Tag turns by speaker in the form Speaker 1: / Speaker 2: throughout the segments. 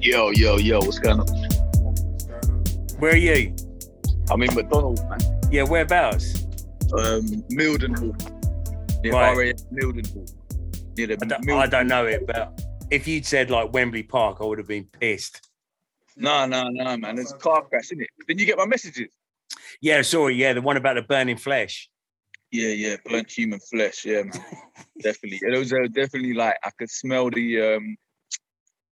Speaker 1: Yo, yo, yo, what's going on?
Speaker 2: Where are you?
Speaker 1: I'm in McDonald's, man.
Speaker 2: Yeah, whereabouts?
Speaker 1: Um, Mildenhall. Near
Speaker 2: Right.
Speaker 1: RAF Mildenhall. Near the
Speaker 2: I don't,
Speaker 1: Mil-
Speaker 2: I don't know it, but if you'd said like Wembley Park, I would have been pissed.
Speaker 1: No, no, no, man. There's a car crash, isn't it? Didn't you get my messages?
Speaker 2: Yeah, sorry. Yeah, the one about the burning flesh.
Speaker 1: Yeah, yeah, burnt human flesh. Yeah, man, definitely. And those are definitely like I could smell the um,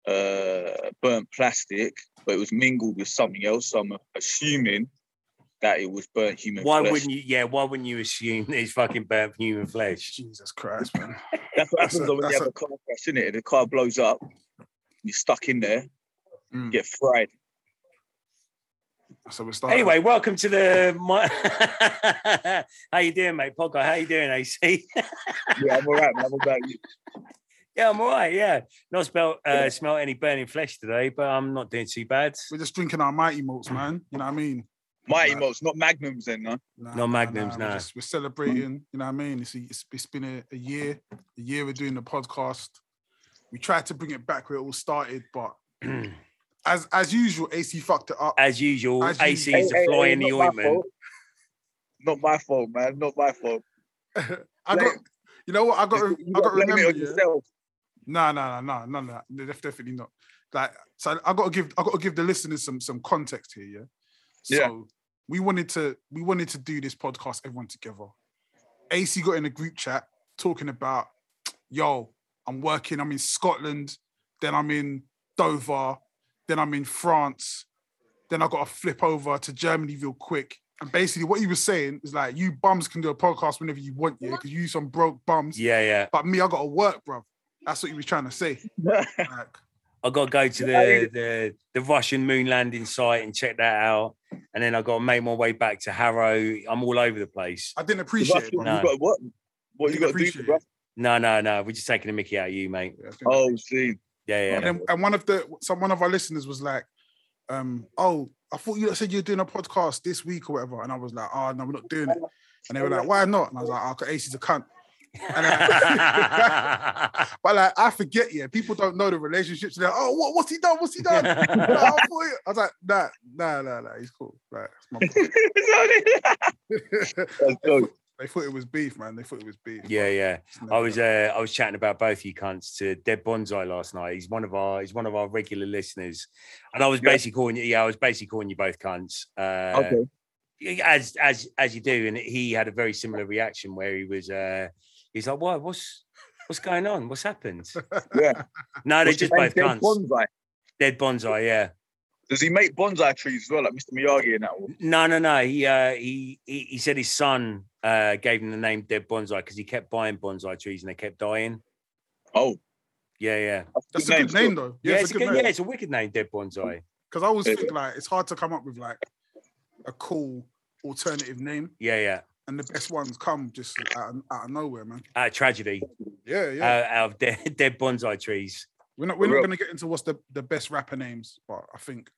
Speaker 1: uh, burnt plastic, but it was mingled with something else. So I'm assuming that it was burnt human
Speaker 2: Why
Speaker 1: flesh.
Speaker 2: wouldn't you? Yeah, why wouldn't you assume it's fucking burnt human flesh?
Speaker 3: Jesus Christ, man.
Speaker 1: That's what
Speaker 3: That's
Speaker 1: happens
Speaker 3: a-
Speaker 1: when you
Speaker 3: that's
Speaker 1: have a, car crash, isn't it? The car blows up, you're stuck in there,
Speaker 3: Mm.
Speaker 1: get fried.
Speaker 3: So we're starting.
Speaker 2: Anyway, welcome to the. My, how you doing, mate? Pogba, how you doing, AC?
Speaker 1: Yeah, I'm all right, man. What about you?
Speaker 2: yeah, I'm all right. Yeah, not smell uh, smell any burning flesh today, but I'm not doing too bad.
Speaker 3: we're just drinking our mighty malts, man. You know what I mean?
Speaker 1: Mighty
Speaker 3: Nah.
Speaker 1: Mo's, not Magnums then, no?
Speaker 3: Nah,
Speaker 2: No Magnums,
Speaker 3: We're,
Speaker 2: nah.
Speaker 3: just- we're celebrating. You know what I mean? It's, it's, it's been a, a year. A year we're doing the podcast. We tried to bring it back where it all started, but as as usual, AC fucked it up.
Speaker 2: As usual,
Speaker 3: As
Speaker 2: AC
Speaker 3: usual.
Speaker 2: is a fly in the
Speaker 1: not my
Speaker 2: ointment.
Speaker 1: fault. Not my fault, man. Not my fault.
Speaker 3: I got. You know what? I got.
Speaker 1: You
Speaker 3: to- I got to
Speaker 1: blame it
Speaker 3: remember.
Speaker 1: on
Speaker 3: yeah?
Speaker 1: yourself.
Speaker 3: No, no, no, no, no, no. no, def- Definitely not. Like, so I got to give I got to give the listeners some some context here. Yeah. So
Speaker 1: Yeah.
Speaker 3: we wanted to we wanted to do this podcast everyone together. AC got in a group chat talking about, yo, I'm working. I'm in Scotland. Then I'm in Dover. Then I'm in France. Then I got to flip over to Germany real quick. And basically, what he was saying is like, you bums can do a podcast whenever you want, yeah, because you some broke bums.
Speaker 2: Yeah, yeah.
Speaker 3: But me, I got to work, bruv. That's what he was trying to say. Like,
Speaker 2: I got to go to
Speaker 1: Yeah, I
Speaker 2: the, the the Russian moon landing site and check that out, and then I got to make my way back to Harrow. I'm all over the place.
Speaker 3: I didn't
Speaker 1: The
Speaker 3: appreciate it.
Speaker 1: Russian-
Speaker 3: bruv.
Speaker 2: No.
Speaker 1: You got what? What you
Speaker 3: Didn't
Speaker 1: got to do for
Speaker 3: appreciate
Speaker 1: Russian?
Speaker 2: No, no, no. We're just taking a Mickey out of you, mate.
Speaker 3: Yeah, I think-
Speaker 1: Oh, see.
Speaker 2: Yeah,
Speaker 3: And,
Speaker 2: yeah.
Speaker 3: then, and one of the some one of our listeners was like, um, "Oh, I thought you lot said you're doing a podcast this week or whatever," and I was like, "Oh no, we're not doing it." And they were like, "Why not?" And I was like, "Oh, 'cause Ace is a cunt." And I- but like, I forget. Yeah, people don't know the relationships. They're like, "Oh, what, what's he done? What's he done?" Like, I thought he- I was like, "Nah, nah, nah, nah. He's cool." Like, it's my fault.
Speaker 1: That's dope.
Speaker 3: they thought it was beef, man. They thought it was beef.
Speaker 2: yeah, yeah.
Speaker 3: It's never
Speaker 2: I was uh, I was chatting about both you cunts to Deb Bonsai last night. He's one of our he's one of our regular listeners, and I was
Speaker 1: Yeah. Oh,
Speaker 2: basically calling you. Yeah, I was basically calling you both cunts. Uh,
Speaker 1: Okay.
Speaker 2: as as as you do and he had a very similar reaction where he was uh he's like why what's what's going on what's happened
Speaker 1: Yeah.
Speaker 2: no they're
Speaker 1: What's his
Speaker 2: just
Speaker 1: name?
Speaker 2: both
Speaker 1: Dead
Speaker 2: cunts
Speaker 1: Bonsai.
Speaker 2: dead bonsai yeah
Speaker 1: Does he make bonsai trees as well, like Mr. Miyagi and that one?
Speaker 2: no no no he uh he he, he said his son uh gave him the name dead bonsai because he kept buying bonsai trees and they kept dying
Speaker 1: Oh,
Speaker 2: yeah yeah
Speaker 3: That's a good name though.
Speaker 2: yeah, it's, a good, yeah it's a wicked name dead bonsai
Speaker 3: Because I always
Speaker 1: Yeah.
Speaker 3: think like it's hard to come up with like a cool alternative name,
Speaker 2: yeah yeah
Speaker 3: and the best ones come just out of, out of nowhere, man.
Speaker 2: uh, tragedy
Speaker 3: Yeah, yeah.
Speaker 2: out, out of dead, dead bonsai trees
Speaker 3: we're not we're
Speaker 1: real.
Speaker 3: not gonna get into what's the, the best rapper names, but I think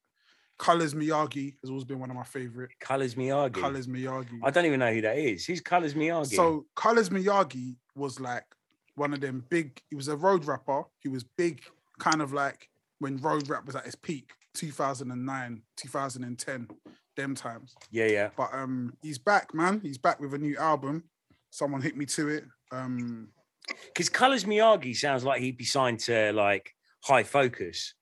Speaker 3: Colors Miyagi has always been one of my favorite.
Speaker 2: colors miyagi
Speaker 3: Colors Miyagi.
Speaker 2: i don't even know who that is who's colors miyagi
Speaker 3: So Colors Miyagi was like one of them big. He was a road rapper. He was big, kind of like when road rap was at its peak, 2009, 2010, them times.
Speaker 2: yeah yeah
Speaker 3: But um, he's back, man. He's back with a new album. Someone hit me to it. Um,
Speaker 2: because Colors Miyagi sounds like he'd be signed to like High Focus.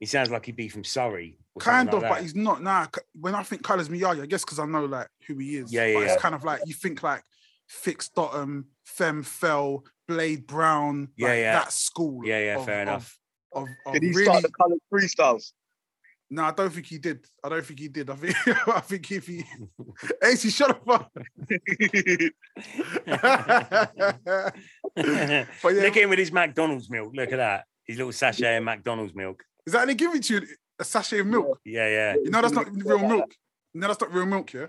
Speaker 2: He sounds like he'd be from Surrey. or something
Speaker 3: kind
Speaker 2: like
Speaker 3: of,
Speaker 2: that.
Speaker 3: but he's not. Nah, c- when I think Colors Miyagi, I guess because I know like who he is.
Speaker 2: Yeah, yeah,
Speaker 3: But
Speaker 2: yeah.
Speaker 3: it's kind of like you think like Fix Dottum, Fem Fell, Blade Brown.
Speaker 2: Yeah,
Speaker 3: like,
Speaker 2: yeah.
Speaker 3: That school.
Speaker 2: yeah, yeah,
Speaker 3: of-
Speaker 2: fair
Speaker 3: of-
Speaker 2: enough.
Speaker 3: Of, of
Speaker 1: did he
Speaker 3: really,
Speaker 1: start the colored freestyles?
Speaker 3: No, I don't think he did. I don't think he did. I think I think if he AC shut up. but yeah,
Speaker 2: Look at him with his McDonald's milk. Look at that. His little sachet of McDonald's milk.
Speaker 3: is that they give it to you a sachet of milk?
Speaker 2: Yeah, yeah.
Speaker 3: You know that's not real milk. No, that's not real milk, yeah.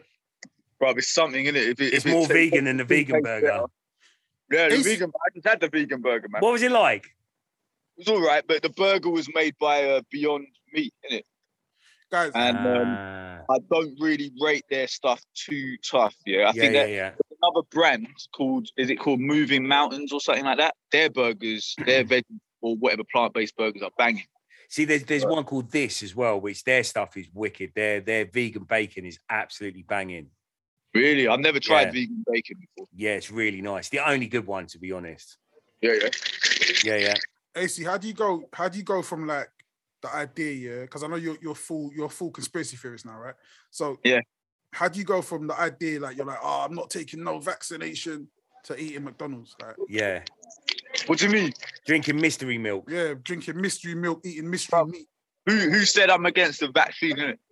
Speaker 1: Bro, it's something in it. If it if
Speaker 2: It's
Speaker 1: it
Speaker 2: more
Speaker 1: tastes-
Speaker 2: vegan than the vegan
Speaker 1: tastes
Speaker 2: burger.
Speaker 1: better. Yeah, the
Speaker 3: It's-
Speaker 1: vegan. I just had the vegan burger, man.
Speaker 2: What was it like?
Speaker 1: It was all right, but the burger was made by uh, Beyond Meat, innit?
Speaker 3: Guys,
Speaker 1: And um,
Speaker 2: Ah,
Speaker 1: I don't really rate their stuff too tough. Yeah, I
Speaker 2: yeah,
Speaker 1: think
Speaker 2: yeah,
Speaker 1: that
Speaker 2: yeah.
Speaker 1: another brand called is it called Moving Mountains or something like that. Their burgers, their veg or whatever plant based burgers are banging.
Speaker 2: See, there's there's one called This as well, which their stuff is wicked. Their their vegan bacon is absolutely banging.
Speaker 1: Really, I've never tried
Speaker 2: Yeah.
Speaker 1: vegan bacon before.
Speaker 2: Yeah, it's really nice. The only good one, to be honest.
Speaker 1: Yeah, yeah.
Speaker 2: Yeah, yeah.
Speaker 3: AC, how do you go? How do you go from like the idea, yeah? Because I know you're you're full you're a full conspiracy theorist now, right? So
Speaker 1: Yeah.
Speaker 3: how do you go from the idea like you're like, oh, I'm not taking no vaccination to eating McDonald's, like
Speaker 2: Yeah.
Speaker 1: What do you mean?
Speaker 2: Drinking mystery milk.
Speaker 3: yeah, drinking mystery milk, eating mystery
Speaker 1: Bro.
Speaker 3: meat.
Speaker 1: Who who said I'm against the vaccine? Innit?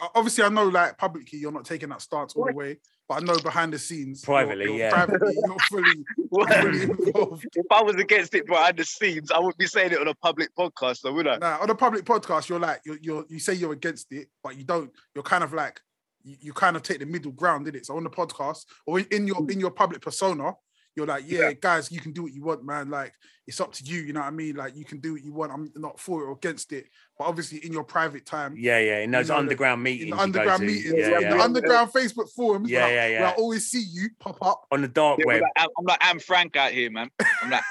Speaker 3: O- Obviously, I know like publicly you're not taking that stance all the way, but I know behind the scenes, you're-
Speaker 2: Privately,
Speaker 3: you're
Speaker 2: yeah.
Speaker 3: privately, you're fully, fully involved.
Speaker 1: if I was against it behind the scenes, I would be saying it on a public podcast, though, would I?
Speaker 3: Now on a public podcast, you're like you're, you're you say you're against it, but you don't. You're kind of like you, you kind of take the middle ground, did it? So on the podcast or in, in your in your public persona, you're like, yeah, guys, you can do what you want, man. Like it's up to you. You know what I mean? Like you can do what you want. I'm not for it or against it, but obviously in your private time,
Speaker 2: Yeah, yeah. In those
Speaker 3: You know,
Speaker 2: underground
Speaker 3: in
Speaker 2: meetings.
Speaker 3: the
Speaker 2: you go
Speaker 3: underground
Speaker 2: to.
Speaker 3: meetings,
Speaker 2: Yeah,
Speaker 3: in
Speaker 2: yeah.
Speaker 3: the underground Facebook forums,
Speaker 2: Yeah,
Speaker 3: where, I-
Speaker 2: yeah,
Speaker 3: where I
Speaker 2: yeah.
Speaker 3: always see you pop up.
Speaker 2: On the dark
Speaker 1: Yeah, we're
Speaker 2: web.
Speaker 1: like, Am- I'm like Anne Frank out here, man. I'm like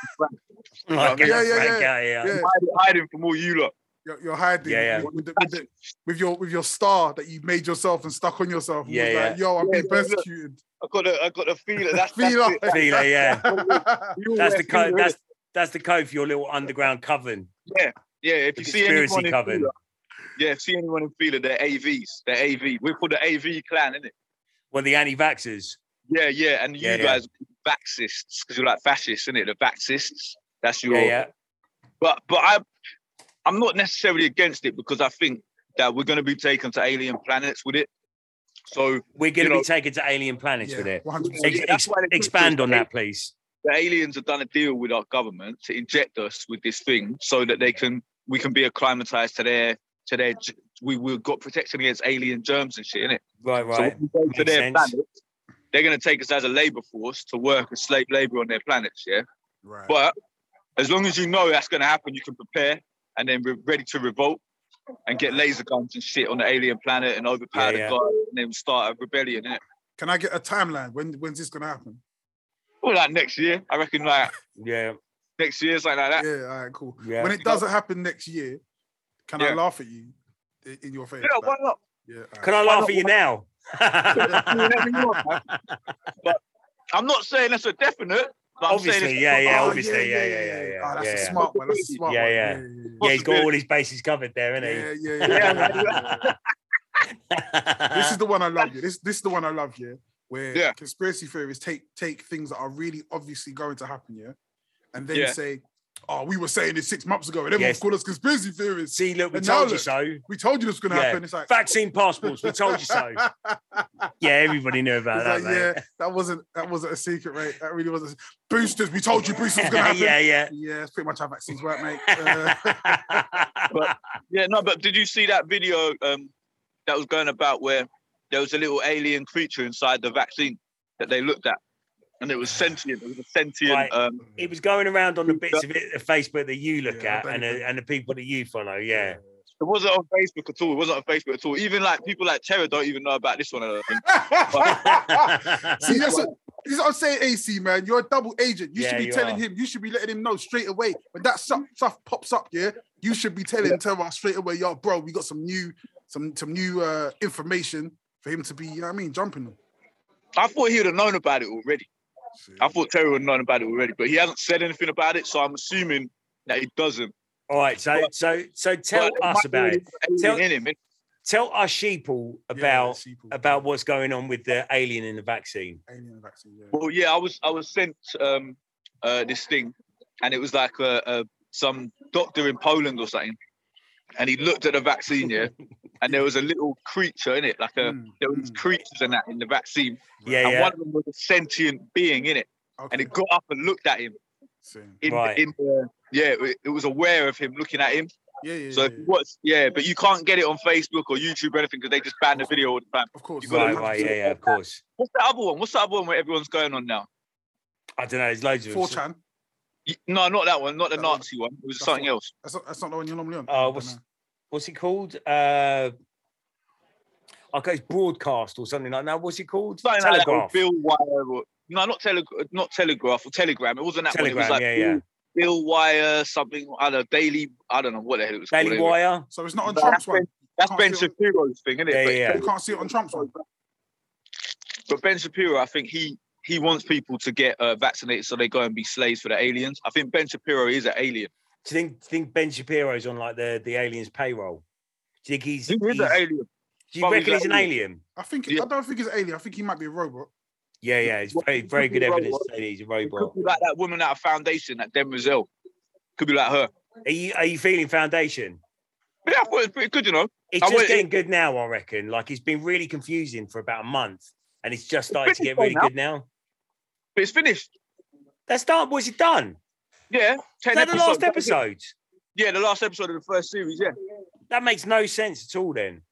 Speaker 2: Like,
Speaker 1: Yeah,
Speaker 2: yeah,
Speaker 3: yeah,
Speaker 2: yeah,
Speaker 3: yeah.
Speaker 2: yeah.
Speaker 3: Yeah,
Speaker 1: hiding, hiding from all you lot.
Speaker 3: you're, you're hiding
Speaker 2: Yeah, yeah.
Speaker 3: With, with the- with the- with your with your star that you made yourself and stuck on yourself. and was
Speaker 2: Yeah,
Speaker 3: like, Yo, I'm
Speaker 1: Yeah,
Speaker 3: being
Speaker 1: yeah, look.
Speaker 3: persecuted.
Speaker 1: I got a I got a feeling that's, that's
Speaker 3: Feel
Speaker 1: it.
Speaker 3: like-
Speaker 2: Feel it, yeah.
Speaker 1: You all
Speaker 2: That's the
Speaker 1: wear
Speaker 2: code.
Speaker 1: feel,
Speaker 2: That's
Speaker 1: innit?
Speaker 2: that's the code for your little underground coven.
Speaker 1: yeah. If
Speaker 2: The
Speaker 1: you see anyone
Speaker 2: conspiracy
Speaker 1: in
Speaker 2: coven.
Speaker 1: Fila, yeah, if you see anyone in Fila, they're AVs. They're AV. We're called the AV clan, innit?
Speaker 2: Well, the anti-vaxxers.
Speaker 1: Yeah, yeah. And you
Speaker 2: Yeah, yeah.
Speaker 1: guys are Vaxists because you're like fascists, innit? The Vaxists. That's your
Speaker 2: Yeah, yeah.
Speaker 1: But but I I'm not necessarily against it because I think that we're going to be taken to alien planets with it. So
Speaker 2: We're going
Speaker 1: You
Speaker 2: to
Speaker 1: know-
Speaker 2: be taken to alien planets with it.
Speaker 3: 100%.
Speaker 2: Ex-
Speaker 1: Yeah, that's
Speaker 2: ex-
Speaker 1: why they put
Speaker 2: expand
Speaker 1: this-
Speaker 2: on that, please.
Speaker 1: the aliens have done a deal with our government to inject us with this thing so that they can we can be acclimatized to their to their g- we we've got protection against alien germs and shit in it.
Speaker 2: Right, right.
Speaker 1: So when we go to
Speaker 2: Makes
Speaker 1: their
Speaker 2: sense.
Speaker 1: planet, they're going to take us as a labor force to work as slave labor on their planets. Yeah,
Speaker 3: Right.
Speaker 1: but as long as you know that's going to happen, you can prepare and then we're ready to revolt and get laser guns and shit on the alien planet and overpower
Speaker 2: Yeah, yeah.
Speaker 1: the guy and then start a rebellion. Innit?
Speaker 3: Can I get a timeline? When when's this gonna happen?
Speaker 1: Well, like next year, I reckon. Like
Speaker 2: Yeah,
Speaker 1: next year, something like that.
Speaker 3: Yeah, all right, cool.
Speaker 2: yeah.
Speaker 3: When it doesn't happen next year, can I
Speaker 1: Yeah.
Speaker 3: laugh at you i- in your face?
Speaker 1: Yeah, why
Speaker 3: Like,
Speaker 1: not?
Speaker 3: yeah, all right.
Speaker 2: Can I laugh at you now?
Speaker 1: whatever you want, man. I'm not saying that's a definite. But I'm saying
Speaker 2: Obviously,
Speaker 1: it's-
Speaker 2: yeah, yeah,
Speaker 3: Oh,
Speaker 2: obviously, yeah, yeah, yeah, yeah.
Speaker 3: Ah, that's
Speaker 2: yeah,
Speaker 3: a
Speaker 2: yeah.
Speaker 3: smart one. That's a smart
Speaker 2: Yeah,
Speaker 3: one.
Speaker 2: yeah. Yeah, he's got all his bases covered there,
Speaker 3: yeah,
Speaker 2: isn't
Speaker 3: yeah, yeah,
Speaker 1: Yeah,
Speaker 3: yeah,
Speaker 1: man,
Speaker 3: yeah, yeah, yeah.
Speaker 2: he?
Speaker 3: This is the one I love. Yeah. This this is the one I love. Yeah, where
Speaker 1: Yeah.
Speaker 3: conspiracy theories take take things that are really obviously going to happen. Yeah, and then
Speaker 1: Yeah.
Speaker 3: say, "Oh, we were saying this six months ago, and everyone
Speaker 2: Yes.
Speaker 3: called us conspiracy theorists.
Speaker 2: See, look, we
Speaker 3: And now
Speaker 2: told you
Speaker 3: look.
Speaker 2: so.
Speaker 3: We told you this was going to
Speaker 2: Yeah.
Speaker 3: happen." It's like
Speaker 2: Vaccine passports, we told you so. Yeah, everybody knew about
Speaker 3: It's
Speaker 2: that,
Speaker 3: like,
Speaker 2: mate.
Speaker 3: yeah, that wasn't that wasn't a secret, right? That really wasn't. Boosters, we told you boosters was gonna
Speaker 2: Yeah,
Speaker 3: happen. yeah.
Speaker 2: yeah, yeah.
Speaker 3: it's pretty much how vaccines work, mate. Uh,
Speaker 1: yeah, no, but did you see that video um, that was going about where there was a little alien creature inside the vaccine that they looked at, and it was sentient. It was a sentient.
Speaker 2: Right.
Speaker 1: Um,
Speaker 2: it was going around on the bits of it, the Facebook that you look
Speaker 3: Yeah,
Speaker 2: at
Speaker 3: I
Speaker 2: and
Speaker 3: think-
Speaker 2: the, and the people that you follow. Yeah,
Speaker 1: it wasn't on Facebook at all. It wasn't on Facebook at all. Even like people like Terror don't even know about this one. I don't think.
Speaker 3: See, that's what, this is what I'm saying, AC man. You're a double agent. You
Speaker 2: Yeah,
Speaker 3: should be
Speaker 2: you
Speaker 3: telling
Speaker 2: are.
Speaker 3: him. You should be letting him know straight away when that stuff, stuff pops up. Yeah, you should be telling Terra straight away, yo, bro. We got some new, some some new uh, information for him to be. You know what I mean? Jumping on.
Speaker 1: I thought he would have known about it already. I thought Terry would have known about it already, but he hasn't said anything about it. So I'm assuming that he doesn't.
Speaker 2: All right, so so so tell
Speaker 1: But it might
Speaker 2: us
Speaker 1: be
Speaker 2: about it.
Speaker 1: alien
Speaker 2: Tell-
Speaker 1: in him. innit?
Speaker 2: Tell our sheeple
Speaker 3: Yeah,
Speaker 2: about
Speaker 3: sheeple.
Speaker 2: about what's going on with the alien in the vaccine.
Speaker 3: alien vaccine. Yeah.
Speaker 1: Well, yeah, I was I was sent um, uh, this thing, and it was like uh, uh, some doctor in Poland or something, and he looked at the vaccine, yeah, and there was a little creature in it, like a
Speaker 3: Mm,
Speaker 1: there was
Speaker 3: mm.
Speaker 1: creatures and that in the vaccine,
Speaker 2: Yeah,
Speaker 1: and
Speaker 2: yeah.
Speaker 1: one of them was a sentient being in it,
Speaker 3: Okay.
Speaker 1: and it got up and looked at him
Speaker 3: Same.
Speaker 1: in
Speaker 2: Right.
Speaker 1: in the, yeah, it, it was aware of him looking at him.
Speaker 3: Yeah, yeah.
Speaker 1: So
Speaker 3: yeah,
Speaker 1: if you watch, yeah, but you can't get it on Facebook or YouTube or anything because they just ban the video all the time.
Speaker 3: Of course.
Speaker 1: You gotta
Speaker 2: Right,
Speaker 1: look
Speaker 2: right,
Speaker 1: into
Speaker 2: yeah, yeah, of course.
Speaker 1: What's the other one? What's the other one where everyone's going on now?
Speaker 2: I don't know. There's loads of them.
Speaker 3: 4chan.
Speaker 1: Y- No, not that one. Not the
Speaker 3: That one.
Speaker 1: Nazi one. It was
Speaker 3: That's
Speaker 1: something
Speaker 3: one.
Speaker 1: else.
Speaker 3: That's not, that's not the one you're normally
Speaker 1: Uh,
Speaker 2: Oh,
Speaker 3: on. I
Speaker 2: what's
Speaker 3: dunno.
Speaker 2: what's it called? Uh, I go broadcast or something like that. What's it called?
Speaker 1: Something like that, or
Speaker 2: Telegraph.
Speaker 1: Bill Wire. Or, no, not Tele, not Telegraph or Telegram. It wasn't that one. It was
Speaker 2: Telegram.
Speaker 1: like
Speaker 2: yeah,
Speaker 1: Bill,
Speaker 2: yeah.
Speaker 1: Bill Wire, something, I don't know, Daily, I don't know what the hell it was
Speaker 2: Daily
Speaker 1: called.
Speaker 2: Wire.
Speaker 3: So it's not on
Speaker 1: But
Speaker 3: Trump's
Speaker 1: that's
Speaker 3: one.
Speaker 1: Ben, that's
Speaker 3: Can't
Speaker 1: ben
Speaker 3: see it
Speaker 1: Shapiro's thing, isn't it?
Speaker 2: Yeah,
Speaker 1: But-
Speaker 2: yeah,
Speaker 3: You can't see it on Trump's one.
Speaker 1: But Ben Shapiro, I think he he wants people to get uh, vaccinated so they go and be slaves for the aliens. I think Ben Shapiro is an alien.
Speaker 2: Do you think do you think Ben Shapiro's on like the the aliens payroll? Do you think he's?
Speaker 1: He is
Speaker 2: he's-
Speaker 1: an alien.
Speaker 2: do you
Speaker 1: Probably
Speaker 2: reckon
Speaker 1: he's
Speaker 2: he's an
Speaker 1: an
Speaker 2: alien?
Speaker 3: I think
Speaker 1: Yeah.
Speaker 3: I don't think it's alien. I think he might be a robot.
Speaker 2: Yeah, yeah. It's
Speaker 1: Well,
Speaker 2: very
Speaker 1: he
Speaker 2: very
Speaker 1: could be
Speaker 2: good
Speaker 1: a
Speaker 2: evidence
Speaker 1: robot.
Speaker 2: to say that he's a
Speaker 1: It could
Speaker 2: robot.
Speaker 1: be like that woman out of Foundation, that Demoiselle. Could be like her.
Speaker 2: Are you are you feeling foundation?
Speaker 1: Yeah, I thought it was pretty good, you know.
Speaker 2: It's
Speaker 1: I
Speaker 2: just
Speaker 1: wouldn't-
Speaker 2: getting good now, I reckon. Like it's been really confusing for about a month, and it's just starting to
Speaker 1: finished
Speaker 2: get
Speaker 1: by
Speaker 2: really
Speaker 1: now.
Speaker 2: good now.
Speaker 1: But it's finished.
Speaker 2: That's done. Was it done?
Speaker 1: Yeah.
Speaker 2: Is
Speaker 1: 10
Speaker 2: that the last
Speaker 1: episodes.
Speaker 2: episode?
Speaker 1: Yeah, the last episode of the first series, yeah.
Speaker 2: That makes no sense at all. Then,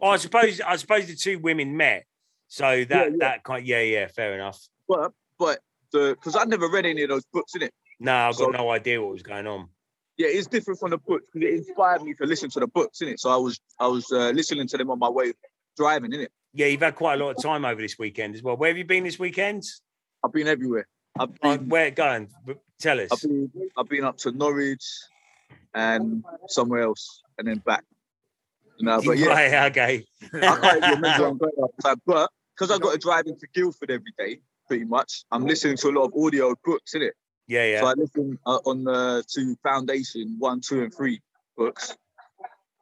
Speaker 2: oh, I suppose I suppose the two women met, so that
Speaker 1: yeah.
Speaker 2: that kind. Yeah, yeah. Fair enough.
Speaker 1: But but the because I never read any of those books, in it.
Speaker 2: No, I've got
Speaker 1: So-
Speaker 2: no idea what was going on.
Speaker 1: Yeah, it's different from the books because it inspired me to listen to the books, in it. So I was I was uh, listening to them on my way driving, in it.
Speaker 2: Yeah, you've had quite a lot of time over this weekend as well. Where have you been this weekend?
Speaker 1: I've been everywhere. I've
Speaker 2: Uh,
Speaker 1: been
Speaker 2: Where going? B- Tell us.
Speaker 1: I've been, I've been up to Norwich and somewhere else and then back. You know, but yeah,
Speaker 2: Right, okay.
Speaker 1: I can't even remember where I'm going last time. But because I've got to drive into Guildford every day, pretty much, I'm listening to a lot of audio books, innit?
Speaker 2: Yeah, yeah.
Speaker 1: So I listen uh, on uh, to Foundation 1, 2, and 3 books.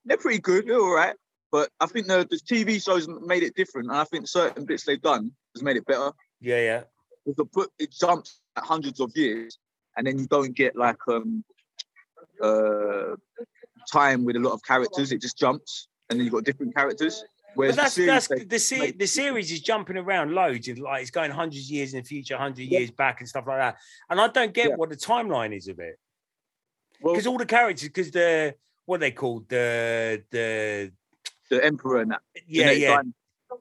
Speaker 1: They're pretty good, they're all right. But I think the, the TV shows made it different. And I think certain bits they've done has made it better.
Speaker 2: yeah, yeah.
Speaker 1: Because the book it jumps at hundreds of years, and then you don't get like um uh time with a lot of characters. It just jumps, and then you've got different characters. Whereas
Speaker 2: But
Speaker 1: the
Speaker 2: that's
Speaker 1: series,
Speaker 2: that's
Speaker 1: they-
Speaker 2: the se-
Speaker 1: make-
Speaker 2: the series is jumping around loads and like it's going hundreds of years in the future, hundred
Speaker 1: Yeah.
Speaker 2: years back and stuff like that. And I don't get
Speaker 1: Yeah.
Speaker 2: what the timeline is of it
Speaker 1: well,
Speaker 2: because all the characters, because the what are they called the the
Speaker 1: the emperor and that.
Speaker 2: yeah
Speaker 1: Genetic
Speaker 2: yeah.
Speaker 1: time.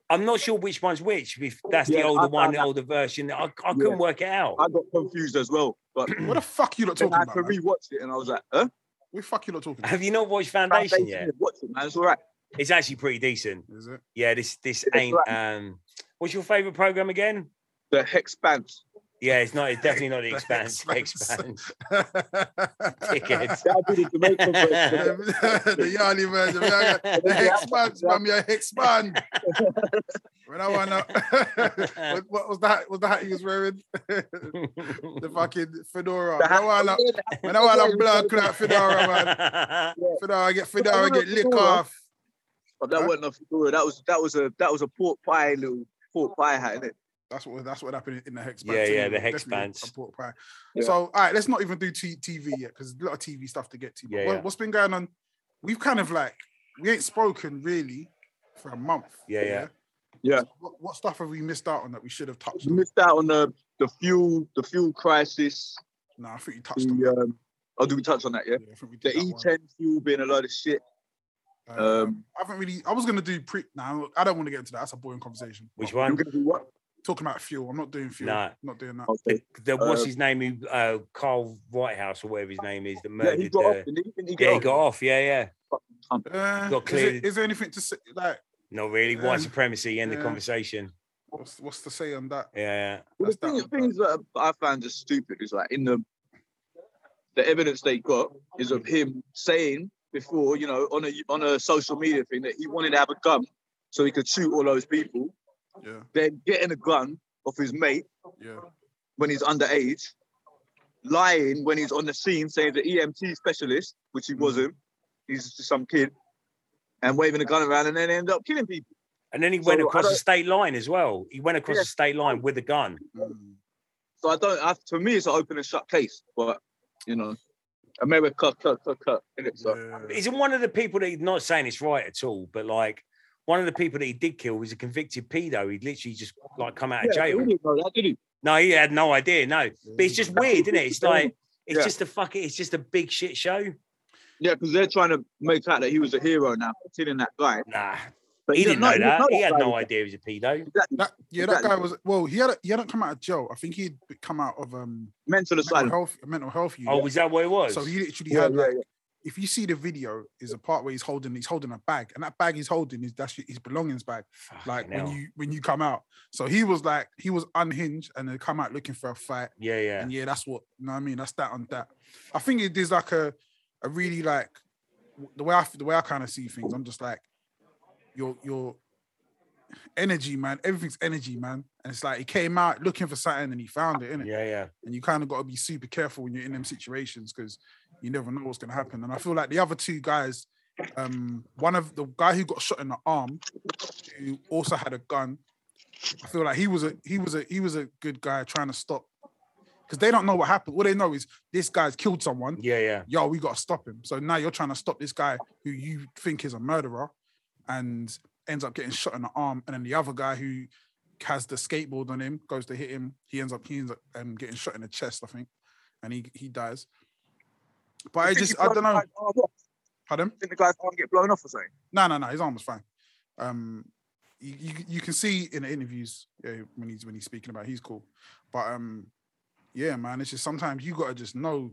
Speaker 2: I'm not sure which one's which. If that's the
Speaker 1: Yeah, I
Speaker 2: older one,
Speaker 1: found
Speaker 2: the
Speaker 1: that-
Speaker 2: older version, I, I couldn't work it out.
Speaker 1: I got confused as well, but
Speaker 3: What the fuck you lot
Speaker 1: then
Speaker 3: talking
Speaker 1: I
Speaker 3: about?
Speaker 1: had to
Speaker 3: man?
Speaker 1: rewatch it, and I was like, huh?
Speaker 3: What the fuck you lot talking about?
Speaker 2: Have you not watched Foundation, yet?
Speaker 1: yeah, watch it, man. It's all right.
Speaker 2: It's actually pretty decent.
Speaker 3: Is it?
Speaker 2: Yeah, this this
Speaker 1: It's
Speaker 2: ain't. Um, what's your favorite program again?
Speaker 1: The hex bands.
Speaker 2: Yeah, it's not. It's definitely not the
Speaker 3: The
Speaker 2: Expanse.
Speaker 3: Expanse.
Speaker 2: Expanse. Dickheads.
Speaker 1: That'll be the Jamaican version.
Speaker 3: the Yali version. we are- The hex man, I'm your hex man. When I wanna, what, what was that? Was that he was wearing? the fucking fedora. When I wanna, when I wanna blood clot fedora, man. Fedora, get fedora, get lick off.
Speaker 1: But that
Speaker 3: Huh?
Speaker 1: wasn't a fedora. That was that was a that was a pork pie little pork pie hat, innit?
Speaker 3: That's what that's what happened in the hex.
Speaker 2: Yeah,
Speaker 3: bands,
Speaker 2: yeah,
Speaker 3: anyway.
Speaker 2: the hex
Speaker 3: Definitely a-
Speaker 2: bands.
Speaker 3: a pork pie.
Speaker 1: Yeah.
Speaker 3: So, all right, let's not even do t- TV yet because there's a lot of TV stuff to get to. But
Speaker 2: Yeah,
Speaker 3: what,
Speaker 2: yeah.
Speaker 3: has been going on? We've kind of like we ain't spoken really for a month.
Speaker 2: Yeah, yeah.
Speaker 1: Yeah.
Speaker 3: So what, what stuff have we missed out on that we should have touched
Speaker 1: You
Speaker 3: on?
Speaker 1: missed out on the the fuel the fuel crisis.
Speaker 3: Nah, I think you touched on.
Speaker 1: The um, oh, do we touch on that? Yeah,
Speaker 3: that. Yeah, I think we
Speaker 1: the
Speaker 3: did
Speaker 1: E10
Speaker 3: that
Speaker 1: fuel being a load of shit.
Speaker 3: one. Uh,
Speaker 1: Um,
Speaker 3: I haven't really. I was gonna do pre. Now I don't want to get into that. That's a boring conversation.
Speaker 2: Which
Speaker 1: you're
Speaker 2: one?
Speaker 1: gonna do what?
Speaker 3: Talking about fuel, I'm not doing fuel.
Speaker 2: Nah.
Speaker 3: Not doing that.
Speaker 1: Okay.
Speaker 2: The, what's
Speaker 1: Uh,
Speaker 2: his name? Who uh, Carl Whitehouse or whatever his name is that
Speaker 1: Yeah,
Speaker 2: murdered.
Speaker 1: he got off.
Speaker 2: the,
Speaker 1: Didn't he? Didn't he get
Speaker 2: yeah, he
Speaker 1: off?
Speaker 2: got off. Yeah, yeah.
Speaker 3: Uh,
Speaker 2: Got
Speaker 3: is, there-
Speaker 2: cleared.
Speaker 3: is there anything to say? Like,
Speaker 2: Not really. White
Speaker 1: Um,
Speaker 3: Yeah.
Speaker 2: supremacy. End the
Speaker 3: Yeah.
Speaker 2: conversation.
Speaker 3: what's, what's to say on that?
Speaker 2: Yeah.
Speaker 1: Well, the
Speaker 3: That's
Speaker 1: thing,
Speaker 3: that one,
Speaker 1: things that I found just stupid is like in the the evidence they got is of him saying before, you know, on a on a social media thing that he wanted to have a gun so he could shoot all those people.
Speaker 3: Yeah,
Speaker 1: Then getting a gun off his mate
Speaker 3: yeah.
Speaker 1: when he's underage, lying when he's on the scene saying the EMT specialist, which he wasn't, he's just some kid, and waving a gun around and then end up killing people.
Speaker 2: And then he
Speaker 1: So,
Speaker 2: went
Speaker 1: I
Speaker 2: across
Speaker 1: don't-
Speaker 2: the state line as well. He went across
Speaker 1: Yeah.
Speaker 2: the state line with a gun.
Speaker 3: Mm.
Speaker 1: So I don't. I, to me, it's an open and shut case. But you know, America, cut, cut, cut, cut. innit? So
Speaker 3: Yeah.
Speaker 2: Isn't one of the people that he's not saying it's right at all, but like one of the people that he did kill was a convicted pedo. He'd literally just like come out of
Speaker 1: Yeah,
Speaker 2: jail.
Speaker 1: he didn't know that, did he?
Speaker 2: No, he had no idea. No, but it's
Speaker 3: Mm.
Speaker 2: just weird, isn't it? It's like it's
Speaker 1: Yeah.
Speaker 2: just a fucking, it's just a big shit show.
Speaker 1: Yeah, because they're trying to make out that he was a hero now, killing that guy.
Speaker 2: Nah,
Speaker 1: But
Speaker 2: he didn't know
Speaker 1: he
Speaker 2: that. He had
Speaker 1: guy.
Speaker 2: no idea he was a pedo.
Speaker 1: Exactly.
Speaker 3: That, yeah,
Speaker 1: Exactly.
Speaker 3: that guy was well. He had he hadn't come out of jail. I think he'd come out of um
Speaker 1: Mental
Speaker 3: mental
Speaker 1: asylum.
Speaker 3: health mental health unit.
Speaker 2: Oh, was that what it was?
Speaker 3: so he literally
Speaker 1: Yeah,
Speaker 3: had
Speaker 1: yeah,
Speaker 3: like
Speaker 1: yeah.
Speaker 3: if you see the video, is a part where he's holding he's holding a bag, and that bag he's holding is that's his belongings bag.
Speaker 2: Fucking
Speaker 3: Like when
Speaker 2: hell.
Speaker 3: you when you come out, so he was like he was unhinged, and they come out looking for a fight.
Speaker 2: yeah, yeah.
Speaker 3: And yeah, that's what you know. What I mean, that's that on that. I think it is like a a really like w- the way I f- the way I kind of see things. I'm just like your your energy, man. Everything's energy, man. And it's like he came out looking for something and he found it, innit?
Speaker 2: Yeah, yeah.
Speaker 3: And you kind of got to be super careful when you're in them situations because you never know what's going to happen. And I feel like the other two guys, um, one of the guy who got shot in the arm, who also had a gun, I feel like he was a he was a he was a good guy trying to stop because they don't know what happened. All they know is this guy's killed someone
Speaker 2: Yeah, yeah.
Speaker 3: yo, we got to stop him. So now you're trying to stop this guy who you think is a murderer and ends up getting shot in the arm. And then the other guy who has the skateboard on him goes to hit him. He ends up, he ends up um, getting shot in the chest, I think. And he, he dies. But I
Speaker 4: think
Speaker 3: just,
Speaker 4: he
Speaker 3: I don't
Speaker 4: blown the
Speaker 3: know.
Speaker 4: guy's arm off.
Speaker 3: Pardon?
Speaker 4: Didn't the guy's arm get blown off or something?
Speaker 3: No, no, no. His arm was fine. Um, you, you, you can see in the interviews yeah, when he's when he's speaking about it, he's cool, but um, yeah, man, it's just sometimes you gotta just know.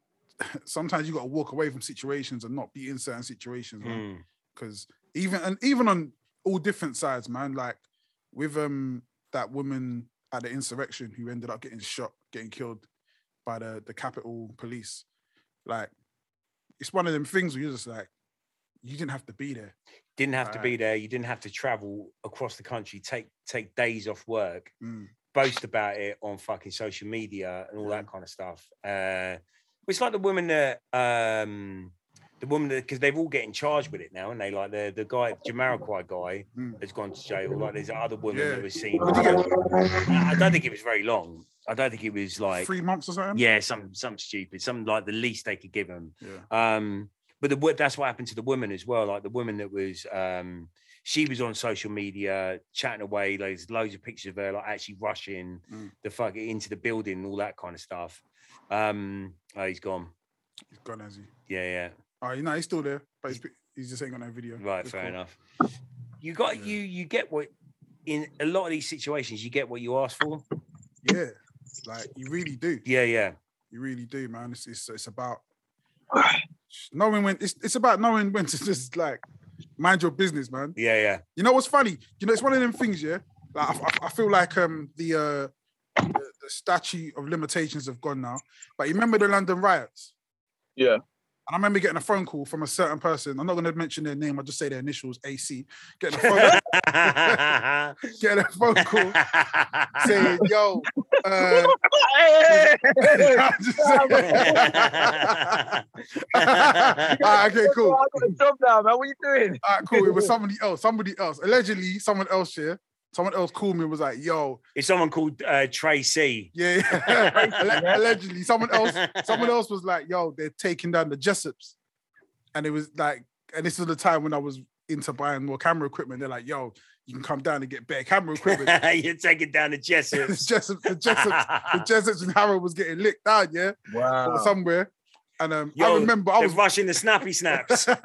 Speaker 3: sometimes you gotta walk away from situations and not be in certain situations, man
Speaker 2: Mm.
Speaker 3: because even and even on all different sides, man. Like with um that woman at the insurrection who ended up getting shot, getting killed by the the Capitol police. Like it's one of them things where you're just like, you didn't have to be there.
Speaker 2: Didn't have to be
Speaker 3: Right.
Speaker 2: there. You didn't have to travel across the country. Take take days off work.
Speaker 3: Mm.
Speaker 2: Boast about it on fucking social media and all that
Speaker 3: Mm.
Speaker 2: kind of stuff. Uh, it's like the woman that um, the woman that because they've all getting charged with it now, and they like the the guy Jamiroquai guy
Speaker 3: Mm.
Speaker 2: has gone to jail. Like there's other woman
Speaker 3: Yeah.
Speaker 2: that was seen.
Speaker 3: What did he get?
Speaker 2: I don't think it was very long. I don't think it was like
Speaker 3: Three months or something.
Speaker 2: yeah, some some stupid, some like the least they could give them.
Speaker 3: Yeah.
Speaker 2: Um, but the wo- that's what happened to the woman as well. Like the woman that was, um, she was on social media chatting away. There's loads of pictures of her like actually rushing
Speaker 3: Mm.
Speaker 2: the fuck into the building and all that kind of stuff. Um, oh, he's gone.
Speaker 3: He's gone, has he?
Speaker 2: Yeah,
Speaker 3: Oh, you know he's still there, but he's, he's just ain't got no video.
Speaker 2: yeah. Right,
Speaker 3: It's
Speaker 2: fair
Speaker 3: cool.
Speaker 2: enough. You got
Speaker 3: Yeah.
Speaker 2: you you get what in a lot of these situations you get what you ask for.
Speaker 3: Yeah, like you really do.
Speaker 2: Yeah, yeah,
Speaker 3: You really do, man. It's it's, it's about knowing when it's, it's about knowing when to just like mind your business, man.
Speaker 2: yeah, yeah.
Speaker 3: You know what's funny? You know, it's one of them things, yeah. Like I, I- I feel like um the uh the, the statue of limitations have gone now. But you remember the London riots?
Speaker 4: Yeah.
Speaker 3: And I remember getting a phone call from a certain person. I'm not going to mention their name. I'll just say their initials, AC. Getting a phone, getting a phone call saying, "Yo, uh, I'm just saying- Ah, okay, cool.
Speaker 4: I got a job now, man. What are you doing?
Speaker 3: All right, cool. It was somebody else. Somebody else. Allegedly, someone else here. Someone else called me and was like, yo,
Speaker 2: It's someone called uh, Tracy.
Speaker 3: yeah, yeah. Alle- allegedly, someone else, someone else was like, yo, they're taking down the Jessops. And it was like, and this was the time when I was into buying more camera equipment. They're like, yo, you can come down and get better camera equipment.
Speaker 2: You're taking down the
Speaker 3: the
Speaker 2: Jessups.
Speaker 3: Jessops, the Jessops, the Jessops and Harold was getting licked down, yeah, or
Speaker 1: Oh.
Speaker 4: Wow.
Speaker 3: somewhere. And um, I
Speaker 2: Yo,
Speaker 3: remember I
Speaker 2: They're
Speaker 3: was
Speaker 2: rushing the snappy snaps.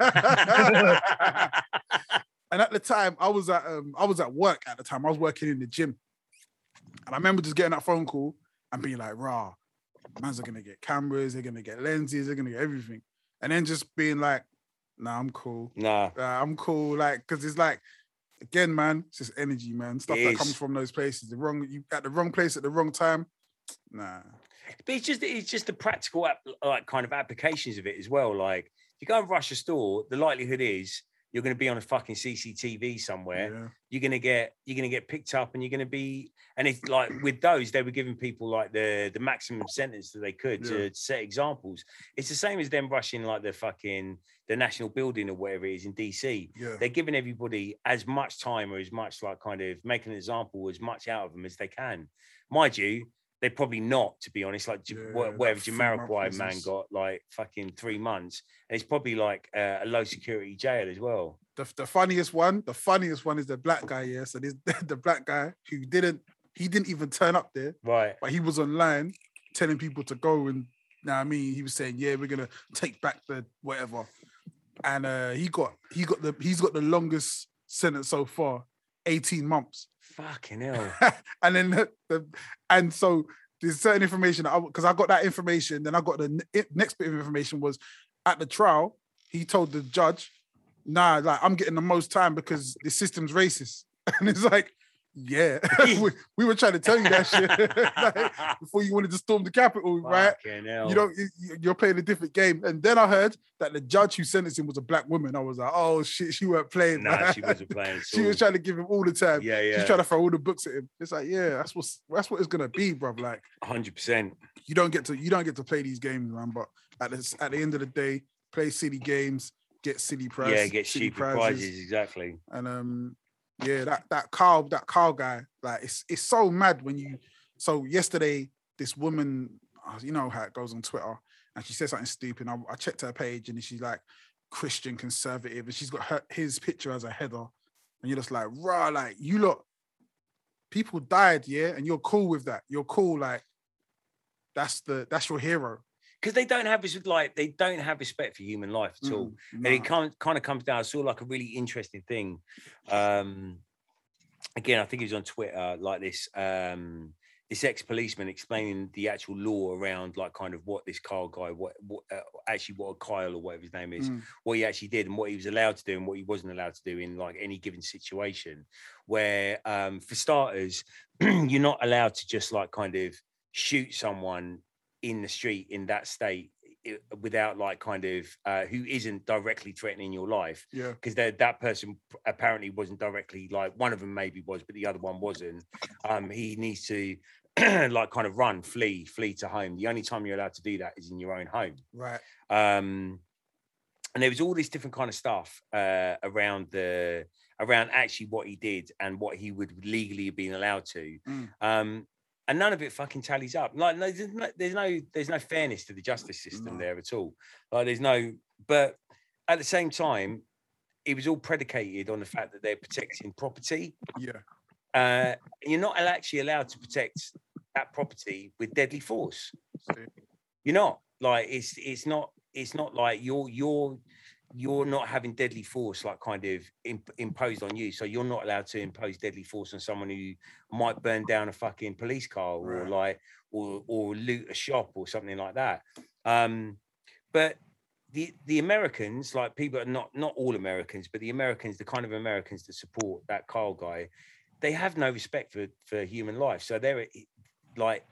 Speaker 3: And at the time, I was at um, I was at work at the time. I was working in the gym, and I remember just getting that phone call and being like, "Rah, man's are gonna get cameras, they're gonna get lenses, they're gonna get everything," and then just being like, "Nah, I'm cool.
Speaker 2: nah,
Speaker 3: Uh, I'm cool." Like, because it's like, again, man, it's just energy, man. Stuff
Speaker 2: It
Speaker 3: that
Speaker 2: is.
Speaker 3: comes from those places. The wrong you at the wrong place at the wrong time. Nah.
Speaker 2: but it's just it's just the practical app, like kind of applications of it as well. Like if you go and rush a store, the likelihood is you're going to be on a fucking CCTV somewhere.
Speaker 3: Yeah.
Speaker 2: you're gonna get you're gonna get picked up and you're gonna be and it's like with those they were giving people like the the maximum sentence that they could to set examples it's the same as them rushing like the fucking the national building or whatever it is in dc
Speaker 3: Yeah.
Speaker 2: they're giving everybody as much time or as much like kind of making an example as much out of them as they can mind you they're probably not to be honest like
Speaker 3: Yeah,
Speaker 2: yeah,
Speaker 3: that
Speaker 2: whatever
Speaker 3: three month
Speaker 2: Jamiroquai man
Speaker 3: business.
Speaker 2: got like fucking three months and it's probably like uh, a low security jail as well
Speaker 3: the, the funniest one, the funniest one is the black guy, yeah. So this the black guy who didn't he didn't even turn up there,
Speaker 2: right
Speaker 3: but he was online telling people to go and now I mean he was saying, Yeah, we're gonna take back the whatever. And uh he got he got the he's got the longest sentence so far, 18 months.
Speaker 2: fucking hell
Speaker 3: and then the, the- and so there's certain information because I, 'cause I got that information, then I got the ne- next bit of information was at the trial, he told the judge, "Nah, like I'm getting the most time because the system's racist." And it's like, yeah, we, we were trying to tell you that shit like, before you wanted to storm the Capitol, right?
Speaker 2: Fucking hell.
Speaker 3: You don't. you- You're playing a different game. And then I heard that the judge who sentenced him was a black woman. I was like, oh shit, she weren't playing.
Speaker 2: Nah,
Speaker 3: man.
Speaker 2: she wasn't playing. at
Speaker 3: She
Speaker 2: all.
Speaker 3: was trying to give him all the time.
Speaker 2: Yeah,
Speaker 3: She's
Speaker 2: yeah,
Speaker 3: trying to throw all the books at him. It's like, yeah, that's what's that's what it's gonna be, bruv. Like
Speaker 2: hundred percent.
Speaker 3: you don't get to you don't get to play these games, man. But at the at the end of the day, play silly games, get silly prizes.
Speaker 2: Yeah, get cheap prizes exactly.
Speaker 3: And um, yeah, that that Carl that Carl guy, like it's it's so mad when you. So yesterday, this woman, uh, you know how it goes on Twitter, and she said something stupid. I, I checked her page, and she's like Christian conservative, and she's got her his picture as a header, and you're just like, rah, like you look, people died, yeah, and you're cool with that. You're cool, like that's the that's your hero.
Speaker 2: Because they don't have res- like they don't have respect for human life at all.
Speaker 3: Mm,
Speaker 2: and
Speaker 3: nah.
Speaker 2: it kind kind of comes down. I saw like a really interesting thing. Um, again, I think it was on Twitter, like this um, this ex policeman explaining the actual law around like kind of what this Kyle guy, what, what uh, actually what a Kyle or whatever his name is,
Speaker 3: Mm.
Speaker 2: what he actually did and what he was allowed to do and what he wasn't allowed to do in like any given situation. Where um, for starters, you're not allowed to just like kind of shoot someone in the street in that state i- without like kind of uh, who isn't directly threatening your life
Speaker 3: Yeah.
Speaker 2: because that that person p- apparently wasn't directly like one of them maybe was but the other one wasn't um he needs to like kind of run flee flee to home the only time you're allowed to do that is in your own home
Speaker 3: Right.
Speaker 2: um and there was all this different kind of stuff uh around the around actually what he did and what he would legally have been allowed to
Speaker 3: Mm.
Speaker 2: um and none of it fucking tallies up like no there's no there's no, there's no fairness to the justice system
Speaker 3: No.
Speaker 2: there at all like there's no but at the same time it was all predicated on the fact that they're protecting property
Speaker 3: Yeah.
Speaker 2: uh you're not al- actually allowed to protect that property with deadly force you're not like it's it's not it's not like you're you're you're not having deadly force like kind of imp- imposed on you so you're not allowed to impose deadly force on someone who might burn down a fucking police car or
Speaker 3: Right.
Speaker 2: like or or loot a shop or something like that um but the the americans like people are not not all americans but the americans the kind of americans that support that carl guy they have no respect for for human life so they're like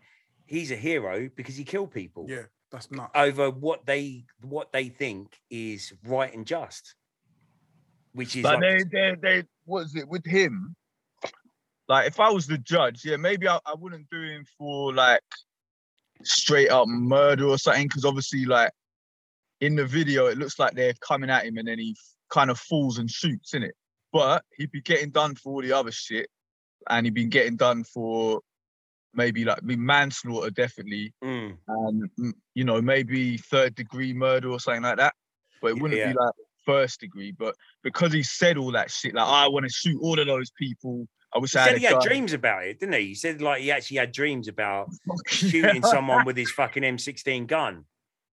Speaker 2: he's a hero because he killed people
Speaker 3: Yeah. That's not.
Speaker 2: over what they what they think is right and just, which is
Speaker 4: But
Speaker 2: like-
Speaker 4: they, they, they, what is it with him? Like, if I was the judge, yeah, maybe I, I wouldn't do him for like straight up murder or something, because obviously, like in the video, it looks like they're coming at him, and then he kind of falls and shoots, in it. But he'd be getting done for all the other shit, and he'd been getting done for maybe like be manslaughter, definitely,
Speaker 2: Mm,
Speaker 4: and mm, you know maybe third degree murder or something like that but it
Speaker 2: Yeah,
Speaker 4: wouldn't
Speaker 2: yeah.
Speaker 4: be like first degree but because he said all that shit like i want to shoot all of those people i wish
Speaker 2: He
Speaker 4: i
Speaker 2: said
Speaker 4: had,
Speaker 2: he
Speaker 4: a
Speaker 2: had
Speaker 4: gun.
Speaker 2: dreams about it, didn't he? He said like he actually had dreams about
Speaker 4: Yeah.
Speaker 2: shooting someone with his fucking M16 gun.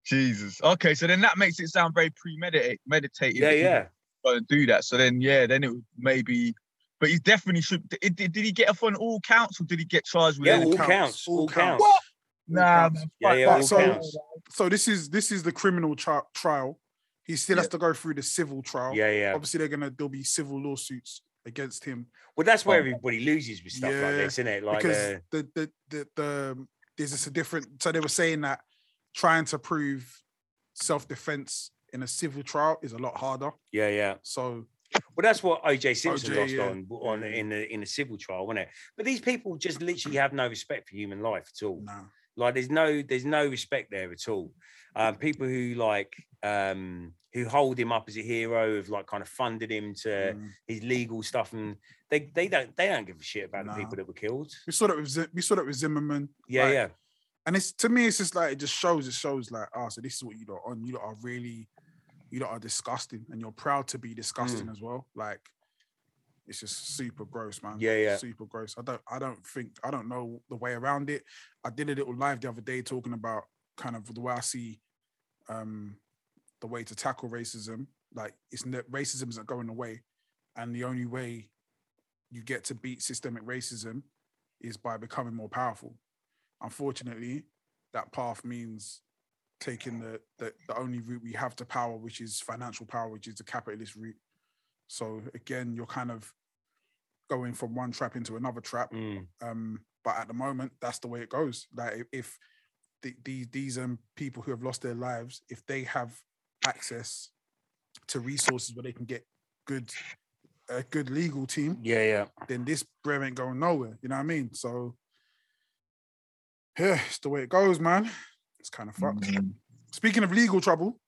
Speaker 4: jesus okay so then that makes it sound very premeditated meditated
Speaker 2: Yeah,
Speaker 4: that he
Speaker 2: yeah.
Speaker 4: was gonna do that so then yeah then it would maybe but he definitely should did, did did he get off on all counts or did he get charged with
Speaker 2: Yeah,
Speaker 4: any
Speaker 2: all
Speaker 4: count?
Speaker 2: counts, all counts.
Speaker 3: What?
Speaker 4: nah
Speaker 3: All counts.
Speaker 4: man,
Speaker 2: Yeah,
Speaker 4: fuck
Speaker 2: yeah,
Speaker 4: that.
Speaker 2: all
Speaker 3: so-
Speaker 2: counts.
Speaker 3: so this is this is the criminal tri- trial. He still has to go through the civil trial.
Speaker 2: Yeah, yeah.
Speaker 3: Obviously, they're gonna there'll be civil lawsuits against him
Speaker 2: Well, that's where everybody loses with stuff
Speaker 3: Oh. Yeah,
Speaker 2: like this, isn't it? Like,
Speaker 3: because
Speaker 2: uh,
Speaker 3: the, the the the um, there's just a different. So they were saying that trying to prove self defense in a civil trial is a lot harder.
Speaker 2: yeah, yeah.
Speaker 3: So
Speaker 2: Well, that's what OJ Simpson
Speaker 3: OJ,
Speaker 2: lost
Speaker 3: yeah. Mm.
Speaker 2: on on in the in the civil trial, wasn't it? But these people just literally have no respect for human life at all.
Speaker 3: nah,
Speaker 2: like there's no there's no respect there at all um people who like um who hold him up as a hero have like kind of funded him to
Speaker 3: mm.
Speaker 2: his legal stuff and they they don't they don't give a shit about
Speaker 3: Nah.
Speaker 2: the people that were killed
Speaker 3: we saw that with Z- we saw that with Zimmerman.
Speaker 2: yeah
Speaker 3: Like,
Speaker 2: yeah
Speaker 3: and it's to me, it's just like it just shows. It shows like, oh, so this is what you lot on. You lot are really, you lot are disgusting, and you're proud to be disgusting
Speaker 2: Mm.
Speaker 3: as well. Like, it's just super gross, man.
Speaker 2: Yeah, yeah.
Speaker 3: super gross. I don't, I don't think, I don't know the way around it. I did a little live the other day talking about kind of the way I see, um, the way to tackle racism. Like, it's ne- racism isn't going away, and the only way you get to beat systemic racism is by becoming more powerful unfortunately, that path means taking the, the the only route we have to power, which is financial power, which is the capitalist route. So again, you're kind of going from one trap into another trap.
Speaker 2: Mm.
Speaker 3: Um, but at the moment, that's the way it goes. Like if, if the, these these um people who have lost their lives, if they have access to resources where they can get good a good legal team,
Speaker 2: Yeah, yeah.
Speaker 3: then this bread ain't going nowhere. You know what I mean? So yeah, it's the way it goes, man. It's kind of fucked.
Speaker 2: Mm.
Speaker 3: Speaking of legal trouble,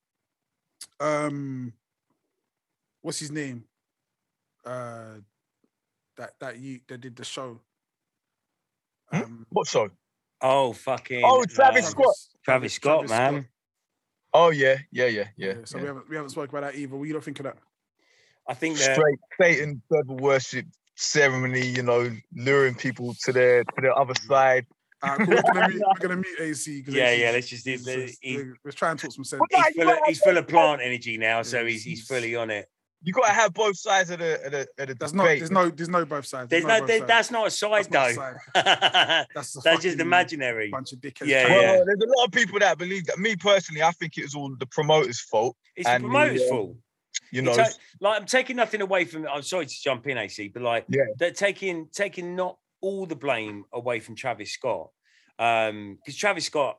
Speaker 3: um, what's his name? Uh, that that you that did the show.
Speaker 1: Hmm?
Speaker 3: Um,
Speaker 1: What show?
Speaker 2: Oh fucking.
Speaker 1: Oh, Travis
Speaker 2: uh,
Speaker 1: Scott.
Speaker 2: Travis Scott, man.
Speaker 1: Oh yeah, yeah, yeah, yeah.
Speaker 3: So
Speaker 1: yeah.
Speaker 3: we haven't we haven't spoken about that either. What you don't think of that?
Speaker 2: I think that
Speaker 1: Straight Satan devil worship ceremony, you know, luring people to their to their other side.
Speaker 3: All right, cool. we're, gonna meet, we're gonna meet AC. 'cause
Speaker 2: Yeah,
Speaker 3: AC
Speaker 2: yeah. Let's just do
Speaker 3: let's,
Speaker 2: the. E. He,
Speaker 3: try and talk some sense.
Speaker 1: Well, no,
Speaker 2: he's, full of, he's full of plant energy now, so
Speaker 3: Yeah.
Speaker 2: he's he's fully on it.
Speaker 1: You gotta have both sides of the of the, of the
Speaker 3: That's not.
Speaker 1: debate.
Speaker 3: There's no. There's no both sides.
Speaker 2: There's no.
Speaker 3: both
Speaker 2: there-
Speaker 3: sides.
Speaker 2: that's not a side
Speaker 3: not a
Speaker 2: though.
Speaker 3: side. That's, a
Speaker 2: that's just
Speaker 3: fucking
Speaker 2: imaginary.
Speaker 3: Bunch of dickheads.
Speaker 1: well,
Speaker 2: Yeah,
Speaker 3: trying-
Speaker 2: yeah.
Speaker 1: there's a lot of people that believe that. Me personally, I think it was all the promoter's fault.
Speaker 2: It's the
Speaker 1: and the,
Speaker 2: promoter's
Speaker 1: um,
Speaker 2: fault.
Speaker 1: You
Speaker 2: You
Speaker 1: know,
Speaker 2: take- like I'm taking nothing away from. I'm sorry to jump in, AC, but like
Speaker 1: Yeah.
Speaker 2: they're taking taking not all the blame away from Travis Scott, because Travis Scott,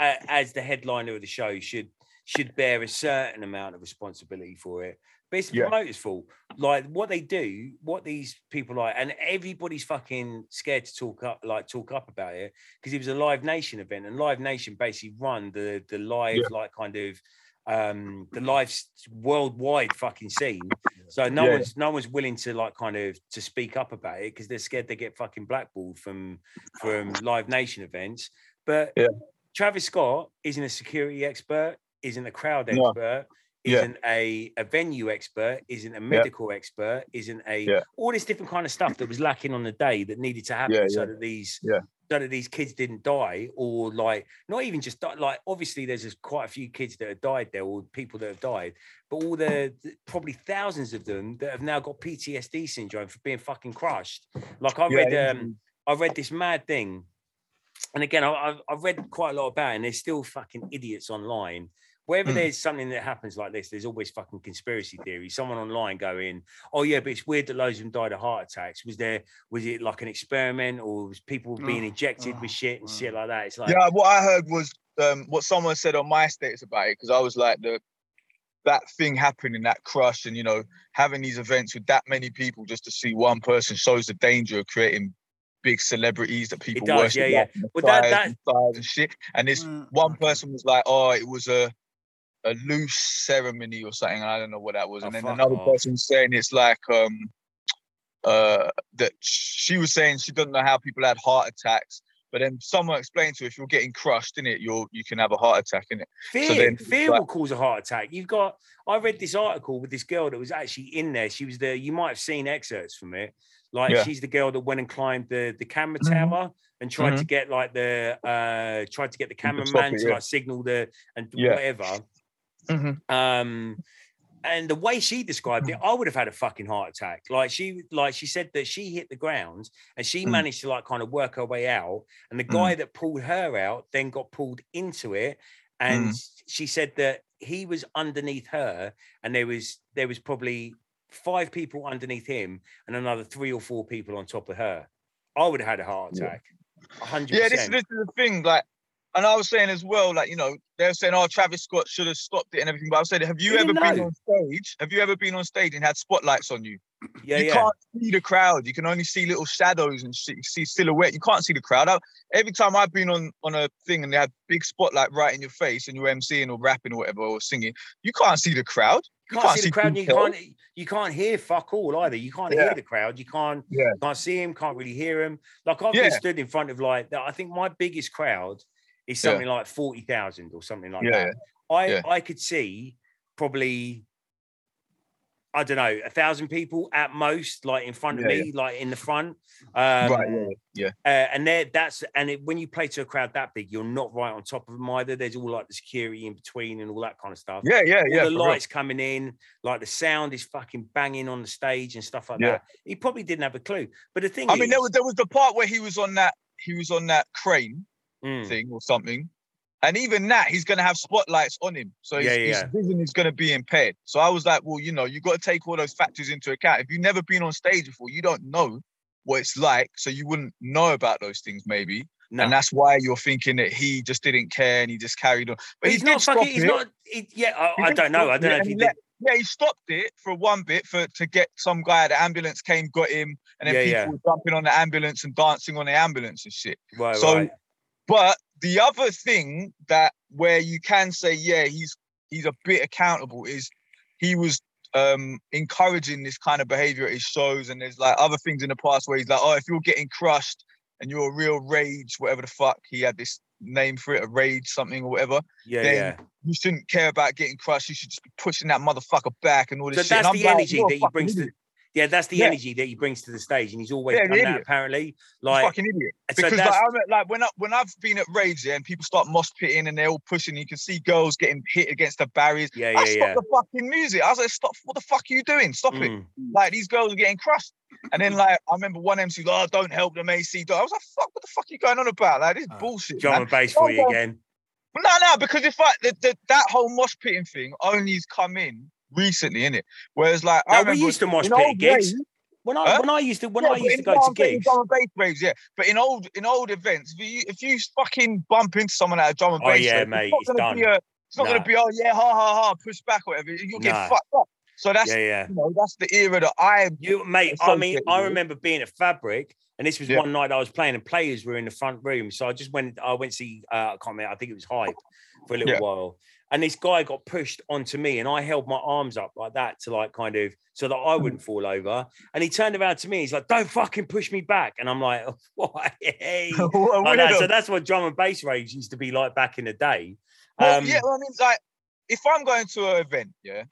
Speaker 2: a- as the headliner of the show, should should bear a certain amount of responsibility for it. But it's the
Speaker 1: Yeah.
Speaker 2: promoter's fault. Like what they do, what these people like, and everybody's fucking scared to talk up, like talk up about it, because it was a Live Nation event, and Live Nation basically run the the live
Speaker 1: Yeah.
Speaker 2: like kind of um the live s- worldwide fucking scene so no
Speaker 1: Yeah.
Speaker 2: one's no one's willing to like kind of to speak up about it because they're scared they get fucking blackballed from from Live Nation events. But
Speaker 1: Yeah.
Speaker 2: Travis Scott isn't a security expert, isn't a crowd
Speaker 1: No.
Speaker 2: expert,
Speaker 1: Yeah.
Speaker 2: isn't a, a venue expert, isn't a medical expert, isn't a
Speaker 1: Yeah.
Speaker 2: all this different kind of stuff that was lacking on the day that needed to happen
Speaker 1: Yeah,
Speaker 2: so
Speaker 1: yeah.
Speaker 2: that these
Speaker 1: Yeah.
Speaker 2: so that these kids didn't die or like not even just die, like obviously there's just quite a few kids that have died there or people that have died but all the th- probably thousands of them that have now got PTSD syndrome for being fucking crushed. Like I
Speaker 1: Yeah,
Speaker 2: read, um, I read this mad thing, and again, I, I've, I've read quite a lot about, it, and there's still fucking idiots online. Wherever
Speaker 1: Mm.
Speaker 2: there's something that happens like this, there's always fucking conspiracy theory. Someone online going, "Oh yeah, but it's weird that loads of them died of heart attacks. Was there? Was it like an experiment, or was people being
Speaker 3: Oh,
Speaker 2: injected
Speaker 3: oh,
Speaker 2: with shit and
Speaker 3: oh.
Speaker 2: shit like that?" It's like,
Speaker 1: yeah, what I heard was um, what someone said on my status about it because I was like the that thing happening, that crush, and you know having these events with that many people just to see one person shows the danger of creating big celebrities that people
Speaker 2: does,
Speaker 1: worship.
Speaker 2: yeah, yeah.
Speaker 1: like
Speaker 2: Well, that-
Speaker 1: Messiahs
Speaker 2: that-
Speaker 1: and stars and shit. And this
Speaker 3: Mm,
Speaker 1: one
Speaker 3: okay.
Speaker 1: person was like, "Oh, it was a." A loose ceremony or something, I don't know what that was.
Speaker 2: Oh,
Speaker 1: and then
Speaker 2: fuck
Speaker 1: another
Speaker 2: off.
Speaker 1: person was saying it's like um uh, that she was saying she doesn't know how people had heart attacks. But then someone explained to her if you're getting crushed in it, you're you can have a heart attack in it.
Speaker 2: Fear,
Speaker 1: So then-
Speaker 2: fear will cause a heart attack. You've got. I read this article with this girl that was actually in there. She was the. You might have seen excerpts from it. Like
Speaker 1: Yeah.
Speaker 2: she's the girl that went and climbed the the camera
Speaker 1: Mhm.
Speaker 2: tower and tried to get like the uh tried to get the
Speaker 1: top
Speaker 2: cameraman
Speaker 1: it,
Speaker 2: to
Speaker 1: yeah.
Speaker 2: like signal the and
Speaker 1: Yeah.
Speaker 2: whatever. Um, and the way she described it, I would have had a fucking heart attack. Like she, like she said that she hit the ground and she
Speaker 1: Mm.
Speaker 2: managed to like kind of work her way out. And the
Speaker 1: Mm.
Speaker 2: guy that pulled her out then got pulled into it.
Speaker 1: Mm.
Speaker 2: And she said that he was underneath her, and there was there was probably five people underneath him and another three or four people on top of her. I would have had a heart
Speaker 1: Yeah.
Speaker 2: attack. A hundred
Speaker 1: Yeah, this
Speaker 2: percent.
Speaker 1: this is the thing. Like, and I was saying as well, like you know, they were saying, "Oh, Travis Scott should have stopped it and everything." But I said, "Have you
Speaker 2: We
Speaker 1: ever
Speaker 2: didn't
Speaker 1: been
Speaker 2: know.
Speaker 1: on stage? Have you ever been on stage and had spotlights on you?
Speaker 2: Yeah,
Speaker 1: you
Speaker 2: yeah.
Speaker 1: can't see the crowd. You can only see little shadows and see, see silhouette. You can't see the crowd. I, every time I've been on on a thing and they had big spotlight right in your face and you're MCing or rapping or whatever or singing, you can't see the crowd.
Speaker 2: You can't, see the crowd. And you
Speaker 1: detail.
Speaker 2: can't. You can't hear fuck all either. You can't
Speaker 1: Yeah.
Speaker 2: hear the crowd. You can't.
Speaker 1: Yeah.
Speaker 2: Can't see him. Can't really hear him. Like I've
Speaker 1: Yeah.
Speaker 2: been stood in front of like that. I think my biggest crowd is
Speaker 1: Yeah.
Speaker 2: something like forty thousand or something like
Speaker 1: Yeah,
Speaker 2: that. I
Speaker 1: yeah.
Speaker 2: I could see probably. I don't know, a thousand people at most, like in front of
Speaker 1: Yeah,
Speaker 2: me, like in the front. Um,
Speaker 1: right. Yeah. yeah.
Speaker 2: uh, and there, that's and it, when you play to a crowd that big, you're not right on top of them either. There's all like the security in between and all that kind of stuff
Speaker 1: Yeah. Yeah.
Speaker 2: all
Speaker 1: Yeah. for
Speaker 2: the
Speaker 1: real.
Speaker 2: lights coming in, like the sound is fucking banging on the stage and stuff like
Speaker 1: Yeah.
Speaker 2: that. He probably didn't have a clue. But the thing
Speaker 1: I
Speaker 2: is,
Speaker 1: mean, there was there was the part where he was on that he was on that crane
Speaker 2: Mm,
Speaker 1: thing or something, And even that, he's gonna have spotlights on him, so his,
Speaker 2: Yeah, yeah.
Speaker 1: his vision is gonna be impaired. So I was like, well, you know, you got to take all those factors into account. If you've never been on stage before, you don't know what it's like, so you wouldn't know about those things maybe.
Speaker 2: No.
Speaker 1: And that's why you're thinking that he just didn't care and he just carried on. But
Speaker 2: he's
Speaker 1: he did
Speaker 2: not
Speaker 1: stop
Speaker 2: fucking. He's
Speaker 1: it.
Speaker 2: not. He, yeah, I,
Speaker 1: He
Speaker 2: I
Speaker 1: did
Speaker 2: don't know.
Speaker 1: stop
Speaker 2: I don't know
Speaker 1: it
Speaker 2: if
Speaker 1: and
Speaker 2: he
Speaker 1: he
Speaker 2: did.
Speaker 1: let- Yeah, he stopped it for one bit for to get some guy. The ambulance came, got him, and then
Speaker 2: Yeah,
Speaker 1: people
Speaker 2: yeah.
Speaker 1: were jumping on the ambulance and dancing on the ambulance and shit.
Speaker 2: Right,
Speaker 1: So-
Speaker 2: right.
Speaker 1: But the other thing that where you can say, yeah, he's he's a bit accountable is he was um encouraging this kind of behavior at his shows, and there's like other things in the past where he's like, oh, if you're getting crushed and you're a real rage, whatever the fuck, he had this name for it, a rage something or whatever
Speaker 2: Yeah,
Speaker 1: then
Speaker 2: yeah.
Speaker 1: you shouldn't care about getting crushed. You should just be pushing that motherfucker back and all this
Speaker 2: So
Speaker 1: shit.
Speaker 2: that's
Speaker 1: And
Speaker 2: the
Speaker 1: I'm like,
Speaker 2: energy
Speaker 1: "You're a
Speaker 2: that he
Speaker 1: fucking
Speaker 2: brings to.
Speaker 1: idiot.
Speaker 2: Yeah, that's the
Speaker 1: Yeah.
Speaker 2: energy that he brings to the stage, and he's always
Speaker 1: Yeah,
Speaker 2: done
Speaker 1: the
Speaker 2: that.
Speaker 1: idiot.
Speaker 2: Apparently,
Speaker 1: You're a
Speaker 2: like
Speaker 1: fucking idiot.
Speaker 2: so
Speaker 1: Because like,
Speaker 2: that's-
Speaker 1: I'm at- like when I when I've been at raves yeah, and people start mosh pitting and they're all pushing, you can see girls getting hit against the barriers.
Speaker 2: yeah,
Speaker 1: I
Speaker 2: yeah,
Speaker 1: stopped
Speaker 2: yeah.
Speaker 1: the fucking music. I was like, stop! What the fuck are you doing? Stop it!
Speaker 2: Mm.
Speaker 1: Like these girls are getting crushed. And then like I remember one MC, was, oh, don't help them AC. Don't. I was like, fuck! What the fuck are you going on about? Like this is
Speaker 3: Uh,
Speaker 1: bullshit.
Speaker 2: Drum
Speaker 1: man.
Speaker 2: and bass for you
Speaker 1: Someone-
Speaker 2: again.
Speaker 1: Well, No, no, because if I the, the, that whole mosh pitting thing only's come in recently, innit? Whereas like I
Speaker 2: Now, we
Speaker 1: remember
Speaker 2: used to mosh
Speaker 1: in
Speaker 2: pit
Speaker 1: old
Speaker 2: gigs.
Speaker 1: raves-
Speaker 2: When I
Speaker 1: Huh?
Speaker 2: when I used to when
Speaker 1: yeah,
Speaker 2: I
Speaker 1: but
Speaker 2: used to
Speaker 1: in-
Speaker 2: go
Speaker 1: no,
Speaker 2: to
Speaker 1: I'm saying
Speaker 2: gigs.
Speaker 1: drum and bass raves, yeah. But in old in old events, if you if you fucking bump into someone at a drum and
Speaker 2: Oh,
Speaker 1: bass,
Speaker 2: yeah,
Speaker 1: rave,
Speaker 2: mate,
Speaker 1: it's not
Speaker 2: it's
Speaker 1: gonna be
Speaker 2: done.
Speaker 1: a, it's not
Speaker 2: Nah.
Speaker 1: gonna be oh yeah, ha ha ha, push back or whatever. You'll get
Speaker 2: Nah.
Speaker 1: fucked up. So that's
Speaker 2: Yeah, yeah.
Speaker 1: you know that's the era that I
Speaker 2: You mate, I
Speaker 1: Associate
Speaker 2: mean, I
Speaker 1: with.
Speaker 2: remember being at Fabric, and this was
Speaker 1: Yeah.
Speaker 2: one night I was playing, and players were in the front room. So I just went, I went to see, uh, I can't remember, I think it was Hype for a little
Speaker 1: Yeah.
Speaker 2: while. And this guy got pushed onto me, and I held my arms up like that to like kind of so that I wouldn't fall over. And he turned around to me, he's like, "Don't fucking push me back," and I'm like, "Why?"
Speaker 1: I
Speaker 2: like
Speaker 1: wanted
Speaker 2: that.
Speaker 1: them.
Speaker 2: So Oh, that's what drum and bass raves used to be like back in the day.
Speaker 1: Well,
Speaker 2: Um,
Speaker 1: yeah, I mean, like, if I'm going to an event, yeah,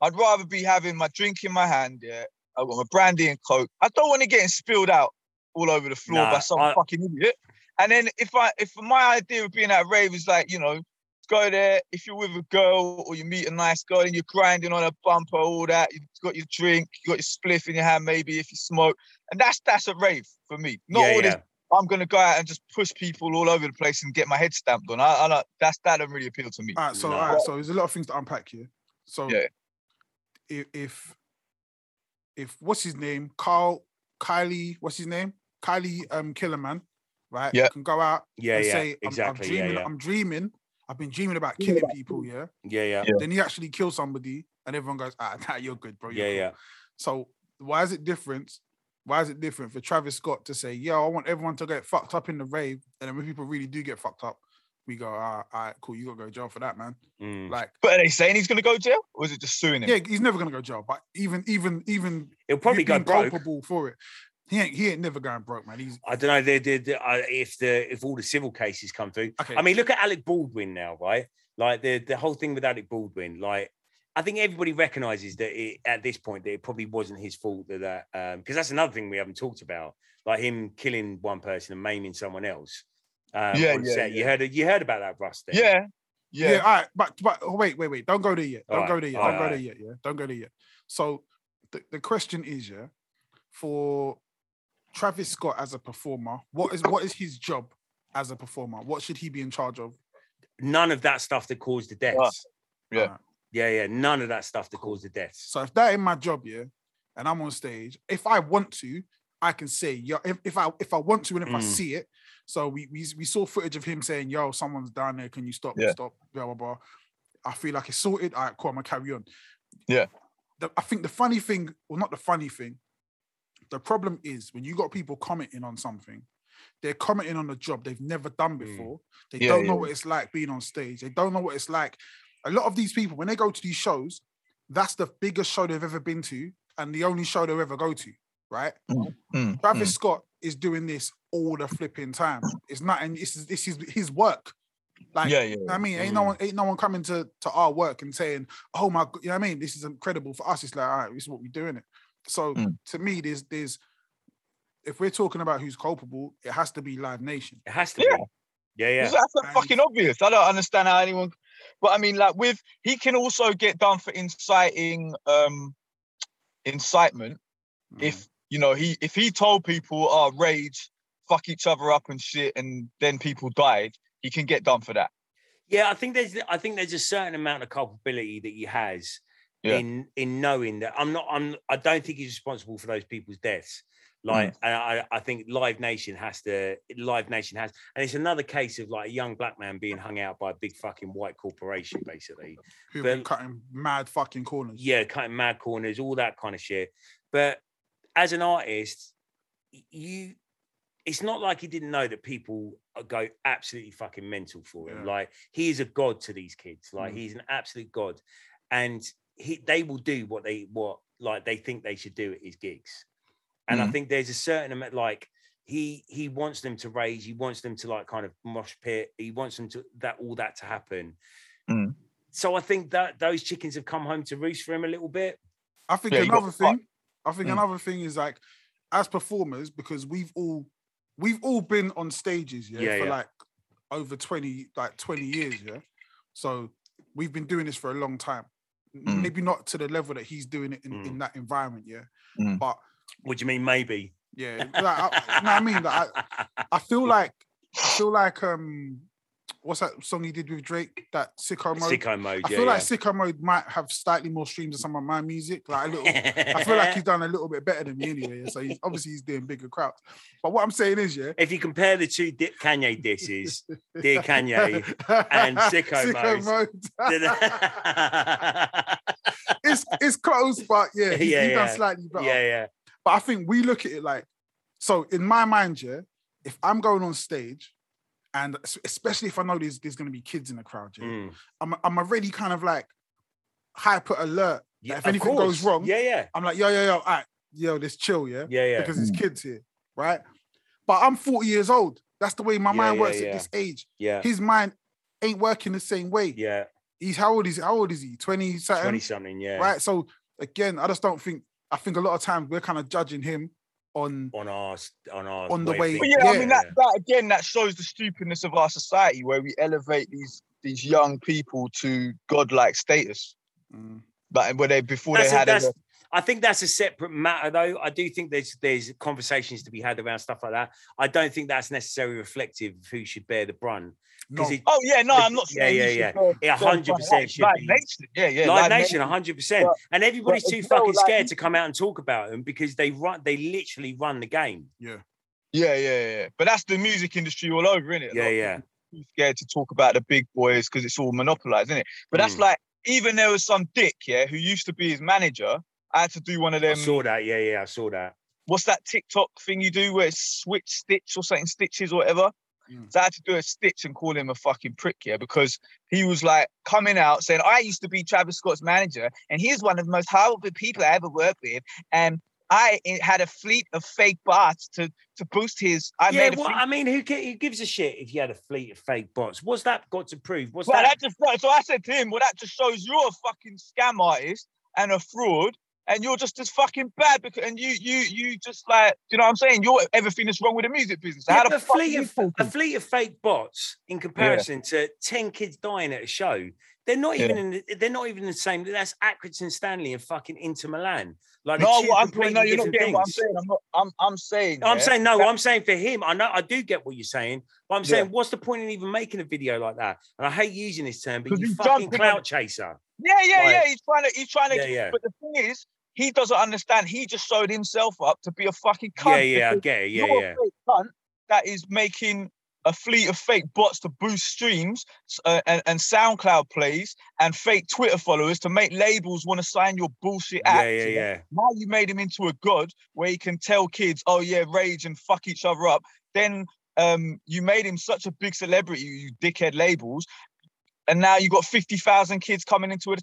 Speaker 1: I'd rather be having my drink in my hand, yeah. I've got my brandy and coke. I don't want to getting spilled out all over the floor
Speaker 2: Nah,
Speaker 1: by some
Speaker 2: I-
Speaker 1: fucking idiot. And then if I, if my idea of being at a rave is like, you know, go there. If you're with a girl or you meet a nice girl and you're grinding on a bumper, all that, you've got your drink, you got your spliff in your hand, maybe if you smoke, and that's that's a rave for me. Not
Speaker 2: yeah,
Speaker 1: all this
Speaker 2: yeah.
Speaker 1: I'm gonna go out and just push people all over the place and get my head stamped on. I, I don't- that's that don't really appeal to me.
Speaker 3: All right, so
Speaker 2: No.
Speaker 3: all right, so there's a lot of things to unpack here. So
Speaker 1: Yeah.
Speaker 3: if if if what's his name, Carl, Kylie, what's his name, Kylie um Killerman, right?
Speaker 1: Yeah.
Speaker 3: Can go out
Speaker 2: Yeah,
Speaker 3: and
Speaker 2: yeah,
Speaker 3: say, I'm,
Speaker 2: exactly.
Speaker 3: I'm dreaming,
Speaker 2: yeah,
Speaker 3: I'm dreaming, I've been dreaming about
Speaker 1: Dreaming
Speaker 3: killing
Speaker 1: about
Speaker 3: people, yeah.
Speaker 2: yeah, yeah,
Speaker 1: Yeah.
Speaker 3: Then he actually kills somebody, and everyone goes, Ah, nah, you're good, bro.
Speaker 2: yeah,
Speaker 3: you're
Speaker 2: yeah,
Speaker 3: cool."
Speaker 2: yeah.
Speaker 3: So why is it different? Why is it different for Travis Scott to say, "Yo, I want everyone to get fucked up in the rave," and then when people really do get fucked up, we go, "Ah, all right, cool, you gotta go to jail for that, man."
Speaker 2: Mm.
Speaker 3: Like,
Speaker 1: But are they saying he's gonna go to jail, or is it just suing him?
Speaker 3: yeah, he's never gonna go to jail, but even, even, even
Speaker 2: It'll probably
Speaker 3: you
Speaker 2: go
Speaker 3: being
Speaker 2: broke.
Speaker 3: culpable for it. He ain't, he ain't never going broke, man. He's
Speaker 2: I don't know they they- they- I- if the if all the civil cases come through.
Speaker 3: okay.
Speaker 2: I mean, look at Alec Baldwin now, right? Like the the whole thing with Alec Baldwin. Like, I think everybody recognizes that it, at this point that it probably wasn't his fault that that because that's another thing we haven't talked about, like him killing one person and maiming someone else. Um,
Speaker 1: Yeah,
Speaker 2: on
Speaker 1: yeah,
Speaker 2: set. you heard you heard about that, Russ? Then?
Speaker 1: yeah,
Speaker 3: yeah.
Speaker 1: yeah.
Speaker 3: all right, but but oh, wait, wait, wait. Don't go there yet. Don't
Speaker 2: Alright,
Speaker 3: go there yet. Don't
Speaker 2: alright,
Speaker 3: go there
Speaker 2: alright.
Speaker 3: yet. Yeah, don't go there yet. So the, the question is, yeah, for Travis Scott as a performer, what is what is his job as a performer? What should he be in charge of?
Speaker 2: none of that stuff that caused the deaths.
Speaker 1: Yeah.
Speaker 3: Alright.
Speaker 2: yeah, yeah, none of that stuff that caused the deaths.
Speaker 3: So if that ain't my job, yeah, and I'm on stage, if I want to, I can say, yo, if, if I if I want to and if I
Speaker 2: Mm.
Speaker 3: see it. So we, we we saw footage of him saying, yo, someone's down there, can you stop,
Speaker 1: Yeah.
Speaker 3: stop, blah blah blah. I feel like it's sorted. All right, cool, I'm gonna carry on.
Speaker 1: Yeah.
Speaker 3: The- I think the funny thing, well, not the funny thing, the problem is when you got people commenting on something, they're commenting on a job they've never
Speaker 1: Mm.
Speaker 3: done before. They
Speaker 1: Yeah,
Speaker 3: don't
Speaker 1: yeah,
Speaker 3: know
Speaker 1: yeah.
Speaker 3: what it's like being on stage. They don't know what it's like. A lot of these people, when they go to these shows, that's the biggest show they've ever been to and the only show they'll ever go to, right?
Speaker 1: Mm,
Speaker 3: Travis Scott is doing this all the flipping time. It's not, and this is this is his work.
Speaker 1: mm.
Speaker 3: Like,
Speaker 1: yeah, yeah.
Speaker 3: you know what I mean, ain't no
Speaker 1: Hmm.
Speaker 2: Mm.
Speaker 3: one, ain't no one coming to to our work and saying, "Oh my," God, you know what I mean. This is incredible for us. It's like, all right, this is what we're doing. It. So
Speaker 1: Mm.
Speaker 3: to me, there's there's if we're talking about who's culpable, it has to be Live Nation.
Speaker 2: It has to
Speaker 1: Yeah.
Speaker 2: be. Yeah, yeah.
Speaker 1: That's, that's not
Speaker 3: And-
Speaker 1: fucking obvious. I don't understand how anyone. But I mean, like with he can also get done for inciting, um incitement.
Speaker 3: Hmm.
Speaker 1: If you know he if he told people, "Oh, rage, fuck each other up and shit," and then people died, he can get done for that.
Speaker 2: Yeah, I think there's I think there's a certain amount of culpability that he has
Speaker 1: Yeah.
Speaker 2: in in knowing that I'm not I'm I don't think he's responsible for those people's deaths. Like and I, I think Live Nation has to Live Nation has and it's another case of like a young black man being hung out by a big fucking white corporation, basically.
Speaker 3: Who've been
Speaker 2: But-
Speaker 3: cutting mad fucking corners.
Speaker 2: Yeah, cutting mad corners, all that kind of shit. But as an artist, y- you it's not like he didn't know that people go absolutely fucking mental for him.
Speaker 3: Yeah.
Speaker 2: Like he is a god to these kids. Like
Speaker 3: Mhm.
Speaker 2: he's an absolute god. And he they will do what they what like they think they should do at his gigs. And I
Speaker 3: Mm.
Speaker 1: Mhm.
Speaker 2: think there's a certain amount like he he wants them to rage, he wants them to like kind of mosh pit, he wants them to that all that to happen.
Speaker 3: Mm.
Speaker 1: Mhm.
Speaker 2: So I think that those chickens have come home to roost for him a little bit.
Speaker 3: I think
Speaker 1: Yeah, you got
Speaker 3: another
Speaker 1: the
Speaker 3: thing. I think
Speaker 1: Mm.
Speaker 3: another thing is like, as performers, because we've all we've all been on stages, yeah,
Speaker 2: Yeah,
Speaker 3: for
Speaker 2: yeah.
Speaker 3: like over twenty like twenty years, yeah. So we've been doing this for a long time. M-
Speaker 1: Mm.
Speaker 3: Maybe not to the level that he's doing it in, in that environment, yeah.
Speaker 1: Mm.
Speaker 3: But
Speaker 2: What do you mean maybe?
Speaker 3: yeah, like, I, you know what I mean? Like, I, I feel like I feel like um, what's that song he did with Drake? That sicko mode.
Speaker 2: Sicko mode.
Speaker 3: I
Speaker 2: yeah,
Speaker 3: feel like
Speaker 2: yeah.
Speaker 3: sicko mode might have slightly more streams than some of my music, like a little I feel like he's done a little bit better than me anyway. yeah, So he's, obviously he's doing bigger crowds. But what I'm saying is, yeah.
Speaker 2: if you compare the two Di- Kanye disses, dear Kanye, and sicko
Speaker 3: mode.
Speaker 2: yeah,
Speaker 3: it's it's close, but yeah, he's,
Speaker 2: Yeah,
Speaker 3: he's
Speaker 2: yeah.
Speaker 3: done slightly better.
Speaker 2: yeah,
Speaker 3: But I think we look at it like, so in my mind, yeah, if I'm going on stage, and es- especially if I know there's there's gonna be kids in the crowd, yeah,
Speaker 2: Mm.
Speaker 3: I'm I'm already kind of like hyper alert.
Speaker 2: yeah.
Speaker 3: if
Speaker 2: of
Speaker 3: anything goes
Speaker 2: course.
Speaker 3: wrong-
Speaker 2: yeah, yeah,
Speaker 3: I'm like, yo, yo, yo, all right, yo, let's chill, yeah.
Speaker 2: yeah, yeah.
Speaker 3: because his kids here, right? But I'm 40 years old. That's the way my
Speaker 2: Yeah,
Speaker 3: mind
Speaker 2: yeah,
Speaker 3: works
Speaker 2: yeah.
Speaker 3: at this age.
Speaker 2: yeah,
Speaker 3: His mind ain't working the same way.
Speaker 2: yeah,
Speaker 3: He's how old is how old is he? 20 something,
Speaker 2: twenty something, yeah,
Speaker 3: right? So again, I just don't think I think a lot of times we're kind of judging him on
Speaker 2: on our on our
Speaker 3: On the
Speaker 2: of
Speaker 3: way-
Speaker 1: But
Speaker 2: thinking.
Speaker 1: yeah, I
Speaker 3: Yeah.
Speaker 1: mean that, that again that shows the stupidness of our society where we elevate these these young people to godlike status.
Speaker 3: Mm,
Speaker 1: Like where they before
Speaker 2: That's
Speaker 1: they
Speaker 2: a-
Speaker 1: had
Speaker 2: that's-
Speaker 1: a,
Speaker 2: I think that's a separate matter, though. I do think there's there's conversations to be had around stuff like that. I don't think that's necessarily reflective of who should bear the brunt
Speaker 3: no.
Speaker 2: because it
Speaker 1: Oh yeah, no, I'm not
Speaker 2: Yeah,
Speaker 1: saying
Speaker 2: yeah,
Speaker 1: you
Speaker 2: yeah.
Speaker 1: should, uh,
Speaker 2: Yeah,
Speaker 1: go and
Speaker 2: 100%
Speaker 1: fight
Speaker 2: should
Speaker 1: Live
Speaker 2: be.
Speaker 1: Nation. Yeah, yeah.
Speaker 2: Live Nation, 100%.
Speaker 1: But-
Speaker 2: and everybody's
Speaker 1: but
Speaker 2: too
Speaker 1: as well,
Speaker 2: fucking
Speaker 1: like-
Speaker 2: scared to come out and talk about them because they run, they literally run the game.
Speaker 1: Yeah, yeah, yeah. But that's the music industry all over, isn't it?
Speaker 2: Yeah, yeah.
Speaker 1: Too scared to talk about the big boys because it's all monopolized, isn't it? But that's
Speaker 2: Mm.
Speaker 1: like even there was some dick, yeah, who used to be his manager. I had to do one of
Speaker 2: I
Speaker 1: them.
Speaker 2: saw that. Yeah, yeah, I saw that.
Speaker 1: what's that TikTok thing you do where it's switch stitch or something, stitches or whatever?
Speaker 3: Mm.
Speaker 1: So I had to do a stitch and call him a fucking prick, yeah, because he was like coming out saying, I used to be Travis Scott's manager, and he's one of the most horrible people I ever worked with. And I i- had a fleet of fake bots to to boost his. I
Speaker 2: yeah,
Speaker 1: made a
Speaker 2: well,
Speaker 1: fleet.
Speaker 2: I mean, who, ca- who gives a shit if you had a fleet of fake bots? What's that got to prove? What's
Speaker 1: Well,
Speaker 2: that?
Speaker 1: that just, so I said to him, Well, that just shows you're a fucking scam artist and a fraud. And you're just as fucking bad because and you you you just like you know what I'm saying you're everything that's wrong with the music business.
Speaker 2: Yeah,
Speaker 1: How
Speaker 2: but
Speaker 1: the
Speaker 2: a
Speaker 1: fuck are
Speaker 2: fleet
Speaker 1: you
Speaker 2: of-
Speaker 1: talking?
Speaker 2: A fleet of fake bots in comparison to 10 kids dying at a show. They're not
Speaker 1: Yeah.
Speaker 2: even in the, they're not even the same. That's Atkinson Stanley and fucking Inter Milan. Like
Speaker 1: No,
Speaker 2: they're two
Speaker 1: what I'm saying,
Speaker 2: completely
Speaker 1: no, you're not
Speaker 2: different
Speaker 1: getting what I'm
Speaker 2: things.
Speaker 1: saying. I'm not. I'm. I'm saying.
Speaker 2: No, I'm
Speaker 1: yeah,
Speaker 2: saying no.
Speaker 1: that-
Speaker 2: I'm saying for him, I know I do get what you're saying, but I'm
Speaker 1: Yeah.
Speaker 2: saying what's the point in even making a video like that? And I hate using this term, but
Speaker 1: 'Cause
Speaker 2: you
Speaker 1: he's
Speaker 2: fucking
Speaker 1: jumping
Speaker 2: clout chaser.
Speaker 1: Yeah, yeah,
Speaker 2: Right.
Speaker 1: yeah. He's trying to. He's trying to.
Speaker 2: Yeah, yeah,
Speaker 1: But the thing is, he doesn't understand. He just showed himself up to be a fucking
Speaker 2: yeah,
Speaker 1: cunt.
Speaker 2: yeah. I
Speaker 1: because
Speaker 2: get it. Yeah,
Speaker 1: you're
Speaker 2: yeah,
Speaker 1: A fake cunt that is making a fleet of fake bots to boost streams s- uh, and, and SoundCloud plays and fake Twitter followers to make labels want to sign your bullshit
Speaker 2: yeah,
Speaker 1: act.
Speaker 2: yeah,
Speaker 1: you know?
Speaker 2: yeah.
Speaker 1: Now you made him into a god where he can tell kids, oh yeah, rage and fuck each other up. Then um, you made him such a big celebrity, you dickhead labels. And now you got 50,000 kids coming into a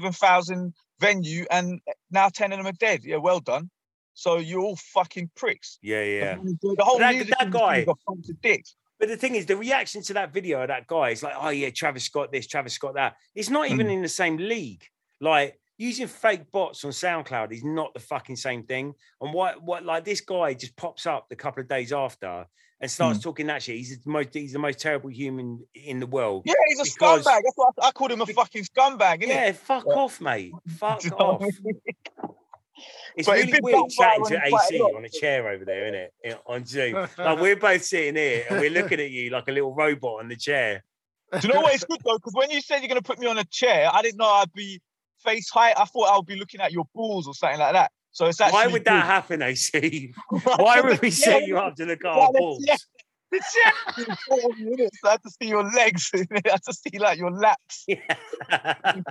Speaker 1: 27,000 venue and uh, now 10 of them are dead. Yeah, well done. So you're all fucking pricks.
Speaker 2: Yeah, yeah.
Speaker 1: The whole
Speaker 2: That-
Speaker 1: music
Speaker 2: that
Speaker 1: industry
Speaker 2: guy-
Speaker 1: is a bunch of dicks.
Speaker 2: But the thing is, the reaction to that video of that guy is like, oh yeah, Travis Scott this, Travis Scott that. It's not
Speaker 1: Mm.
Speaker 2: even in the same league. Like using fake bots on SoundCloud is not the fucking same thing. And what what like this guy just pops up the couple of days after and
Speaker 1: Mm.
Speaker 2: starts talking that shit. He's the most he's the most terrible human in the world.
Speaker 1: Yeah, he's a
Speaker 2: Because-
Speaker 1: scumbag. That's why I, I called him a fucking scumbag, innit?
Speaker 2: Yeah, fuck
Speaker 1: Yeah.
Speaker 2: off, mate. Fuck
Speaker 1: Do you know
Speaker 2: off.
Speaker 1: what I
Speaker 2: It's
Speaker 1: But it's
Speaker 2: really
Speaker 1: been
Speaker 2: weird
Speaker 1: done
Speaker 2: chatting
Speaker 1: viral
Speaker 2: to
Speaker 1: quite a
Speaker 2: AC
Speaker 1: lot.
Speaker 2: on a chair over there, isn't it? On Zoom. Like we're both sitting here and we're looking at you like a little robot on the chair.
Speaker 1: Do you know what? It's good though, because when you said you're gonna put me on a chair, I didn't know I'd be face height. I thought I would be looking at your balls or something like that. So it's actually
Speaker 2: Why would that happen, AC? Why would we set you up to look at
Speaker 1: Why
Speaker 2: our
Speaker 1: the
Speaker 2: balls?
Speaker 1: chair? The chair. was important, wasn't it? So I had to see your legs. I had to see like your laps.
Speaker 2: yeah,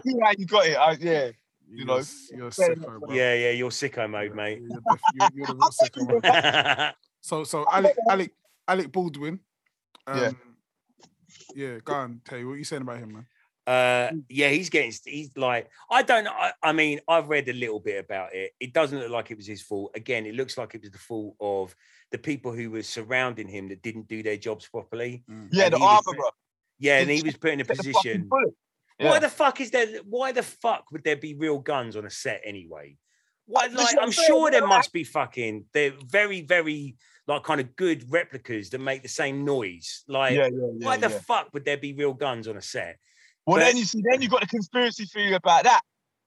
Speaker 1: See how you got it. I, yeah.
Speaker 3: You
Speaker 1: know,
Speaker 3: you're a
Speaker 1: fair
Speaker 3: sicko,
Speaker 1: enough.
Speaker 3: bro.
Speaker 2: yeah, you're sicko mode, mate.
Speaker 3: You're the, you're, you're the real sicko, bro. So so Alec Alec Alec Baldwin. Um,
Speaker 1: Yeah.
Speaker 3: Yeah, go on, Tay. What are you saying about him, man?
Speaker 2: Uh,
Speaker 1: Mm.
Speaker 2: yeah, he's getting. He's like, I don't. I, I mean, I've read a little bit about it. It doesn't look like it was his fault. Again, it looks like it was the fault of the people who were surrounding him that didn't do their jobs properly.
Speaker 3: Mm.
Speaker 1: Yeah,
Speaker 2: And
Speaker 1: the
Speaker 2: he was
Speaker 1: armor,
Speaker 2: fit-
Speaker 1: bro.
Speaker 2: Yeah,
Speaker 1: He
Speaker 2: and he was put in a
Speaker 1: Get the fucking
Speaker 2: position.
Speaker 1: bullet. Yeah.
Speaker 2: Why the fuck is there? Why the fuck would there be real guns on a set anyway? Why,
Speaker 1: That's
Speaker 2: like,
Speaker 1: what
Speaker 2: I'm
Speaker 1: I'm saying,
Speaker 2: sure there
Speaker 1: why?
Speaker 2: must be fucking. They're very, very like kind of good replicas that make the same noise. Like,
Speaker 1: yeah, yeah, yeah,
Speaker 2: why the
Speaker 1: yeah.
Speaker 2: fuck would there be real guns on a set?
Speaker 1: Well,
Speaker 2: But-
Speaker 1: then you see, then you got the conspiracy theory about that.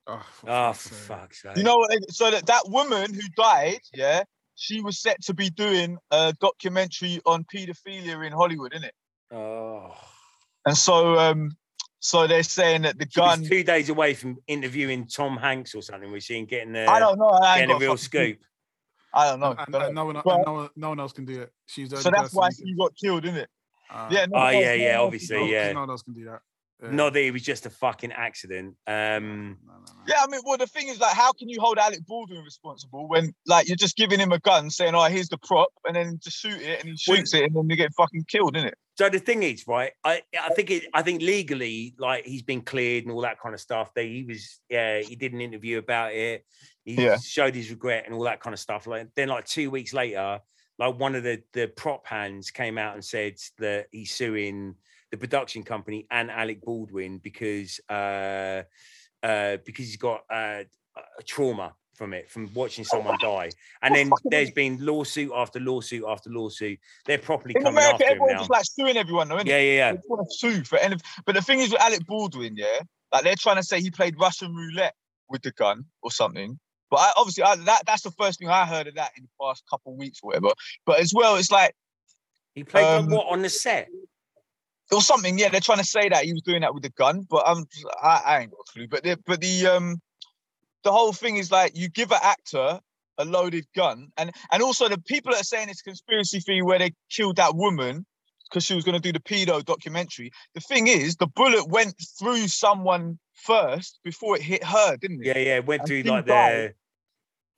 Speaker 3: Oh, for
Speaker 2: Oh,
Speaker 3: fuck's
Speaker 2: for
Speaker 3: sake.
Speaker 2: fuck's sake!
Speaker 1: You know, what they- so that that woman who died, yeah, she was set to be doing a documentary on paedophilia in Hollywood, innit?
Speaker 2: Oh,
Speaker 1: And so, um, so they're saying that the
Speaker 2: she was
Speaker 1: gun.
Speaker 2: two days away from interviewing Tom Hanks or something. Was she and getting the
Speaker 1: I don't know. I ain't
Speaker 2: getting
Speaker 1: got
Speaker 2: a real
Speaker 1: fucking clue.
Speaker 2: scoop?
Speaker 1: I don't know.
Speaker 3: And,
Speaker 1: don't
Speaker 3: and no one, and
Speaker 1: But-
Speaker 3: no one, no one else can do it. She's the
Speaker 1: know. So
Speaker 3: only
Speaker 1: that's
Speaker 3: person
Speaker 1: why
Speaker 3: who can-
Speaker 1: she got killed, innit?
Speaker 3: Ah,
Speaker 1: Yeah.
Speaker 2: Oh,
Speaker 1: no,
Speaker 2: yeah,
Speaker 1: no,
Speaker 2: yeah,
Speaker 1: no,
Speaker 2: obviously,
Speaker 1: no.
Speaker 3: no, 'cause
Speaker 2: yeah.
Speaker 3: No one else can do that. Yeah.
Speaker 2: Not that it was just a fucking accident. Um,
Speaker 3: No, no, no.
Speaker 1: Yeah, I mean, well, the thing is, like, how can you hold Alec Baldwin responsible when, like, you're just giving him a gun, saying, "Oh, here's the prop," and then to shoot it, and he
Speaker 2: Well-
Speaker 1: shoots it, and then they get fucking killed, innit?
Speaker 2: So the thing is, right? I I think it. I think legally, like he's been cleared and all that kind of stuff. That he was, yeah, he did an interview about it. He
Speaker 1: Yeah.
Speaker 2: showed his regret and all that kind of stuff. Like then, like two weeks later, like one of the the prop hands came out and said that he's suing the production company and Alec Baldwin because uh uh because he's got uh, a trauma from it from watching someone die. And then there's been lawsuit after lawsuit after lawsuit. They're properly
Speaker 1: In
Speaker 2: coming
Speaker 1: America,
Speaker 2: after him
Speaker 1: everyone's
Speaker 2: now.
Speaker 1: just like suing everyone, though, innit?
Speaker 2: yeah, yeah, yeah.
Speaker 1: They want to sue for any. But the thing is with Alec Baldwin, yeah, like they're trying to say he played Russian roulette with the gun or something. But I, obviously, I, that that's the first thing I heard of that in the past couple of weeks or whatever. But as well, it's like
Speaker 2: He played like,
Speaker 1: Um,
Speaker 2: what on the set?
Speaker 1: or something. Yeah, they're trying to say that he was doing that with the gun, but I'm I, I ain't got a clue. But the, but the um the whole thing is like you give an actor a loaded gun, and and also the people that are saying it's conspiracy theory where they killed that woman because she was going to do the pedo documentary. The thing is, the bullet went through someone first before it hit her, didn't it?
Speaker 2: Yeah, yeah. Went
Speaker 1: I
Speaker 2: through
Speaker 1: think
Speaker 2: like
Speaker 1: that-
Speaker 2: the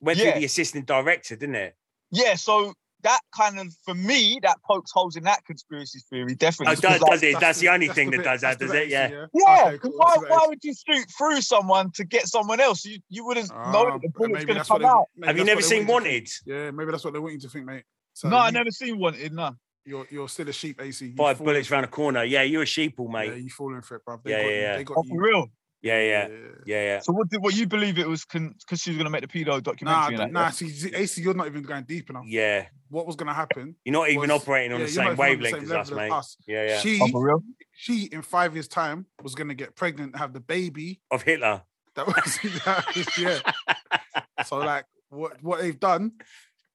Speaker 2: went
Speaker 1: Yeah.
Speaker 2: through the assistant director, didn't it?
Speaker 1: Yeah, so. That kind of, for me, that pokes holes in that conspiracy theory, definitely.
Speaker 2: Oh,
Speaker 1: because,
Speaker 2: does-
Speaker 1: like,
Speaker 2: does it? That's the only thing that
Speaker 3: bit-
Speaker 2: does that, does
Speaker 3: that's the
Speaker 2: it?
Speaker 3: bit,
Speaker 2: Yeah.
Speaker 1: Yeah,
Speaker 3: Okay,
Speaker 1: 'cause
Speaker 3: cool.
Speaker 1: why,
Speaker 3: So that
Speaker 1: why
Speaker 3: is-
Speaker 1: would you shoot through someone to get someone else? You you wouldn't know
Speaker 3: Ah,
Speaker 1: that the
Speaker 3: but
Speaker 1: bullet's
Speaker 3: maybe
Speaker 1: going to
Speaker 3: that's
Speaker 1: come
Speaker 3: what they-
Speaker 1: out.
Speaker 3: maybe
Speaker 2: Have you
Speaker 3: that's
Speaker 2: never
Speaker 3: what they
Speaker 2: seen
Speaker 3: want you to
Speaker 2: Wanted?
Speaker 3: think. Yeah, maybe that's what they want you to think, mate. So
Speaker 1: no, I
Speaker 3: you-
Speaker 1: never seen one. in No,
Speaker 3: You're you're still a sheep, AC. You
Speaker 2: Five
Speaker 3: fall-
Speaker 2: bullets round a corner. Yeah, you're a sheeple,
Speaker 3: Yeah,
Speaker 2: mate.
Speaker 3: you falling for it, bruv. They
Speaker 2: Yeah,
Speaker 3: got
Speaker 2: yeah,
Speaker 3: you,
Speaker 2: yeah.
Speaker 3: They got
Speaker 1: oh,
Speaker 3: you.
Speaker 1: for real.
Speaker 2: Yeah, yeah, yeah, yeah.
Speaker 1: So what? Did, what you believe it was? Because she was going to make the pedo
Speaker 3: Nah,
Speaker 1: documentary.
Speaker 3: th-
Speaker 1: and that,
Speaker 3: nah. See, Z- AC, you're not even going deep enough.
Speaker 2: Yeah,
Speaker 3: What was gonna happen?
Speaker 2: you're not even
Speaker 3: Was-
Speaker 2: operating on
Speaker 3: yeah,
Speaker 2: the
Speaker 3: you're not
Speaker 2: same
Speaker 3: even on the
Speaker 2: wavelength
Speaker 3: same
Speaker 2: as
Speaker 3: level
Speaker 2: us, mate. Yeah, yeah.
Speaker 1: yeah. Oh,
Speaker 3: She,
Speaker 1: for real?
Speaker 3: she, in five years' time, was gonna get pregnant, and have the baby.
Speaker 2: Of Hitler.
Speaker 3: That was yeah. So like, what what they've done?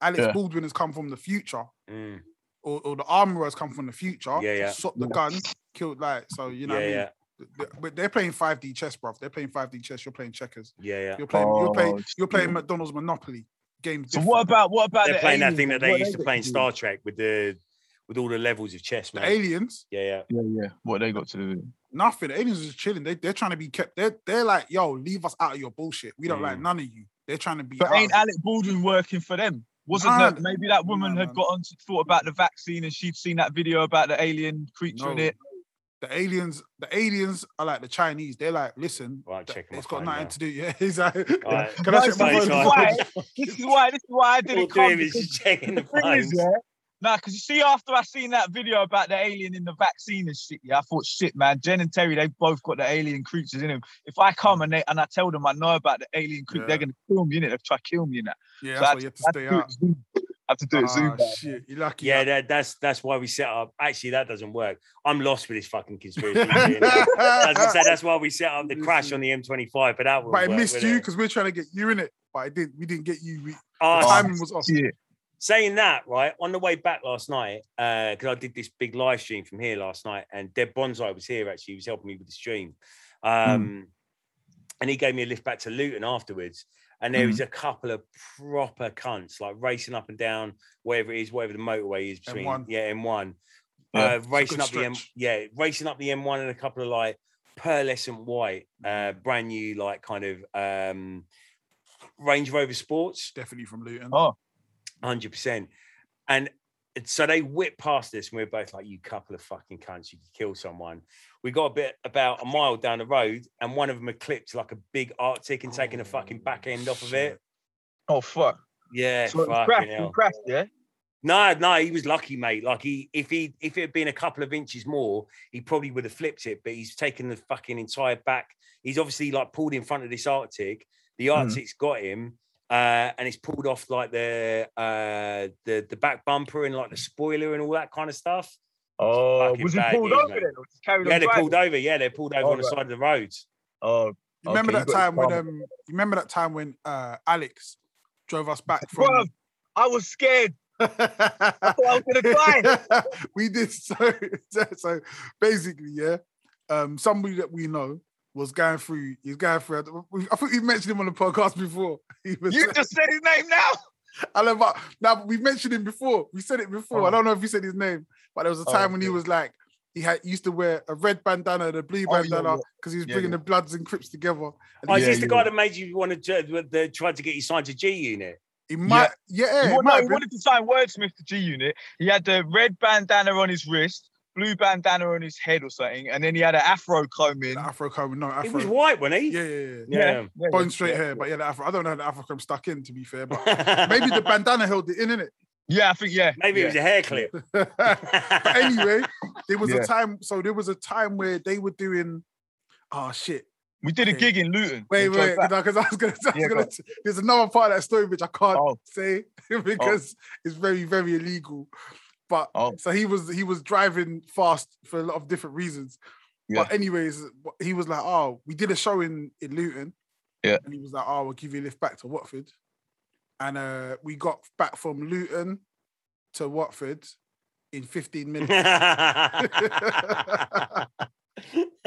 Speaker 3: Alex
Speaker 1: Yeah.
Speaker 3: Baldwin has come from the future,
Speaker 2: Mm,
Speaker 3: or, or the armorer has come from the future.
Speaker 2: Yeah, yeah.
Speaker 3: Shot the gun, killed. Like, so you know,
Speaker 2: yeah,
Speaker 3: what I mean?
Speaker 2: yeah,
Speaker 3: Th- th- But they're playing 5D chess, bruv. They're playing 5D chess. You're playing checkers.
Speaker 2: yeah, yeah.
Speaker 3: You're playing. you're playing.
Speaker 1: Oh,
Speaker 3: You're playing
Speaker 1: shit.
Speaker 3: McDonald's Monopoly game.
Speaker 1: So what about what about
Speaker 2: They're
Speaker 1: the
Speaker 2: playing that
Speaker 1: aliens?
Speaker 2: thing that they
Speaker 1: What
Speaker 2: used to
Speaker 1: got
Speaker 2: play in
Speaker 1: do?
Speaker 2: Star Trek with the with all the levels of chess,
Speaker 3: the
Speaker 2: mate.
Speaker 3: aliens?
Speaker 2: Yeah, yeah.
Speaker 1: Yeah, yeah. What they got to do? with it?
Speaker 3: Nothing. The aliens is chilling. They they're trying to be kept. They're they're like, yo, leave us out of your bullshit. We don't like
Speaker 2: Mm.
Speaker 3: none of you. They're trying to be.
Speaker 1: But
Speaker 3: out
Speaker 1: ain't
Speaker 3: of it.
Speaker 1: Alec Baldwin working for them? Wasn't
Speaker 3: Nah,
Speaker 1: that maybe that woman
Speaker 3: nah,
Speaker 1: had
Speaker 3: nah.
Speaker 1: got on to thought about the vaccine and she'd seen that video about the alien creature in
Speaker 3: No.
Speaker 1: it?
Speaker 3: the aliens, the aliens are like the Chinese. They're like, listen,
Speaker 2: Right,
Speaker 3: that-
Speaker 2: Oh, checking my
Speaker 3: it's got
Speaker 2: phone
Speaker 3: nothing
Speaker 2: now.
Speaker 3: to do. Yeah, he's like,
Speaker 2: All right.
Speaker 3: can I
Speaker 1: Right,
Speaker 3: check
Speaker 1: so
Speaker 3: my phone?
Speaker 2: Sorry,
Speaker 1: this is
Speaker 2: sorry.
Speaker 1: why. This is why. This is why I
Speaker 2: All
Speaker 1: didn't
Speaker 2: doing
Speaker 1: come.
Speaker 2: is
Speaker 1: because
Speaker 2: just checking the
Speaker 1: thing is,
Speaker 2: phones.
Speaker 1: yeah, nah, because you see, after I seen that video about the alien in the vaccine and shit, yeah, I thought, shit, man, Jen and Terry, they both got the alien creatures in them. If I come and they and I tell them I know about the alien creature,
Speaker 3: Yeah.
Speaker 1: they're gonna kill me in it. They'll try to kill me in that.
Speaker 3: Yeah,
Speaker 1: So
Speaker 3: that's
Speaker 1: I
Speaker 3: why you have to
Speaker 1: I
Speaker 3: stay
Speaker 1: do it
Speaker 3: out.
Speaker 1: Zoom. I have to do it Zoom.
Speaker 3: Ah, shit, you're lucky.
Speaker 2: Yeah,
Speaker 3: man.
Speaker 2: that, that's that's why we set up. Actually, that doesn't work. I'm lost with this fucking conspiracy. theory. As I said,
Speaker 3: but
Speaker 2: that's why we set up the crash on the M25, but that would Ah,
Speaker 3: it missed you because we're trying to get you in it, but I didn't. We didn't get you. We, the timing was off.
Speaker 1: Shit.
Speaker 2: Saying that, right, on the way back last night, because I did this big live stream from here last night, and Deb Bonsai was here actually, he was helping me with the stream.
Speaker 3: Hmm.
Speaker 2: Um, And he gave me a lift back to Luton afterwards. And there
Speaker 3: Hmm.
Speaker 2: was a couple of proper cunts, like racing up and down, wherever it is, wherever the motorway is between.
Speaker 3: M1.
Speaker 2: Yeah, M1.
Speaker 1: Yeah,
Speaker 2: uh, racing
Speaker 3: good
Speaker 2: up the M,
Speaker 3: stretch.
Speaker 2: yeah, racing up the M1 and a couple of like pearlescent white, uh, brand new like kind of um, Range Rover Sports,
Speaker 3: Definitely from Luton.
Speaker 1: Oh.
Speaker 2: hundred percent. And so they whip past this, and we're both like, "You couple of fucking cunts, you could kill someone." We got a bit about a mile down the road, and one of them had clipped like a big Arctic and taken the fucking back end off of it.
Speaker 1: Oh fuck!
Speaker 2: Yeah,
Speaker 1: So it
Speaker 2: fucking
Speaker 1: crashed,
Speaker 2: hell.
Speaker 1: it crashed, yeah.
Speaker 2: No, no, he was lucky, mate. Like he, if he, if it had been a couple of inches more, he probably would have flipped it. But he's taken the fucking entire back. He's obviously like pulled in front of this Arctic.
Speaker 3: Hmm.
Speaker 2: The Arctic's got him, uh, and it's pulled off like the uh, the the back bumper and like the spoiler and all that kind of stuff.
Speaker 1: Oh,
Speaker 2: fucking
Speaker 1: was it
Speaker 2: bad
Speaker 1: pulled
Speaker 2: news,
Speaker 1: over
Speaker 2: mate.
Speaker 1: then, or just carried
Speaker 2: Yeah,
Speaker 1: on
Speaker 2: they
Speaker 1: driving?
Speaker 2: pulled over. Yeah, they pulled over
Speaker 1: Oh,
Speaker 2: on the
Speaker 1: right.
Speaker 2: side of the road.
Speaker 1: Oh,
Speaker 3: You remember
Speaker 1: Okay, you got
Speaker 3: that
Speaker 1: your
Speaker 3: time when
Speaker 1: karma.
Speaker 3: um, you remember that time when uh, Alex drove us back from.
Speaker 1: bro, I was scared. I thought I was gonna die.
Speaker 3: we did so, so. So basically, yeah, um, somebody that we know was going through. He's going through. I think we mentioned him on the podcast before. He was.
Speaker 1: You just said his name now.
Speaker 3: I love. But now but we've mentioned him before. We said it before. I
Speaker 1: Oh.
Speaker 3: don't know if we said his name, but there was a
Speaker 1: Oh,
Speaker 3: time when he
Speaker 1: okay.
Speaker 3: was like. He had he used to wear a red bandana and a blue
Speaker 1: Oh, yeah,
Speaker 3: bandana
Speaker 1: yeah.
Speaker 3: because he was
Speaker 1: Yeah,
Speaker 3: bringing
Speaker 1: yeah.
Speaker 3: the Bloods and Crips together. And
Speaker 2: Oh,
Speaker 3: he
Speaker 2: is
Speaker 3: said
Speaker 2: this the guy that made you want to the, tried to get you signed to G Unit?
Speaker 3: He might, yeah,
Speaker 1: He
Speaker 3: it
Speaker 1: wa- no,
Speaker 3: might have
Speaker 1: he
Speaker 3: been.
Speaker 1: wanted to sign Wordsmith to G Unit. He had the red bandana on his wrist, blue bandana on his head or something, and then he had an afro comb in.
Speaker 3: The Afro comb, no
Speaker 2: He
Speaker 3: Afro.
Speaker 2: was white, wasn't he?
Speaker 3: yeah, yeah, yeah.
Speaker 2: Yeah.
Speaker 3: Bone straight hair, but yeah, the Afro. I don't know how the Afro comb stuck in, to be fair, but maybe the bandana held it in, innit?
Speaker 1: Yeah, I think yeah.
Speaker 2: Maybe
Speaker 1: yeah.
Speaker 2: it was a hair clip.
Speaker 3: but anyway, there was
Speaker 1: Yeah.
Speaker 3: a time. So there was a time where they were doing. Oh shit!
Speaker 1: We did a
Speaker 3: Okay.
Speaker 1: gig in Luton.
Speaker 3: Wait,
Speaker 1: We drove
Speaker 3: wait,
Speaker 1: back.
Speaker 3: because I was gonna. I was
Speaker 1: Yeah, go
Speaker 3: gonna
Speaker 1: on.
Speaker 3: there's another part of that story which I can't
Speaker 1: Oh.
Speaker 3: say because it's very, very illegal. But
Speaker 1: Oh.
Speaker 3: so he was he was driving fast for a lot of different reasons. But anyways, wh- he was like, "Oh, we did a show in in Luton."
Speaker 1: Yeah.
Speaker 3: And he was like, "Oh, we'll give you a lift back to Watford." And uh, we got back from Luton to Watford in 15 minutes.
Speaker 1: Well,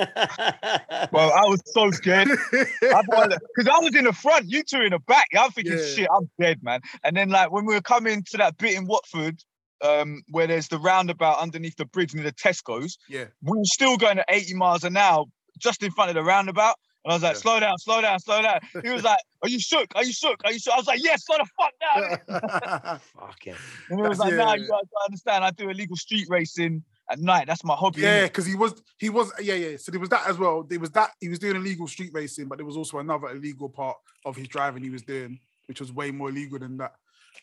Speaker 1: I was so scared. Because I was in the front, you two in the back. I'm thinking,
Speaker 3: Yeah.
Speaker 1: shit, I'm dead, man. And then, like, when we were coming to that bit in Watford, um, where there's the roundabout underneath the bridge near the Tesco's,
Speaker 3: yeah.
Speaker 1: we were still going at 80 miles an hour just in front of the roundabout. And I was like,
Speaker 3: Yeah.
Speaker 1: slow down, slow down, slow down. He was like, Are you shook? Are you shook? Are you shook? I was like, Yes, slow the fuck down.
Speaker 2: Fucking.
Speaker 1: And he was like,
Speaker 3: That's-
Speaker 1: Nah,
Speaker 3: yeah.
Speaker 1: you guys don't understand. I do illegal street racing at night. That's my hobby.
Speaker 3: Yeah,
Speaker 1: innit?"
Speaker 3: because he was he was yeah yeah. So there was that as well. There was that he was doing illegal street racing, but there was also another illegal part of his driving he was doing, which was way more illegal than that.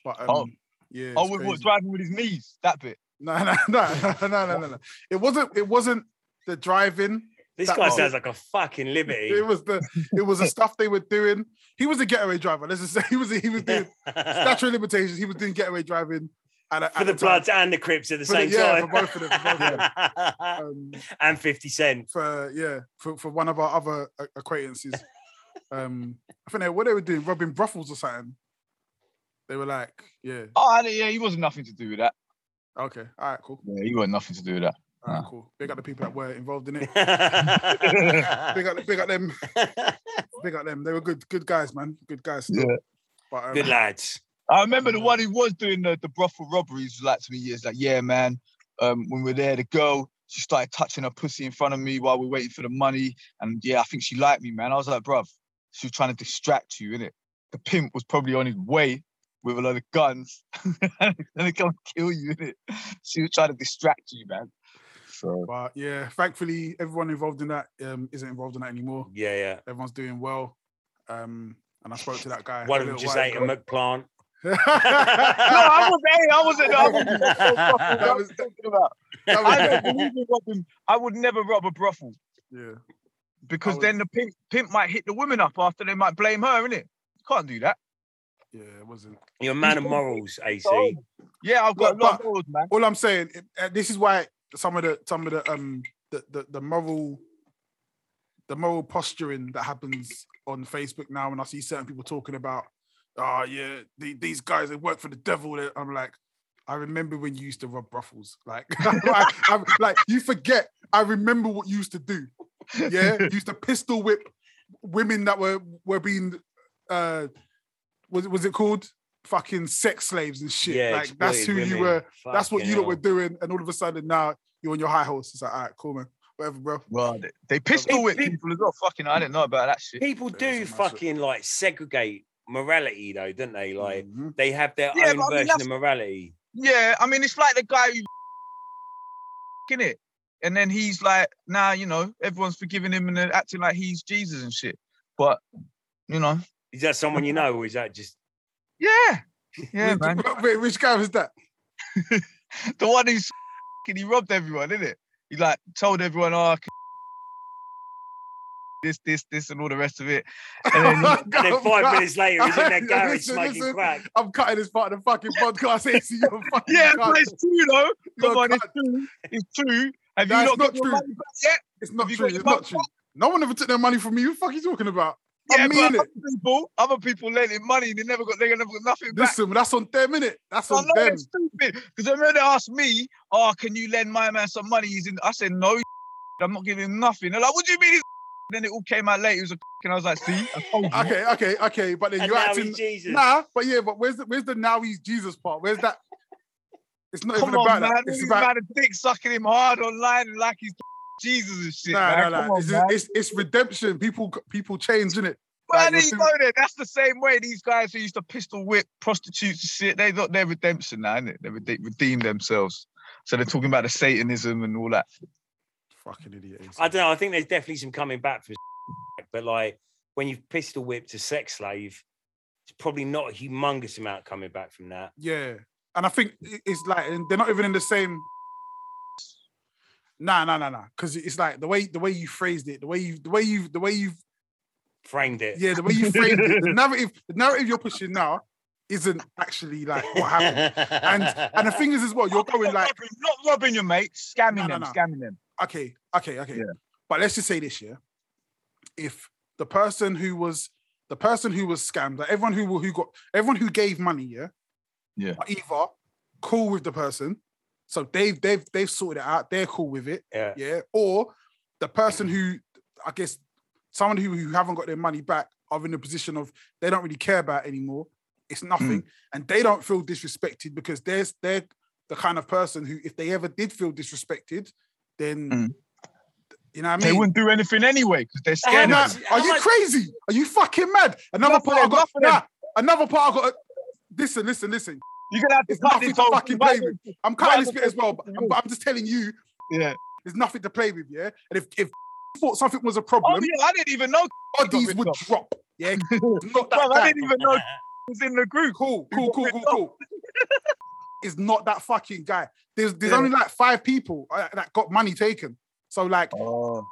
Speaker 3: But um,
Speaker 1: Oh.
Speaker 3: yeah.
Speaker 1: Oh,
Speaker 3: it's
Speaker 1: with what
Speaker 3: crazy.
Speaker 1: driving with his knees, that bit.
Speaker 3: No, no, no, no, no, no, no. It wasn't. It wasn't the driving.
Speaker 2: This
Speaker 3: That
Speaker 2: guy
Speaker 3: was-
Speaker 2: sounds like a fucking liberty.
Speaker 3: It was the. It was the stuff they were doing. He was a getaway driver. Let's just say he was. He was doing statute of limitations. He was doing getaway driving. At, a- at
Speaker 2: for the
Speaker 3: a time.
Speaker 2: Bloods and the Crips at the
Speaker 3: For the-
Speaker 2: same
Speaker 3: yeah,
Speaker 2: time.
Speaker 3: for both of them, for Um,
Speaker 2: and 50 Cent.
Speaker 3: for yeah for, for one of our other a- acquaintances. um, I think they, what they were doing, robbing brothels or something. They were like, yeah,
Speaker 1: Oh, I- yeah, he wasn't nothing to do with that.
Speaker 3: okay, all right, cool,
Speaker 1: Yeah, he wasn't nothing to do with that.
Speaker 3: all right,
Speaker 1: Ah.
Speaker 3: cool. Big up the people that were involved in it. Big
Speaker 2: Good
Speaker 3: up, big up them, big up them. They were good, good guys, man, good guys.
Speaker 1: Yeah.
Speaker 3: But um,
Speaker 2: lads.
Speaker 1: I remember the one who was doing the, the brothel robberies was like to me years like, yeah, man. Um, when we were there, the girl she started touching her pussy in front of me while we were waiting for the money, and yeah, I think she liked me, man. I was like, bruv, she was trying to distract you, innit? The pimp was probably on his way with a load of guns, and they come kill you, innit? She was trying to distract you, man. So
Speaker 3: But yeah, thankfully, everyone involved in that um, isn't involved in that anymore.
Speaker 2: Yeah, yeah.
Speaker 3: Everyone's doing well. Um, and I spoke to that guy.
Speaker 2: One of
Speaker 3: a
Speaker 2: them
Speaker 3: little
Speaker 2: just
Speaker 3: while
Speaker 2: ate a
Speaker 3: ago.
Speaker 2: McPlant.
Speaker 1: no, I was there. I wasn't. I wasn't.
Speaker 3: That
Speaker 1: That
Speaker 3: was-
Speaker 1: was talking about.
Speaker 3: That was-
Speaker 1: I don't believe in robbing. I would never rob a brothel.
Speaker 3: yeah.
Speaker 1: because
Speaker 3: I
Speaker 1: then the pimp, pimp might hit the women up after they might blame her, innit? You can't do that.
Speaker 3: Yeah, it wasn't.
Speaker 2: You're a man of morals, AC.
Speaker 3: Oh,
Speaker 1: Yeah, I've got
Speaker 3: Look,
Speaker 1: a lot
Speaker 3: but-
Speaker 1: of morals, man.
Speaker 3: All I'm saying, it- uh, this is why some of the some of the um the the, the moral the moral posturing that happens on Facebook now, and I see certain people talking about oh yeah, the, these guys they work for the devil. They- I'm like, I remember when you used to rub ruffles. Like, like, I'm- like, you forget. I remember what you used to do. Yeah, you used to pistol whip women that were were being uh was was it called fucking sex slaves and shit. like that's who
Speaker 2: exploited
Speaker 3: you
Speaker 2: women.
Speaker 3: were. That's what
Speaker 2: Fucking
Speaker 3: you lot were
Speaker 2: hell.
Speaker 3: doing, and all of a sudden now you're on your high horse. It's like, all right, cool man, whatever, bro.
Speaker 1: Well, they, they pistol whip people as well. Fucking, I didn't know about that shit.
Speaker 2: People
Speaker 3: Yeah, it's
Speaker 2: do
Speaker 3: a massive-
Speaker 2: fucking like segregate morality though, don't they? Like
Speaker 3: Mhm.
Speaker 2: they have their
Speaker 1: Yeah,
Speaker 2: own
Speaker 1: but I mean,
Speaker 2: version
Speaker 1: that's-
Speaker 2: of morality.
Speaker 1: Yeah, I mean, it's like the guy who in it, and then he's like, nah, you know, everyone's forgiving him and they're acting like he's Jesus and shit. But you know,
Speaker 2: Is that someone you know, or is that just
Speaker 1: yeah, yeah,
Speaker 3: Which-
Speaker 1: man.
Speaker 3: Wait, which guy was that?
Speaker 1: The one who's he robbed everyone, is it? He like told everyone, oh, I can this, this, this, and all the rest of it. And then he-
Speaker 2: and then
Speaker 3: I'm
Speaker 2: five
Speaker 3: cut-
Speaker 2: minutes later he's in their
Speaker 3: Listen,
Speaker 2: garage
Speaker 3: listen,
Speaker 2: smoking
Speaker 3: listen.
Speaker 2: crack?
Speaker 3: I'm cutting this part of the fucking podcast. AC, you're a fucking
Speaker 1: yeah,
Speaker 3: cunt.
Speaker 1: but it's true though.
Speaker 3: You're a
Speaker 1: Come on,
Speaker 3: cunt.
Speaker 1: it's true. It's true. Have
Speaker 3: That's
Speaker 1: you not
Speaker 3: not
Speaker 1: got your
Speaker 3: true.
Speaker 1: money back yet?
Speaker 3: It's not
Speaker 1: Have you
Speaker 3: true.
Speaker 1: got your
Speaker 3: It's not
Speaker 1: mum
Speaker 3: true. No one ever took their money from me. Who the fuck are you talking about? I
Speaker 1: Yeah, but
Speaker 3: mean it.
Speaker 1: other people, other people lent him money and they never got they never got nothing back.
Speaker 3: Listen, that's on them, innit? That's
Speaker 1: I
Speaker 3: on
Speaker 1: know
Speaker 3: them.
Speaker 1: it's stupid because I remember they asked me, "Oh, can you lend my man some money?" He's in. I said, "No, I'm not giving him nothing." They're like, "What do you mean?" He's then it all came out late. It was a and I was like, "See, I told you."
Speaker 3: Okay, okay, okay. But then
Speaker 2: And
Speaker 3: you're
Speaker 2: now
Speaker 3: acting.
Speaker 2: he's Jesus.
Speaker 3: Nah, but yeah, but where's the where's the now he's Jesus part? Where's that? It's not
Speaker 1: Come
Speaker 3: even
Speaker 1: on,
Speaker 3: about
Speaker 1: man!
Speaker 3: that.
Speaker 1: This
Speaker 3: It's
Speaker 1: is
Speaker 3: about
Speaker 1: man a dick sucking him hard online and like he's Jesus and shit.
Speaker 3: nah, nah,
Speaker 1: man.
Speaker 3: nah.
Speaker 1: Come on,
Speaker 3: It's,
Speaker 1: man.
Speaker 3: just, it's it's redemption. People people change, innit?
Speaker 1: Well,
Speaker 3: Like,
Speaker 1: there
Speaker 3: you're
Speaker 1: you
Speaker 3: too-
Speaker 1: go then. That's the same way these guys who used to pistol whip prostitutes and shit, they got their redemption now, innit? They rede- redeem themselves. So they're talking about the Satanism and all that.
Speaker 3: Fucking idiot. AC.
Speaker 2: I don't know. I think there's definitely some coming back from, but like when you've pistol whipped a sex slave, it's probably not a humongous amount coming back from that.
Speaker 3: Yeah, and I think i- it's like and they're not even in the same. Nah, nah, nah, nah. Because it's like the way the way you phrased it, the way you the way you the way you
Speaker 2: Framed it.
Speaker 3: yeah the way you framed it. The narrative the narrative you're pushing now isn't actually like what happened. And and the thing is as well, you're going
Speaker 1: not,
Speaker 3: like
Speaker 1: robbing, not robbing your mate, scamming
Speaker 3: No, no,
Speaker 1: them,
Speaker 3: no.
Speaker 1: scamming them.
Speaker 3: okay, okay, okay.
Speaker 1: Yeah.
Speaker 3: But let's just say this year, if the person who was the person who was scammed, like everyone who who got everyone who gave money, yeah,
Speaker 1: Yeah.
Speaker 3: are either cool with the person, so they've they've they've sorted it out, they're cool with it,
Speaker 2: yeah.
Speaker 3: yeah, or the person who I guess someone who who haven't got their money back are in a position of they don't really care about it anymore. It's nothing,
Speaker 1: Hmm.
Speaker 3: and they don't feel disrespected because there's they're the kind of person who, if they ever did feel disrespected, then
Speaker 1: Mm.
Speaker 3: you know what I
Speaker 1: they
Speaker 3: mean.
Speaker 1: wouldn't do anything anyway because they're
Speaker 2: How
Speaker 1: scared.
Speaker 3: And
Speaker 1: of
Speaker 3: I-
Speaker 2: much-
Speaker 1: them.
Speaker 2: how
Speaker 3: are you
Speaker 2: much-
Speaker 3: crazy? Are you fucking mad? Another
Speaker 1: Enough
Speaker 3: part I
Speaker 1: of them,
Speaker 3: got. Nah,
Speaker 1: enough
Speaker 3: another part I got. Listen, listen, listen.
Speaker 1: You're gonna have to
Speaker 3: It's
Speaker 1: cut
Speaker 3: nothing
Speaker 1: this
Speaker 3: to
Speaker 1: whole
Speaker 3: fucking play with. I'm cutting this bit as well, but I'm, but I'm just telling you,
Speaker 1: Yeah.
Speaker 3: there's nothing to play with. Yeah, and if if thought something was a
Speaker 1: Oh
Speaker 3: problem,
Speaker 1: yeah, I didn't even know.
Speaker 3: bodies would
Speaker 1: ripped
Speaker 3: drop. Yeah, not that
Speaker 1: Bro, I
Speaker 3: guy.
Speaker 1: didn't even know it was in the group.
Speaker 3: Cool, cool, cool, cool, cool. It's not that fucking guy. There's there's
Speaker 1: Yeah.
Speaker 3: only like five people uh, that got money taken. So like
Speaker 1: Oh,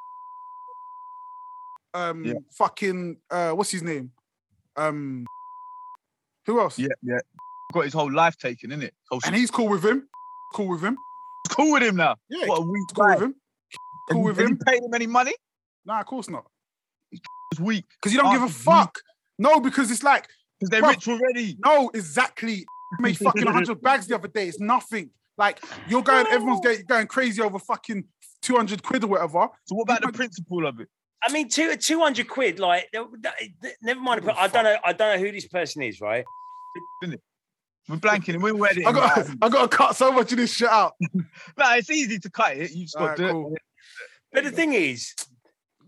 Speaker 3: um
Speaker 1: Yeah.
Speaker 3: fucking uh what's his name? Um who else?
Speaker 1: yeah, yeah. Got his whole life taken, innit? Whole
Speaker 3: And
Speaker 1: shit's
Speaker 3: he's cool with him. Cool with him.
Speaker 1: cool with him now.
Speaker 3: Yeah,
Speaker 1: What a weak
Speaker 3: cool
Speaker 1: guy.
Speaker 3: with him. Cool
Speaker 1: Have
Speaker 3: with
Speaker 1: you- have
Speaker 3: him.
Speaker 1: you paid him any money?
Speaker 3: Nah, of course not.
Speaker 1: It's weak.
Speaker 3: Because you don't give a
Speaker 1: Aren't you-
Speaker 3: fuck. No, because it's like,
Speaker 1: Because they're
Speaker 3: Bruv.
Speaker 1: rich already.
Speaker 3: no, exactly. I made fucking 100 bags the other day. It's nothing. Like, you're going, everyone's going, going crazy over fucking 200 quid or whatever.
Speaker 1: So what about the principle of it?
Speaker 2: I mean, two two hundred quid. Like, th- th- th- never mind.
Speaker 3: Oh,
Speaker 2: I don't know. I don't know who this person is. Right?
Speaker 1: We're blanking and we're wedding.
Speaker 3: I got, I got to cut so much of this shit out.
Speaker 1: No, it's easy to cut it. You just got
Speaker 3: Alright,
Speaker 1: to do it.
Speaker 3: cool.
Speaker 2: But the thing is,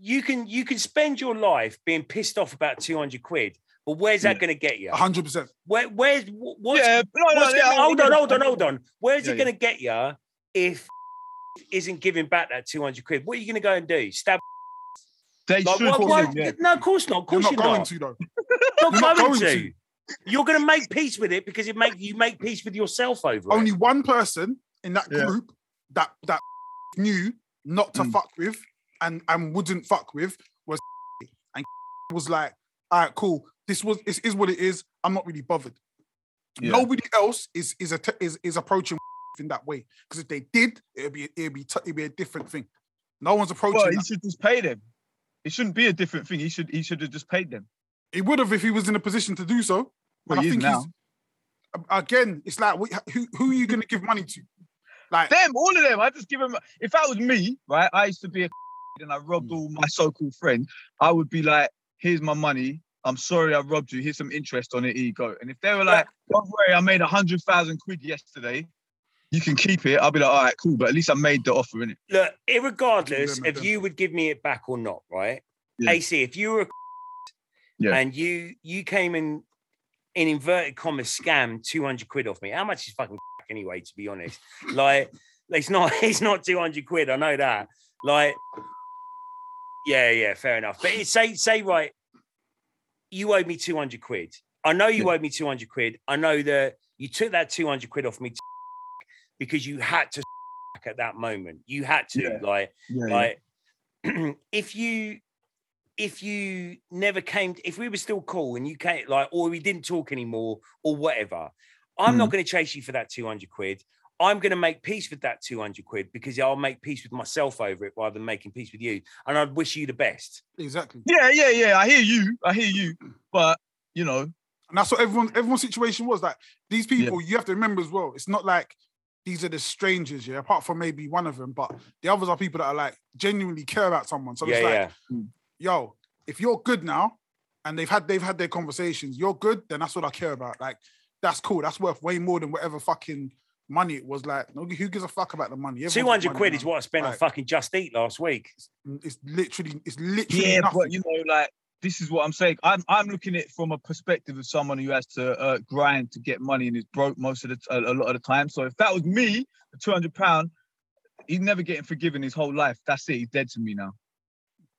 Speaker 2: you can you can spend your life being pissed off about two hundred quid. But where's that
Speaker 1: Yeah.
Speaker 2: going to get you?
Speaker 3: 100%.
Speaker 2: Where, where's wh- what's
Speaker 1: Yeah, no, no,
Speaker 2: What's
Speaker 1: yeah,
Speaker 2: gonna- hold on, hold on, hold on. Where's
Speaker 1: Yeah,
Speaker 2: it
Speaker 1: yeah.
Speaker 2: going to get you if isn't giving back that 200 quid? What are you going to go and do? Stab?
Speaker 1: They
Speaker 2: Like,
Speaker 1: should.
Speaker 2: what-
Speaker 3: course
Speaker 2: what-
Speaker 3: not.
Speaker 1: Yeah.
Speaker 2: No, of course not. Of
Speaker 3: You're
Speaker 2: course
Speaker 3: not
Speaker 2: you're
Speaker 3: going
Speaker 2: not.
Speaker 3: to, though.
Speaker 2: Not
Speaker 3: You're not
Speaker 2: going
Speaker 3: going
Speaker 2: to. You're going to make peace with it because it make you make peace with yourself over
Speaker 3: Only
Speaker 2: it.
Speaker 3: one person in that
Speaker 1: Yeah.
Speaker 3: group that that knew not to
Speaker 1: Mm.
Speaker 3: fuck with and, and wouldn't fuck with was and was like, all right, cool. This was this is what it is. I'm not really bothered.
Speaker 1: Yeah.
Speaker 3: Nobody else is is a is, is approaching in that way. Because if they did, it'd be it'd be t- it'd be a different thing. No one's approaching.
Speaker 1: Well, he
Speaker 3: that.
Speaker 1: should just pay them. It shouldn't be a different thing. He should he should have just paid them.
Speaker 3: He would have if he was in a position to do so.
Speaker 1: Well,
Speaker 3: And
Speaker 1: he is now.
Speaker 3: he's again. It's like wh- who who are you going to give money to? Like
Speaker 1: Them, all of them. I just give them. If that was me, right? I used to be a and I robbed all my so-called friends. I would be like, "Here's my money. I'm sorry I robbed you. Here's some interest on it. Here you go." And if they were like, "Don't worry, I made a hundred thousand quid yesterday. You can keep it," I'll be like, "All right, cool." But at least I made the offer in it.
Speaker 2: Look, irregardless
Speaker 3: Yeah,
Speaker 2: if you would give me it back or not, right?
Speaker 1: Yeah.
Speaker 2: AC, if you were a
Speaker 1: Yeah.
Speaker 2: and you you came in in inverted commas scam 200 quid off me, how much is fucking anyway, to be honest? Like it's not it's not 200 quid, I know that. Like, yeah, yeah, fair enough. But it's say say right, you owe me 200 quid. I know you owed me 200 quid. I know that you took that 200 quid off me because you had to at that moment. You had to
Speaker 1: Yeah.
Speaker 2: like
Speaker 1: Yeah.
Speaker 2: like if you if you never came if we were still cool and you came like or we didn't talk anymore or whatever i'm
Speaker 3: Mm.
Speaker 2: not going to chase you for that 200 quid i'm going to make peace with that 200 quid because i'll make peace with myself over it rather than making peace with you and i'd wish you the best
Speaker 3: exactly.
Speaker 1: yeah, yeah, yeah. I hear you. I hear you. But you know,
Speaker 3: And that's what everyone everyone's situation was. Like these people, you have to remember as well. It's not like these are the strangers, yeah. Apart from maybe one of them, but the others are people that are like genuinely care about someone. So
Speaker 2: yeah
Speaker 3: it's like,
Speaker 2: yeah
Speaker 3: yo, if you're good now, and they've had they've had their conversations, you're good, then that's what I care about. Like that's cool. That's worth way more than whatever fucking money it was. Like no- who gives a fuck about the money? Everyone's
Speaker 2: 200
Speaker 3: got money
Speaker 2: quid
Speaker 3: now.
Speaker 2: is what i spent on
Speaker 3: Like,
Speaker 2: fucking just eat last week
Speaker 3: It's literally it's literally
Speaker 1: yeah,
Speaker 3: nothing.
Speaker 1: but you know, like this is what I'm saying. I'm I'm looking at it from a perspective of someone who has to uh, grind to get money and is broke most of the t- a, a lot of the time. So if that was me, the 200 pound, he's never getting forgiven his whole life. That's it. He's dead to me now.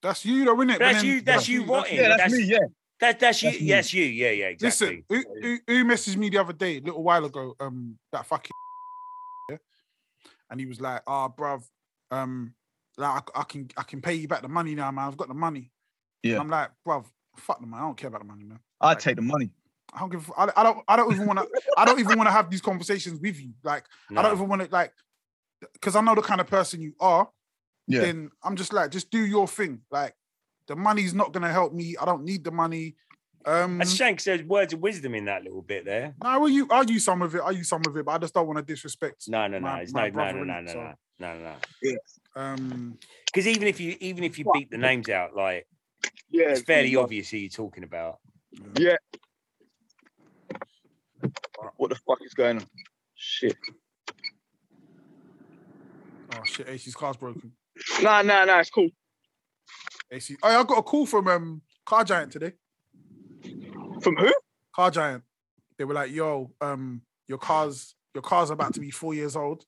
Speaker 3: that's you though, innit? it?
Speaker 2: That's you- that's you rotting.
Speaker 1: Yeah, that's,
Speaker 2: That's-
Speaker 1: me. Yeah,
Speaker 2: that, that's you
Speaker 1: That's me.
Speaker 2: yes you yeah yeah exactly
Speaker 3: Listen, who, who, who messaged me the other day, a little while ago, um, that fucking yeah? and he was like, ah, bruv, um, like I, I can I can pay you back the money now, man. I've got the money.
Speaker 1: Yeah.
Speaker 3: And I'm like, bruv, fuck the man. I don't care about the money, man.
Speaker 1: I take the money.
Speaker 3: I don't give. a- I, I don't. I don't even want to. I don't even want to have these conversations with you. Like, I
Speaker 2: No.
Speaker 3: don't even want to like, because I know the kind of person you are.
Speaker 1: Yeah.
Speaker 3: Then I'm just like, just do your thing. Like, the money's not gonna help me. I don't need the money. Um,
Speaker 2: that's shanks there's words of wisdom in that little bit there
Speaker 3: no, well, you are you some of it. Are you some of it? But I just don't want to disrespect.
Speaker 2: no no no
Speaker 3: My-
Speaker 2: it's
Speaker 3: my
Speaker 2: no no
Speaker 3: brother
Speaker 2: no
Speaker 3: in
Speaker 2: no
Speaker 3: it,
Speaker 2: no
Speaker 3: so-
Speaker 2: no no no
Speaker 3: Um,
Speaker 2: because even if you even if you
Speaker 4: What?
Speaker 2: beat the names out like
Speaker 4: Yeah,
Speaker 2: it's fairly obvious who you're talking about.
Speaker 4: What the fuck is going on? Shit.
Speaker 3: oh shit, AC's car's broken.
Speaker 4: Nah, nah, nah. It's cool.
Speaker 3: AC. Oh, yeah, I got a call from um Car Giant today.
Speaker 4: From who?
Speaker 3: Car Giant. They were like, "Yo, um, your car's your car's about to be four years old,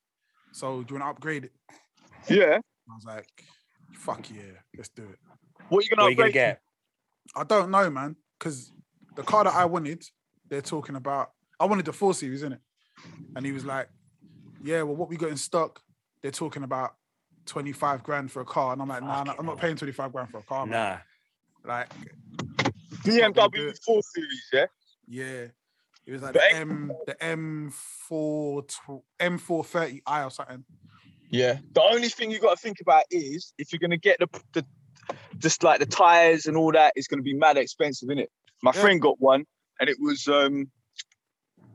Speaker 3: so do you want to upgrade it?"
Speaker 4: Yeah.
Speaker 3: I was like, "Fuck yeah, let's do it."
Speaker 4: What are you
Speaker 2: What
Speaker 4: gonna
Speaker 2: are you gonna
Speaker 4: upgrade?
Speaker 2: get?
Speaker 3: I don't know, man, because the car that I wanted, they're talking about. I wanted the four series, innit? And he was like, "Yeah, well, what we got in stock? They're talking about twenty five grand for a car." And I'm like, "Nah, nah, I'm not paying twenty five grand for a car, man."
Speaker 2: Nah,
Speaker 3: Like,
Speaker 4: BMW 4 Series. Yeah.
Speaker 3: Yeah. It was like
Speaker 4: The
Speaker 3: the
Speaker 4: X-
Speaker 3: M the M four M four thirty I or something.
Speaker 4: Yeah.
Speaker 1: The only thing you got to think about is if you're gonna get the, the just like the tires and all that, it's gonna be mad expensive, isn't it? My
Speaker 3: Yeah.
Speaker 1: friend got one, and it was um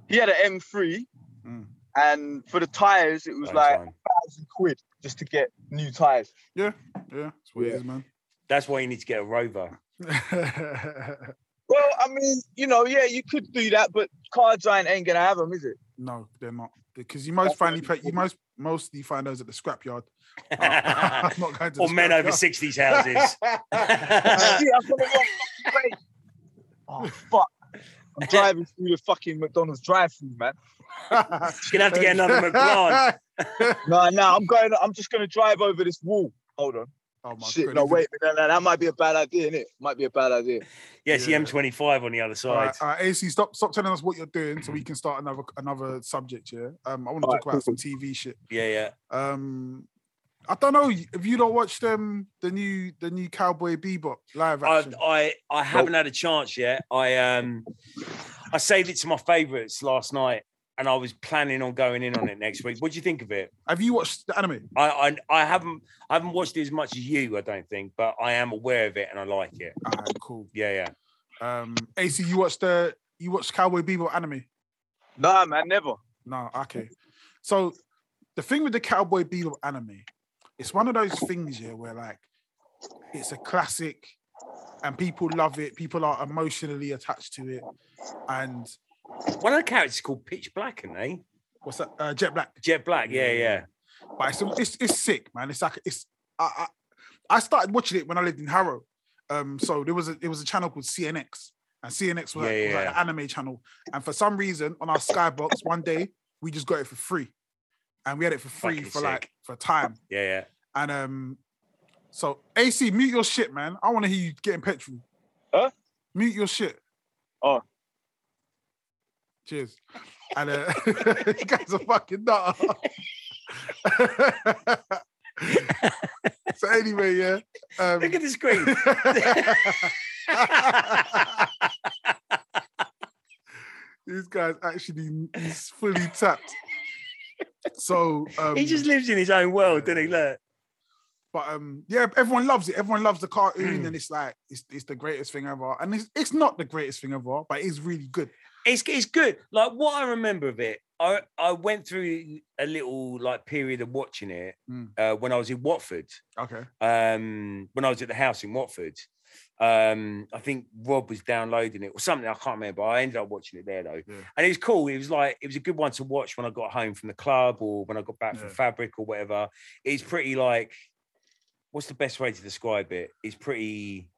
Speaker 1: he had an M3,
Speaker 3: Mm.
Speaker 1: and for the tires it was
Speaker 2: Fine
Speaker 1: like
Speaker 2: time.
Speaker 1: thousand quid just to get new tires.
Speaker 3: Yeah, that's what it is, man.
Speaker 2: that's why you need to get a rover.
Speaker 1: Well, I mean, you know, yeah, you could do that, but car giant ain't gonna have them, is it?
Speaker 3: no, they're not. Because you most
Speaker 1: That's what
Speaker 3: finally
Speaker 1: I'm
Speaker 3: pay, you
Speaker 1: saying.
Speaker 3: most mostly find those at the scrapyard. I'm not going to the
Speaker 2: or men over
Speaker 3: scrapyard.
Speaker 2: 60s houses.
Speaker 1: Shit, I've got the wrong fucking plate. Oh fuck! I'm driving through the fucking McDonald's drive-through, man.
Speaker 2: You're gonna have to get another McLaren.
Speaker 1: No, no, I'm going. I'm just gonna drive over this wall. Hold on.
Speaker 3: Oh my
Speaker 1: Shit,
Speaker 3: god.
Speaker 1: no,
Speaker 3: even-
Speaker 1: wait, no, no, that might be a bad idea, innit? Might be a bad idea.
Speaker 2: Yes,
Speaker 3: Yeah.
Speaker 2: the M25 on the other
Speaker 3: All
Speaker 2: side.
Speaker 3: right, all right, AC, stop stop telling us what you're doing so we can start another another subject, yeah. Um I want to
Speaker 1: All
Speaker 3: talk
Speaker 1: right,
Speaker 3: about
Speaker 1: cool,
Speaker 3: some TV shit.
Speaker 2: Yeah, yeah.
Speaker 3: Um, I don't know if you don't watch them the new the new Cowboy Bebop live
Speaker 2: I,
Speaker 3: action.
Speaker 2: I I haven't had a chance yet. I um I saved it to my favorites last night, and I was planning on going in on it next week. What do you think of it?
Speaker 3: Have you watched the anime?
Speaker 2: I, I I haven't I haven't watched it as much as you, I don't think, but I am aware of it and I like it.
Speaker 3: Alright, cool.
Speaker 2: Yeah, yeah.
Speaker 3: Um, AC, you watched the you watch Cowboy Bebop anime?
Speaker 1: Nah, man, never.
Speaker 3: No, okay. So the thing with the Cowboy Bebop anime, it's one of those things here where like it's a classic and people love it. People are emotionally attached to it. And
Speaker 2: One of the characters is called Pitch Black, and they
Speaker 3: what's that? Uh, Jet Black.
Speaker 2: Jet Black. Yeah, yeah.
Speaker 3: But it's, it's it's sick, man. It's like it's I, I I started watching it when I lived in Harrow. Um, so there was a there was a channel called CNX, and CNX was, like,
Speaker 2: Yeah,
Speaker 3: was like
Speaker 2: yeah.
Speaker 3: an anime channel. And for some reason, on our Skybox, one day we just got it for free, and we had it for free
Speaker 2: Fucking
Speaker 3: for
Speaker 2: sick.
Speaker 3: like for time.
Speaker 2: Yeah, yeah.
Speaker 3: And um, so AC, mute your shit, man. I want to hear you getting petrol.
Speaker 1: Huh?
Speaker 3: Mute your shit.
Speaker 1: Oh.
Speaker 3: Cheers. And uh, you guys are fucking nut. so anyway, yeah. Um,
Speaker 2: Look at the screen.
Speaker 3: these guys actually he's fully tapped. So um,
Speaker 2: he just lives in his own world, doesn't he? Look.
Speaker 3: But um, yeah, everyone loves it. Everyone loves the cartoon,
Speaker 2: Mm.
Speaker 3: and it's like it's, it's the greatest thing ever. And it's, it's not the greatest thing ever, but it's really good.
Speaker 2: It's it's good. Like what I remember of it, I I went through a little like period of watching it
Speaker 3: Mm.
Speaker 2: uh, when I was in Watford.
Speaker 3: Okay.
Speaker 2: Um, when I was at the house in Watford, um, I think Rob was downloading it or something. I can't remember. I ended up watching it there though,
Speaker 3: Yeah.
Speaker 2: and it was cool. It was like it was a good one to watch when I got home from the club or when I got back from
Speaker 3: Yeah.
Speaker 2: Fabric or whatever. It's pretty like, what's the best way to describe it? It's pretty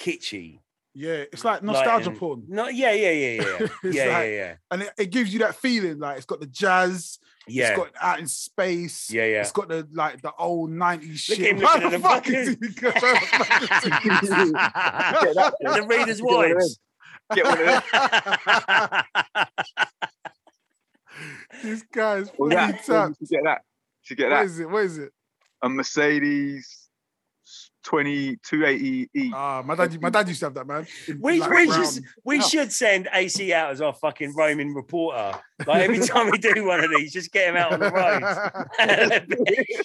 Speaker 2: kitschy.
Speaker 3: Yeah, it's like nostalgia
Speaker 2: and-
Speaker 3: porn,
Speaker 2: No, yeah, yeah, yeah, yeah, yeah,
Speaker 3: It's
Speaker 2: yeah,
Speaker 3: like-
Speaker 2: yeah,
Speaker 3: and it, it gives you that feeling like it's got the jazz,
Speaker 2: yeah.
Speaker 3: it's got out in space,
Speaker 2: Yeah, yeah.
Speaker 3: it's got the like the old nineties
Speaker 2: Look
Speaker 3: shit.
Speaker 2: at him
Speaker 3: Why
Speaker 2: looking at the
Speaker 3: is he going- why the fuck is he-
Speaker 1: Yeah, that-
Speaker 2: the reader's
Speaker 1: Get one of
Speaker 2: wives.
Speaker 1: Get one of them.
Speaker 3: This guy's
Speaker 1: Well,
Speaker 3: fully
Speaker 1: that,
Speaker 3: tapped.
Speaker 1: to get that. To get
Speaker 3: What
Speaker 1: that.
Speaker 3: is it? What is it?
Speaker 1: A Mercedes 2280E.
Speaker 3: Ah, my dad, my dad used to have that man. in
Speaker 2: We,
Speaker 3: black
Speaker 2: we,
Speaker 3: brown.
Speaker 2: just, we
Speaker 1: No.
Speaker 2: should send AC out as our fucking roaming reporter. Like every time we do one of these, just get him out on the road.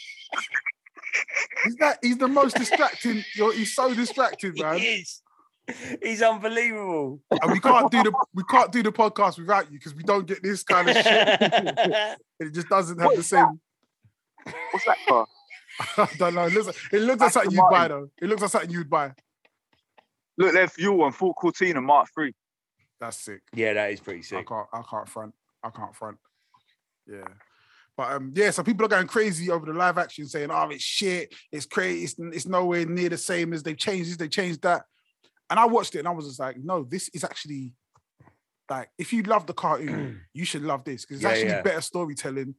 Speaker 3: he's that. He's the most distracting. Yo, he's so distracting,
Speaker 2: he
Speaker 3: man.
Speaker 2: is. He's unbelievable.
Speaker 3: And we can't do the we can't do the podcast without you because we don't get this kind of shit. It just doesn't have
Speaker 1: What
Speaker 3: the
Speaker 1: is that?
Speaker 3: same.
Speaker 1: What's that car?
Speaker 3: I don't know. It looks, it looks like
Speaker 1: Aston
Speaker 3: something you'd buy
Speaker 1: Martin.
Speaker 3: though. It looks like something you'd buy.
Speaker 1: Look, their fuel on Ford Cortina Mark 3.
Speaker 3: That's sick.
Speaker 2: yeah, that is pretty
Speaker 3: I
Speaker 2: sick.
Speaker 3: can't. I can't front. I can't front. Yeah. But um, yeah, so people are going crazy over the live action, saying, "Oh, it's shit. It's crazy. It's, it's nowhere near the same as they've changed this. They changed that." And I watched it, and I was just like, "No, this is actually like if you love the cartoon, you should love this because it's
Speaker 2: Yeah,
Speaker 3: actually
Speaker 2: yeah.
Speaker 3: better storytelling."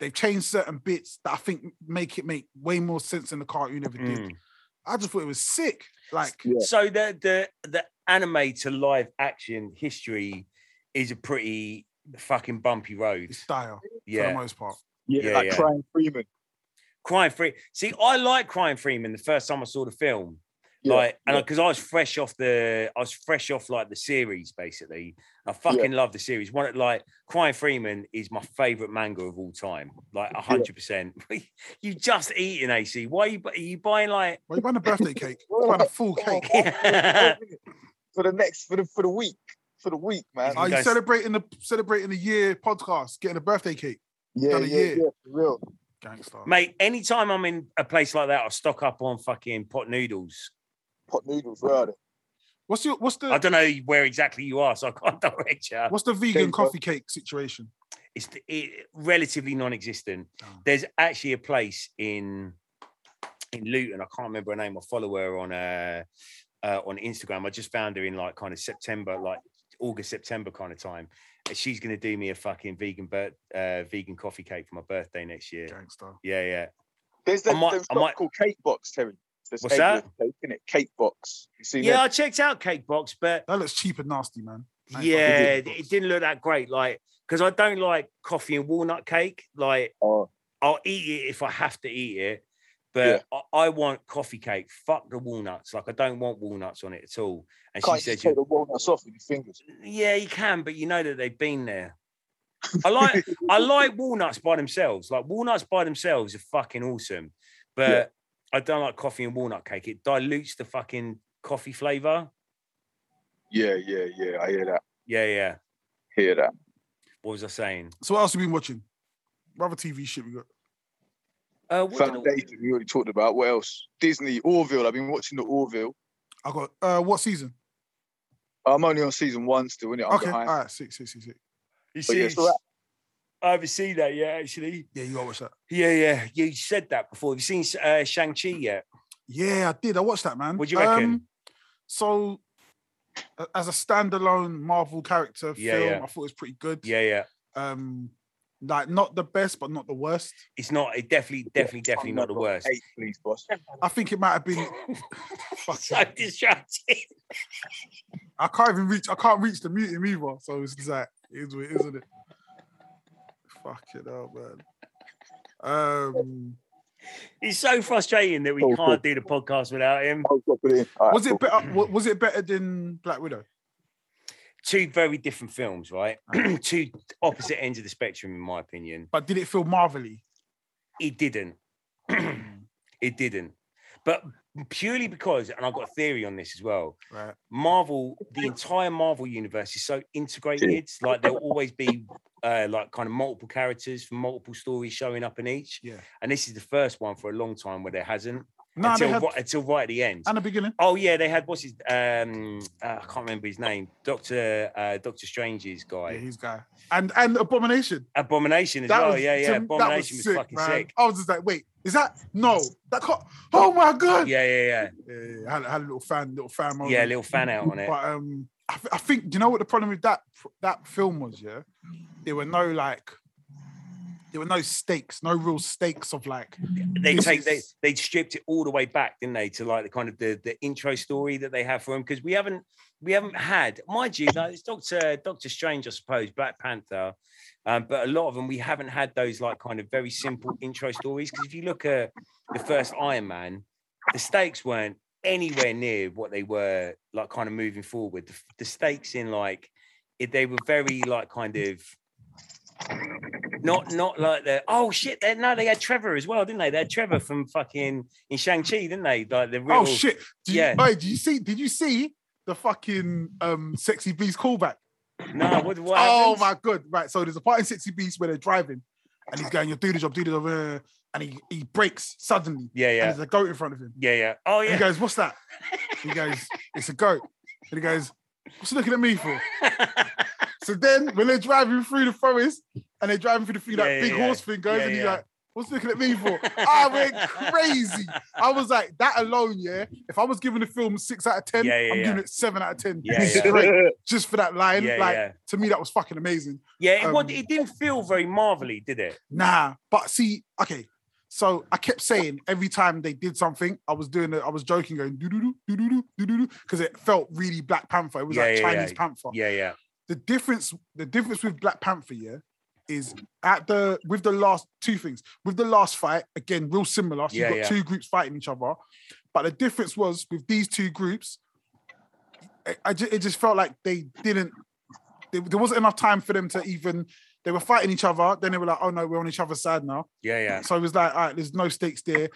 Speaker 3: They've changed certain bits that I think make it make way more sense than the cartoon ever did.
Speaker 2: Mm.
Speaker 3: I just thought it was sick. Like,
Speaker 1: Yeah.
Speaker 2: So the the the anime to live action history is a pretty fucking bumpy road.
Speaker 3: it's style for the
Speaker 2: Yeah.
Speaker 3: most part.
Speaker 2: Yeah, like yeah.
Speaker 1: Crying Freeman.
Speaker 2: Crying Free. See, I like Crying Freeman the first time I saw the film.
Speaker 1: Yeah,
Speaker 2: like and
Speaker 1: yeah.
Speaker 2: because I was fresh off the I was fresh off like the series basically. I fucking love the series. One like Crying Freeman is my favorite manga of all time. Like hundred percent. You just eating AC. Why are you, bu- are you buying like
Speaker 3: Well, you want a birthday cake? You want a full cake?
Speaker 1: for the next for the for the week for the week, man.
Speaker 3: Are you
Speaker 2: guys-
Speaker 3: celebrating the celebrating the year podcast, getting a birthday cake?
Speaker 1: Yeah,
Speaker 3: done a
Speaker 1: yeah,
Speaker 3: year.
Speaker 1: yeah, for real.
Speaker 3: Gangster.
Speaker 2: Mate, anytime I'm in a place like that, I stock up on fucking pot noodles.
Speaker 1: Pot noodles, rather.
Speaker 3: What's your what's
Speaker 2: I
Speaker 3: the
Speaker 2: don't know where exactly you are, so I can't direct you.
Speaker 3: what's the
Speaker 1: Cake,
Speaker 3: vegan
Speaker 1: bro.
Speaker 3: coffee cake situation?
Speaker 2: It's it, relatively non-existent.
Speaker 3: Oh.
Speaker 2: There's actually a place in in Luton. I can't remember her name. I follow her on uh, uh on Instagram. I just found her in like kind of September, like August September kind of time. And she's gonna do me a fucking vegan bir- uh, vegan coffee cake for my birthday next year.
Speaker 3: Gangster.
Speaker 2: Yeah, yeah.
Speaker 1: There's that
Speaker 2: I might-
Speaker 1: there's
Speaker 2: I
Speaker 1: something
Speaker 2: might-
Speaker 1: called Cake Box, Terry. There's
Speaker 2: What's
Speaker 1: eggless Cake in it, Cake Box. You see
Speaker 2: Yeah, I checked out Cake Box, but
Speaker 3: That looks cheap and nasty, man. I ain't fucking
Speaker 2: yeah,
Speaker 3: doing it.
Speaker 2: it didn't look that great. Like, because I don't like coffee and walnut cake. Like,
Speaker 1: Oh.
Speaker 2: I'll eat it if I have to eat it, but I, I want coffee cake. Fuck the walnuts. Like, I don't want walnuts on it at all. And
Speaker 1: Can't
Speaker 2: she
Speaker 1: you just
Speaker 2: said,
Speaker 1: take the walnuts off with your fingers?
Speaker 2: "Yeah, you can, but you know that they've been there." I like I like walnuts by themselves. Like walnuts by themselves are fucking awesome, but
Speaker 1: Yeah.
Speaker 2: I don't like coffee and walnut cake. It dilutes the fucking coffee flavor.
Speaker 4: Yeah, yeah, yeah. I hear that.
Speaker 2: Yeah, yeah.
Speaker 4: Hear that.
Speaker 2: What was I saying?
Speaker 3: So what else have you been watching? What other TV shit we got?
Speaker 2: Uh, what did I-
Speaker 4: Foundation, we already talked about. What else? Disney, Orville. I've been watching the Orville.
Speaker 3: I got uh what season?
Speaker 4: I'm only on season one still, innit? I'm
Speaker 3: okay,
Speaker 4: behind.
Speaker 3: all right, six, six, six, six.
Speaker 2: you
Speaker 4: But
Speaker 2: see,
Speaker 4: yeah, it's all right.
Speaker 2: I haven't seen that yet, actually.
Speaker 3: Yeah, you gotta watch that.
Speaker 2: Yeah, yeah. You said that before. Have you seen uh, Shang-Chi yet?
Speaker 3: Yeah, I did. I watched that, man. Um,
Speaker 2: What do you reckon?
Speaker 3: so, a- as a standalone Marvel character
Speaker 2: Yeah,
Speaker 3: film,
Speaker 2: yeah.
Speaker 3: I thought it was pretty good.
Speaker 2: Yeah, yeah.
Speaker 3: Um, like not the best, but not the worst.
Speaker 2: It's not, it definitely, definitely, definitely not the worst.
Speaker 4: Eight, please, boss.
Speaker 3: I think it might have been. Fuck
Speaker 2: so
Speaker 3: it.
Speaker 2: distracted.
Speaker 3: I can't even reach. I can't reach the mutant either. So it's just like it is what it is, isn't it? Fuck it out, man. Um,
Speaker 2: It's so frustrating that we
Speaker 4: Cool,
Speaker 2: can't do the podcast without him.
Speaker 4: I'll drop it in. All right,
Speaker 3: was
Speaker 4: cool.
Speaker 3: it better? wa- Was it better than Black Widow?
Speaker 2: Two very different films, right? Two opposite ends of the spectrum, in my opinion.
Speaker 3: But did it feel marvelly?
Speaker 2: It didn't. it didn't. But purely because, and I've got a theory on this as well.
Speaker 3: Right.
Speaker 2: Marvel, the entire Marvel universe is so integrated. Like there'll always be uh, like kind of multiple characters from multiple stories showing up in each.
Speaker 3: Yeah.
Speaker 2: And this is the first one for a long time where there hasn't
Speaker 3: No,
Speaker 2: until
Speaker 3: they had
Speaker 2: ri- until right at the end.
Speaker 3: and the beginning.
Speaker 2: Oh yeah, they had what's his um uh, I can't remember his name. Doctor uh Doctor Strange's guy.
Speaker 3: Yeah, he's guy. And and Abomination.
Speaker 2: Abomination as well. yeah, yeah.
Speaker 3: to me, that
Speaker 2: Abomination was, fucking
Speaker 3: man.
Speaker 2: sick.
Speaker 3: I was just like, wait, is that no? That can't, oh my god! Yeah,
Speaker 2: Yeah, yeah, yeah.
Speaker 3: yeah, yeah. I, had, I had a little fan, little fan moment.
Speaker 2: Yeah, a little fan out on it.
Speaker 3: but um, I, th- I think you know what the problem with that that film was. Yeah, there were no like, there were no stakes, no real stakes of like,
Speaker 2: They
Speaker 3: this
Speaker 2: take they
Speaker 3: is-
Speaker 2: they stripped it all the way back, didn't they, to like the kind of the, the intro story that they have for him because we haven't we haven't had mind you like it's Doctor Doctor Strange I suppose Black Panther, um, but a lot of them we haven't had those like kind of very simple intro stories because if you look at the first Iron Man, the stakes weren't anywhere near what they were like kind of moving forward. The, the stakes in like if they were very like kind of not not like the oh shit they, no they had Trevor as well didn't they they had Trevor from fucking in Shang Chi didn't they like the real
Speaker 3: oh shit! Do you,
Speaker 2: yeah.
Speaker 3: yeah. Did you see? Did you see the fucking um sexy beast callback?
Speaker 2: no what, what
Speaker 3: Oh
Speaker 2: happens?
Speaker 3: my god! Right, so there's a part in Sixty Beats where they're driving, and he's going, "You do the job, do the job," uh, and he, he breaks suddenly,
Speaker 2: yeah yeah
Speaker 3: and there's a goat in front of him.
Speaker 2: yeah yeah oh
Speaker 3: And he
Speaker 2: yeah
Speaker 3: goes, "What's that?" He goes, "It's a goat." And he goes, "What's he looking at me for?" So then, when they're driving through the forest and they're driving through the thing, that
Speaker 2: Yeah, yeah,
Speaker 3: big
Speaker 2: yeah.
Speaker 3: horse thing goes,
Speaker 2: Yeah,
Speaker 3: and he's
Speaker 2: yeah.
Speaker 3: like, "What's he looking at me for?" I went Oh, crazy. I was like, that alone, yeah. If I was giving the film six out of ten,
Speaker 2: Yeah, yeah,
Speaker 3: I'm
Speaker 2: yeah.
Speaker 3: giving it seven out of ten.
Speaker 2: Yeah, yeah.
Speaker 3: Straight, just for that line.
Speaker 2: Yeah,
Speaker 3: like
Speaker 2: yeah.
Speaker 3: to me, that was fucking amazing.
Speaker 2: yeah it, was,
Speaker 3: Um,
Speaker 2: it didn't feel very marvelly did it
Speaker 3: Nah, but see, okay. So I kept saying every time they did something, I was doing it, I was joking, going doo doo doo doo doo doo doo doo because it felt really Black Panther. It was
Speaker 2: Yeah,
Speaker 3: like
Speaker 2: yeah,
Speaker 3: Chinese
Speaker 2: yeah.
Speaker 3: Panther.
Speaker 2: yeah yeah
Speaker 3: The difference, the difference with Black Panther, yeah, is at the with the last two things. With the last fight, again, real similar. So
Speaker 2: Yeah,
Speaker 3: you've got
Speaker 2: yeah.
Speaker 3: two groups fighting each other. But the difference was with these two groups, I, I ju- it just felt like they didn't there, there wasn't enough time for them to even they were fighting each other. Then they were like, "Oh no, we're on each other's side now."
Speaker 2: yeah yeah
Speaker 3: So it was like, "All right, there's no stakes there."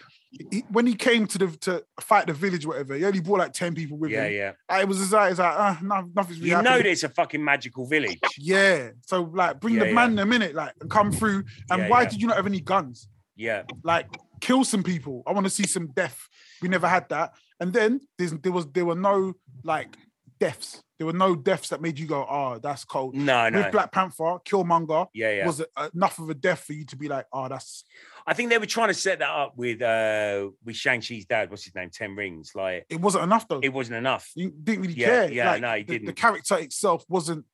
Speaker 3: He- when he came to the to fight the village, or whatever, he only brought like ten people with
Speaker 2: yeah
Speaker 3: him.
Speaker 2: yeah
Speaker 3: Like, it was just like, it's like, uh, no, nothing's really
Speaker 2: you know
Speaker 3: happening."
Speaker 2: there's a fucking magical village
Speaker 3: Yeah. So like, bring
Speaker 2: Yeah,
Speaker 3: the
Speaker 2: yeah.
Speaker 3: man them in it, like, and come through. And
Speaker 2: Yeah,
Speaker 3: why
Speaker 2: yeah.
Speaker 3: did you not have any guns?
Speaker 2: yeah
Speaker 3: Like, kill some people. I want to see some death. We never had that. And then there's, there was there were no like deaths. There were no deaths that made you go, "Oh, that's cold."
Speaker 2: no no
Speaker 3: With Black Panther, Killmonger,
Speaker 2: yeah yeah
Speaker 3: was uh, enough of a death for you to be like, oh, that's
Speaker 2: I think they were trying to set that up with uh with Shang Chi's dad. What's his name? Ten Rings. Like
Speaker 3: it wasn't enough though.
Speaker 2: it wasn't enough.
Speaker 3: you didn't really
Speaker 2: Yeah,
Speaker 3: care.
Speaker 2: yeah,
Speaker 3: Like,
Speaker 2: no, he
Speaker 3: the, The
Speaker 2: didn't.
Speaker 3: character itself wasn't.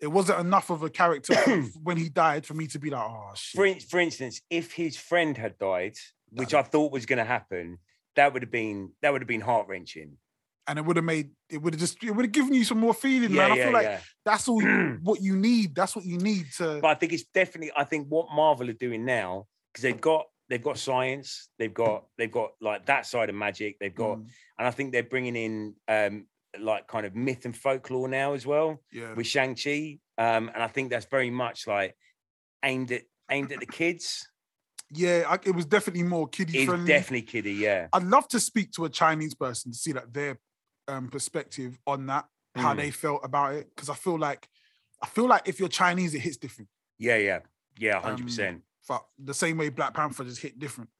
Speaker 3: It wasn't enough of a character when he died for me to be like, oh shit.
Speaker 2: For in- for instance, if his friend had died, which I thought was going to happen, that would have been that would have been heart wrenching.
Speaker 3: and it would have made it would have just it would have given you some more feeling,
Speaker 2: Yeah,
Speaker 3: man. I
Speaker 2: yeah,
Speaker 3: feel like
Speaker 2: yeah.
Speaker 3: that's all what you need. That's what you need to.
Speaker 2: But I think it's definitely. I think what Marvel are doing now because they've got they've got science, they've got they've got like that side of magic, they've got,
Speaker 3: Mm,
Speaker 2: and I think they're bringing in um like kind of myth and folklore now as well.
Speaker 3: yeah,
Speaker 2: with Shang Chi, um, and I think that's very much like aimed at aimed at the kids.
Speaker 3: yeah. I, it was definitely more kiddie
Speaker 2: It's
Speaker 3: friendly.
Speaker 2: definitely kiddie, yeah,
Speaker 3: I'd love to speak to a Chinese person to see like their um, perspective on that how
Speaker 2: Mm.
Speaker 3: they felt about it because I feel like I feel like if you're Chinese, it hits different.
Speaker 2: Yeah, yeah, yeah,
Speaker 3: Um,
Speaker 2: hundred percent.
Speaker 3: But the same way Black Panther just hit different.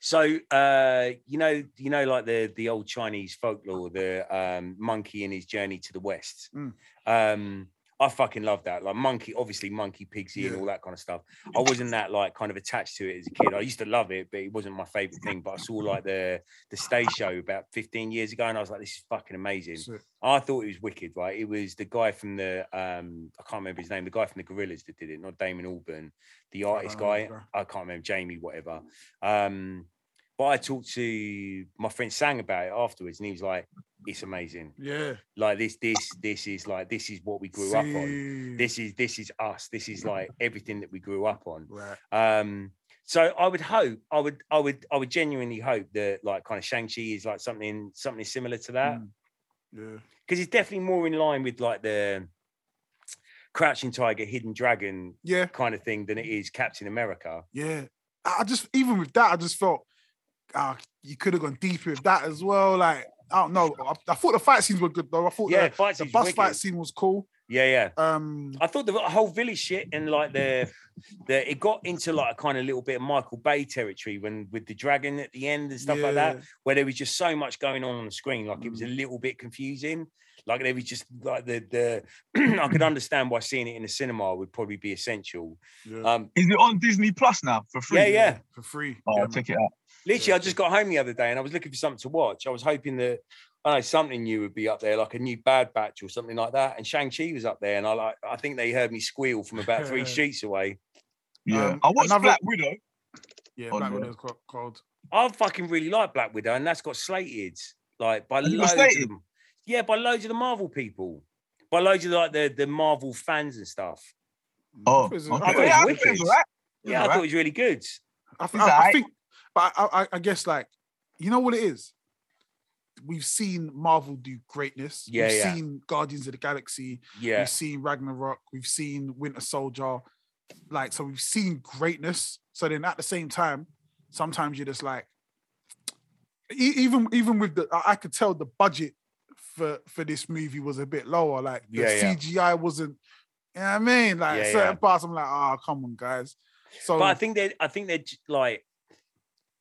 Speaker 2: So uh, you know, you know, like the the old Chinese folklore, the um, monkey and his journey to the west.
Speaker 3: Mm.
Speaker 2: Um, I fucking love that. Like monkey, obviously monkey, pigsy, and
Speaker 3: Yeah.
Speaker 2: all that kind of stuff. I wasn't that like kind of attached to it as a kid. I used to love it, but it wasn't my favorite thing. But I saw like the the stage show about 15 years ago, and I was like, this is fucking amazing.
Speaker 3: So,
Speaker 2: I thought it was wicked, right? It was the guy from the um I can't remember his name, the guy from the Gorillas that did it, not Damon Albarn, the artist
Speaker 3: don't
Speaker 2: guy.
Speaker 3: know, bro.
Speaker 2: I can't remember Jamie, whatever. Um, but I talked to my friend Sang about it afterwards, and he was like, "It's amazing.
Speaker 3: yeah.
Speaker 2: Like this, this, this is like this is what we grew up on.
Speaker 3: See.
Speaker 2: This is this is us. This is like everything that we grew up on."
Speaker 3: Right.
Speaker 2: Um, so I would hope, I would, I would, I would genuinely hope that like kind of Shang Chi is like something something similar to that
Speaker 3: Mm. Yeah.
Speaker 2: because it's definitely more in line with like the crouching tiger hidden dragon
Speaker 3: Yeah.
Speaker 2: kind of thing than it is captain america
Speaker 3: Yeah. I I just even with that, I just felt ah, you could have gone deeper with that as well. Like I don't know. I, I thought the fight scenes were good though. I thought
Speaker 2: yeah
Speaker 3: the,
Speaker 2: fights
Speaker 3: the
Speaker 2: is
Speaker 3: bus
Speaker 2: wicked.
Speaker 3: fight scene was cool.
Speaker 2: yeah yeah
Speaker 3: Um,
Speaker 2: i thought the whole village shit and like the the it got into like a kind of little bit of michael bay territory when with the dragon at the end and stuff like that
Speaker 3: yeah. Mm.
Speaker 2: where there was just so much going on on the screen like it was a little bit confusing like there was just like the the i could understand why seeing it in the cinema would probably be essential
Speaker 3: Yeah.
Speaker 2: um
Speaker 1: Is it on Disney Plus now for free?
Speaker 2: yeah yeah
Speaker 3: for free.
Speaker 1: Oh,
Speaker 3: Yeah,
Speaker 1: I'll
Speaker 3: man.
Speaker 1: check it out.
Speaker 2: Literally,
Speaker 3: Yeah.
Speaker 2: I just got home the other day and I was looking for something to watch. I was hoping that I know something new would be up there, like a new Bad Batch or something like that. And Shang Chi was up there, and I like I think they heard me squeal from about three streets away.
Speaker 4: Yeah.
Speaker 3: Um,
Speaker 1: I watched
Speaker 3: another-
Speaker 1: Black Widow.
Speaker 3: Yeah,
Speaker 4: on
Speaker 3: Black
Speaker 4: there.
Speaker 3: Widow's co- cold.
Speaker 2: I fucking really like Black Widow, and that's got slated like by
Speaker 1: Has it got
Speaker 2: loads
Speaker 1: slated?
Speaker 2: of them. Yeah, by loads of the Marvel people, by loads of like the the Marvel fans and stuff.
Speaker 1: Oh,
Speaker 3: I
Speaker 1: okay.
Speaker 3: thought
Speaker 2: it was
Speaker 1: yeah, I
Speaker 2: wicked.
Speaker 1: think it was alright. It was
Speaker 2: Yeah, I
Speaker 1: alright.
Speaker 2: thought it was really good.
Speaker 3: I,
Speaker 1: It's
Speaker 3: th- I, I
Speaker 1: alright.
Speaker 3: think, but I, I, I guess like, you know what it is. We've seen Marvel do greatness.
Speaker 2: Yeah,
Speaker 3: We've
Speaker 2: yeah.
Speaker 3: seen Guardians of the Galaxy.
Speaker 2: Yeah,
Speaker 3: We've seen Ragnarok. We've seen Winter Soldier. Like, so we've seen greatness. So then at the same time, sometimes you're just like, e- even even with the, I I could tell the budget for for this movie was a bit lower. Like the
Speaker 2: Yeah, yeah.
Speaker 3: CGI wasn't. You know what I mean? Like
Speaker 2: Yeah,
Speaker 3: certain
Speaker 2: yeah.
Speaker 3: parts, I'm like, oh, come on, guys. So
Speaker 2: but I think they're I think they're j- like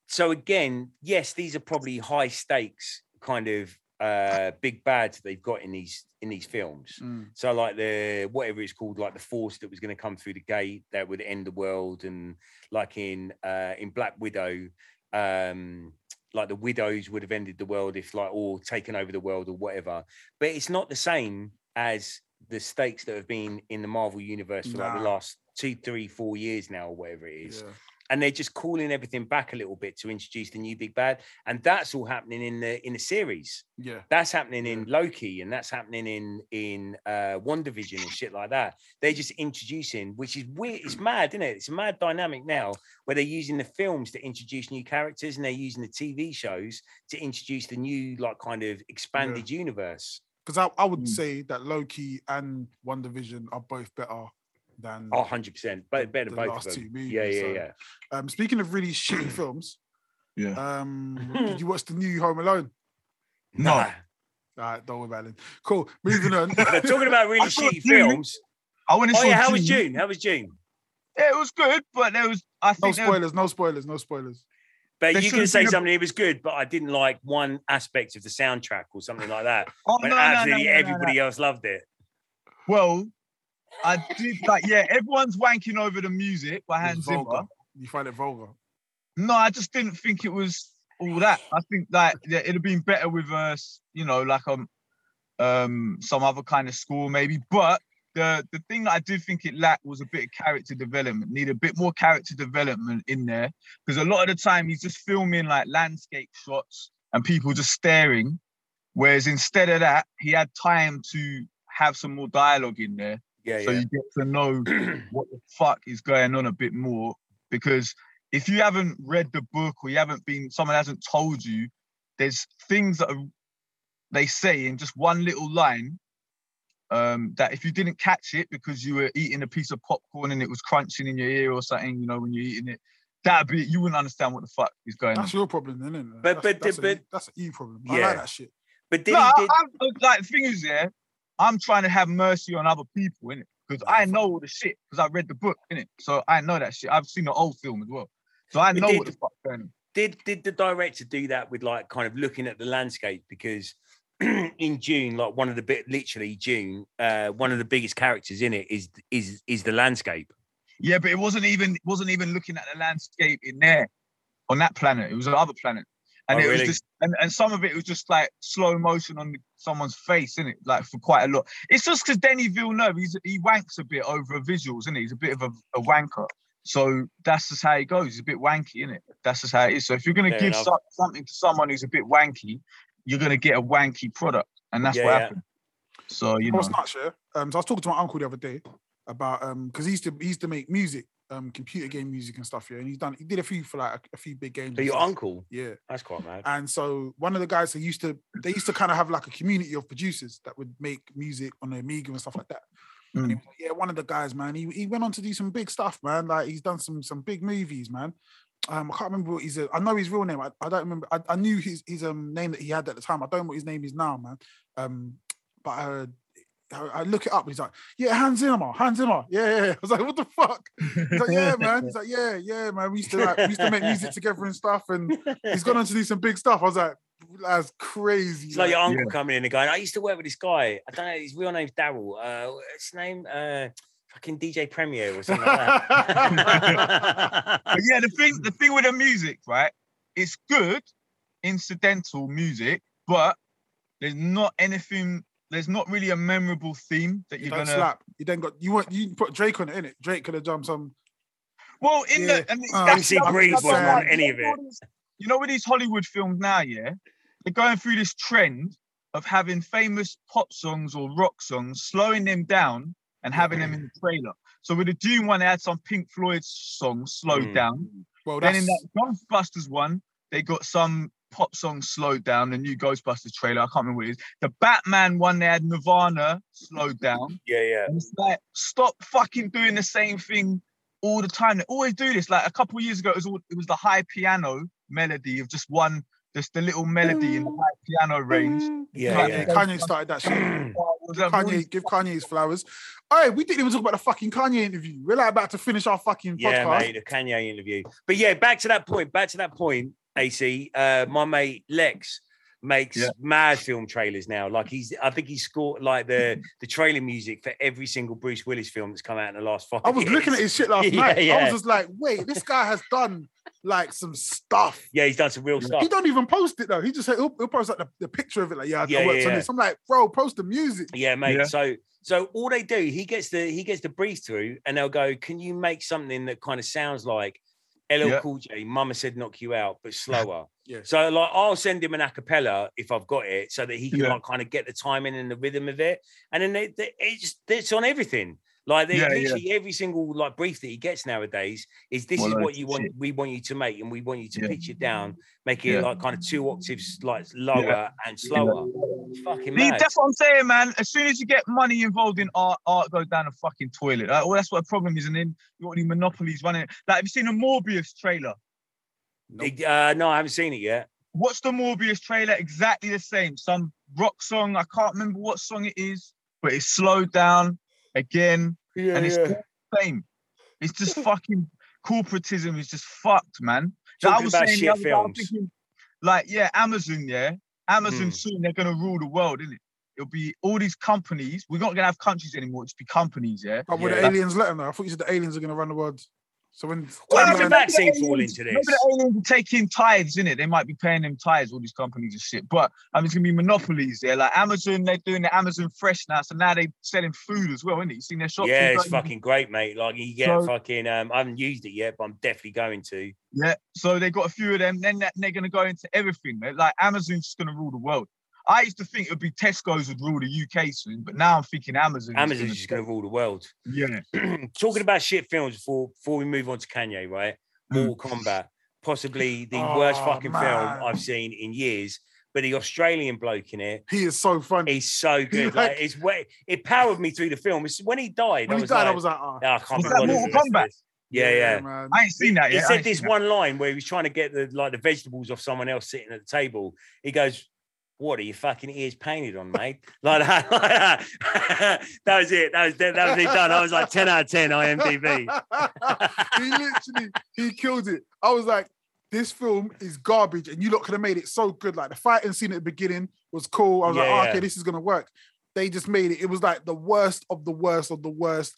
Speaker 2: so again, yes, these are probably high stakes kind of uh big bads that they've got in these in these films.
Speaker 3: Mm,
Speaker 2: So like the whatever it's called, like the force that was going to come through the gate that would end the world, and like in uh in Black Widow, um like the widows would have ended the world if like or taken over the world or whatever. But it's not the same as the stakes that have been in the Marvel universe for like the
Speaker 3: Nah.
Speaker 2: last two, three, four years now, or whatever it is
Speaker 3: yeah.
Speaker 2: and they're just calling everything back a little bit to introduce the new big bad and that's all happening in the in the series
Speaker 3: Yeah.
Speaker 2: that's happening in loki and that's happening in in uh one division and shit like that they're just introducing which is weird it's mad isn't it it's a mad dynamic now where they're using the films to introduce new characters and they're using the tv shows to introduce the new like kind of expanded universe
Speaker 3: Because I, I would
Speaker 4: Mm.
Speaker 3: say that Loki and One Division are both better than.
Speaker 2: oh 100% but better
Speaker 3: The
Speaker 2: both
Speaker 3: last
Speaker 2: of them
Speaker 3: two movies,
Speaker 2: yeah yeah
Speaker 3: so-
Speaker 2: yeah
Speaker 3: Um, speaking of really shitty films,
Speaker 4: Yeah.
Speaker 3: um, did you watch the new Home Alone?
Speaker 1: No.
Speaker 2: Nah.
Speaker 3: All right, don't worry about it. Cool. Moving on.
Speaker 2: They're talking about really
Speaker 1: I saw
Speaker 2: shitty
Speaker 1: Dune.
Speaker 2: films
Speaker 1: I went and
Speaker 2: oh
Speaker 1: saw
Speaker 2: yeah how was
Speaker 1: June.
Speaker 2: june how was june
Speaker 1: Yeah, it was good, but there was I
Speaker 3: no
Speaker 1: think there was
Speaker 3: spoilers. No spoilers. No spoilers.
Speaker 2: But
Speaker 1: They
Speaker 2: you
Speaker 1: should
Speaker 2: can
Speaker 1: have
Speaker 2: say
Speaker 1: been a-
Speaker 2: something, it was good, but I didn't like one aspect of the soundtrack or something like that.
Speaker 1: Oh,
Speaker 2: But
Speaker 1: no, no, no,
Speaker 2: absolutely
Speaker 1: no, no, no.
Speaker 2: everybody else loved it.
Speaker 1: Well, I did like yeah, everyone's wanking over the music by
Speaker 3: It was
Speaker 1: Hans Zimmer.
Speaker 3: vulgar. You find it vulgar.
Speaker 1: No, I just didn't think it was all that. I think that yeah, it'd have been better with us, you know, like um, um, some other kind of score maybe. But the the thing that I do think it lacked was a bit of character development. Need a bit more character development in there because a lot of the time he's just filming like landscape shots and people just staring. Whereas instead of that, he had time to have some more dialogue in there
Speaker 2: Yeah,
Speaker 1: so you get to know what the fuck is going on a bit more because if you haven't read the book or you haven't been someone hasn't told you there's things that are, they say in just one little line um, that if you didn't catch it because you were eating a piece of popcorn and it was crunching in your ear or something you know when you're eating it that'd be you wouldn't understand what the fuck is going on
Speaker 3: That's your problem, then, isn't it?
Speaker 2: But-
Speaker 3: that's,
Speaker 2: but-
Speaker 3: that's a,
Speaker 2: but-
Speaker 3: that's an E problem. I
Speaker 2: Yeah.
Speaker 3: like that shit.
Speaker 2: But did
Speaker 1: no,
Speaker 2: he
Speaker 1: I,
Speaker 2: did
Speaker 1: I- like the thing is, yeah, I'm trying to have mercy on other people, innit? Because I know all the shit, because I read the book, innit? So I know that shit. I've seen the old film as well. So I
Speaker 2: But
Speaker 1: know
Speaker 2: did-
Speaker 1: what the fuck's going on.
Speaker 2: did did the director do that with like kind of looking at the landscape because in June, like one of the bit literally June, uh, one of the biggest characters in it is is is the landscape.
Speaker 1: Yeah, but it wasn't even it wasn't even looking at the landscape in there on that planet. It was another planet. And
Speaker 2: Oh,
Speaker 1: it
Speaker 2: really?
Speaker 1: was just and, and some of it was just like slow motion on someone's face, innit? Like for quite a lot. It's just because Denny Villeneuve, he's, he wanks a bit over visuals, innit? He's a bit of a, a wanker. So that's just how he goes. He's a bit wanky, innit? That's just how it is. So if you're gonna
Speaker 2: Fair
Speaker 1: give
Speaker 2: enough.
Speaker 1: some- something to someone who's a bit wanky, you're gonna get a wanky product, and that's
Speaker 2: Yeah,
Speaker 1: what
Speaker 2: yeah.
Speaker 1: happened. So you
Speaker 3: I
Speaker 1: know,
Speaker 3: was nuts, yeah. Um, so I was talking to my uncle the other day about um because he used to he used to make music, um, computer game music and stuff, yeah. And he's done he did a few for like a, a few big games.
Speaker 2: So
Speaker 3: and
Speaker 2: your
Speaker 3: stuff.
Speaker 2: uncle,
Speaker 3: Yeah.
Speaker 2: that's quite mad.
Speaker 3: And so one of the guys that used to they used to kind of have like a community of producers that would make music on the Amiga and stuff like that. And he
Speaker 1: Mm.
Speaker 3: was like, yeah, one of the guys, man. He, he went on to do some big stuff, man. Like he's done some some big movies, man. Um, I can't remember what he's. I know his real name. I, I don't remember. I, I knew his his um name that he had at the time. I don't know what his name is now, man. Um, but uh, I, I look it up. He's like, yeah, Hans Zimmer, Hans Zimmer. Yeah, yeah. yeah. I was like, what the fuck? He's like, yeah, man. He's like, yeah, yeah, man. We used to like, we used to make music together and stuff. And he's gone on to do some big stuff. I was like, that's crazy.
Speaker 2: It's like your
Speaker 3: like,
Speaker 2: uncle coming in and going, I used to work with this guy. I don't know, his real name's Daryl. Uh, what's his name, uh, fucking DJ Premier or something like that.
Speaker 1: But yeah, the thing the thing with the music, right? It's good, incidental music, but there's not anything. There's not really a memorable theme that
Speaker 3: you
Speaker 1: you're
Speaker 3: don't
Speaker 1: gonna.
Speaker 3: slap. You then got you want you put Drake on it, innit? Drake could have jumped some.
Speaker 1: Well, in
Speaker 3: Yeah.
Speaker 1: the and
Speaker 3: Oh,
Speaker 1: that's
Speaker 2: MC
Speaker 1: another-
Speaker 2: Breeze
Speaker 1: that's
Speaker 3: wasn't
Speaker 1: another
Speaker 3: on
Speaker 1: thing.
Speaker 2: any of
Speaker 1: You know
Speaker 2: it.
Speaker 1: these- You know, with these Hollywood films now, yeah, they're going through this trend of having famous pop songs or rock songs, slowing them down and having them in the trailer. So with the Dune one, they had some Pink Floyd song slowed
Speaker 2: Mm.
Speaker 1: down.
Speaker 3: Well,
Speaker 1: then
Speaker 3: that's
Speaker 1: in that Ghostbusters one, they got some pop song slowed down, the new Ghostbusters trailer. I can't remember what it is. The Batman one, they had Nirvana slowed down.
Speaker 2: yeah, yeah.
Speaker 1: And it's like, stop fucking doing the same thing all the time. They always do this. Like a couple years ago, it was all, it was the high piano melody of just one, just the little melody in the high piano range.
Speaker 2: Yeah,
Speaker 3: Kanye,
Speaker 2: yeah.
Speaker 3: Kanye started that shit. Kanye, give Kanye his flowers. Hey, we didn't even talk about the fucking Kanye interview. We're like about to finish our fucking
Speaker 2: Yeah,
Speaker 3: podcast.
Speaker 2: mate, the Kanye interview. But yeah, back to that point. Back to that point. AC, uh, my mate Lex makes
Speaker 1: Yeah.
Speaker 2: mad film trailers now. Like he's, I think he scored like the the trailer music for every single Bruce Willis film that's come out in the last five.
Speaker 3: I was
Speaker 2: years.
Speaker 3: looking at his shit last
Speaker 2: Yeah,
Speaker 3: night. I
Speaker 2: yeah.
Speaker 3: was just like, wait, this guy has done like some stuff.
Speaker 2: Yeah, he's done some real
Speaker 3: He
Speaker 2: stuff.
Speaker 3: don't even post it though. He just said he'll, he'll post like the, the picture of it. Like, yeah, I
Speaker 2: Yeah,
Speaker 3: worked
Speaker 2: yeah,
Speaker 3: on
Speaker 2: yeah.
Speaker 3: this. I'm like, bro, post the music.
Speaker 2: Yeah, mate.
Speaker 1: Yeah.
Speaker 2: So so all they do, he gets the he gets the brief through, and they'll go, "Can you make something that kind of sounds like LL
Speaker 1: Yeah.
Speaker 2: Cool J? Mama said knock you out, but slower."
Speaker 3: Yeah.
Speaker 2: So like, I'll send him an acapella if I've got it, so that he can
Speaker 1: Yeah.
Speaker 2: like kind of get the timing and the rhythm of it, and then they, they, it's it's on everything. Like they
Speaker 1: Yeah, yeah.
Speaker 2: literally every single like brief that he gets nowadays is this
Speaker 1: Well,
Speaker 2: is
Speaker 1: that's
Speaker 2: what you want
Speaker 1: it.
Speaker 2: we want you to make and we want you to
Speaker 1: Yeah.
Speaker 2: pitch it down, make it
Speaker 1: Yeah.
Speaker 2: like kind of two octaves like lower and slower. It's fucking
Speaker 1: These-
Speaker 2: mad.
Speaker 1: That's what I'm saying, man. As soon as you get money involved in art, art goes down the fucking toilet. Like, well, that's what the problem is. And then you got the monopolies running. Like, have you seen the Morbius trailer?
Speaker 2: They- Uh, no, I haven't seen it yet.
Speaker 1: Watch the Morbius trailer, exactly the same. Some rock song. I can't remember what song it is, but it's slowed down again,
Speaker 3: Yeah,
Speaker 1: and it's all the same. It's just fucking corporatism is just fucked, man. Like,
Speaker 2: Talking about
Speaker 1: saying the
Speaker 2: shit
Speaker 1: other day, I was
Speaker 2: films.
Speaker 1: thinking, like, yeah, Amazon, yeah. Amazon
Speaker 2: Mm.
Speaker 1: soon, they're gonna rule the world, isn't it? It'll be all these companies. We're not gonna have countries anymore, it'll just be companies, yeah.
Speaker 3: But would
Speaker 2: Yeah.
Speaker 3: the aliens let him though? I thought you said the aliens are gonna run the world. So when
Speaker 2: Where does
Speaker 1: Maybe
Speaker 2: the
Speaker 1: the
Speaker 2: vaccine fall
Speaker 1: aliens-
Speaker 2: into
Speaker 1: Maybe
Speaker 2: this?
Speaker 1: the aliens are taking tithes in it. They might be paying them tithes, all these companies and shit. But I mean, it's gonna be monopolies there. Like Amazon, they're doing the Amazon Fresh now, so now they're selling food as well, isn't it? You seen their shops?
Speaker 2: Yeah,
Speaker 1: and
Speaker 2: it's
Speaker 1: stuff?
Speaker 2: fucking great, mate. Like you get
Speaker 1: So-
Speaker 2: fucking. Um, I haven't used it yet, but I'm definitely going to.
Speaker 1: Yeah. So they got a few of them. Then that- they're gonna go into everything. mate. Like Amazon's just gonna rule the world. I used to think it would be Tesco's would rule the UK soon, but now I'm thinking Amazon.
Speaker 2: Amazon's just going to rule the world.
Speaker 1: Yeah.
Speaker 2: Talking about shit films before before we move on to Kanye, right? Mortal Kombat, possibly the worst
Speaker 3: Oh,
Speaker 2: fucking
Speaker 3: man.
Speaker 2: film I've seen in years. But the Australian bloke in it
Speaker 3: he is so funny.
Speaker 2: is so good.
Speaker 3: Like-
Speaker 2: Like, it's way it powered me through the film. It's when he died.
Speaker 3: When
Speaker 2: I
Speaker 3: he
Speaker 2: was
Speaker 3: died,
Speaker 2: like,
Speaker 3: I was like, ah.
Speaker 2: "Oh, I can't
Speaker 1: Was that
Speaker 2: be bothered with
Speaker 1: Mortal
Speaker 2: the rest of
Speaker 1: Kombat?
Speaker 2: this." Yeah, yeah.
Speaker 3: man.
Speaker 1: I ain't seen that
Speaker 2: he
Speaker 1: yet. I
Speaker 2: said
Speaker 1: ain't seen
Speaker 2: this
Speaker 1: that.
Speaker 2: one line where he was trying to get the like the vegetables off someone else sitting at the table. He goes, what are your fucking ears painted on, mate? Like that. like that. that was it. That was that was it done. I was like 10 out of 10 IMDb.
Speaker 3: he literally he killed it. I was like, this film is garbage, and you lot could have made it so good. Like the fighting scene at the beginning was cool. I was
Speaker 2: Yeah,
Speaker 3: like, oh,
Speaker 2: yeah.
Speaker 3: okay, this is gonna work. They just made it. It was like the worst of the worst of the worst.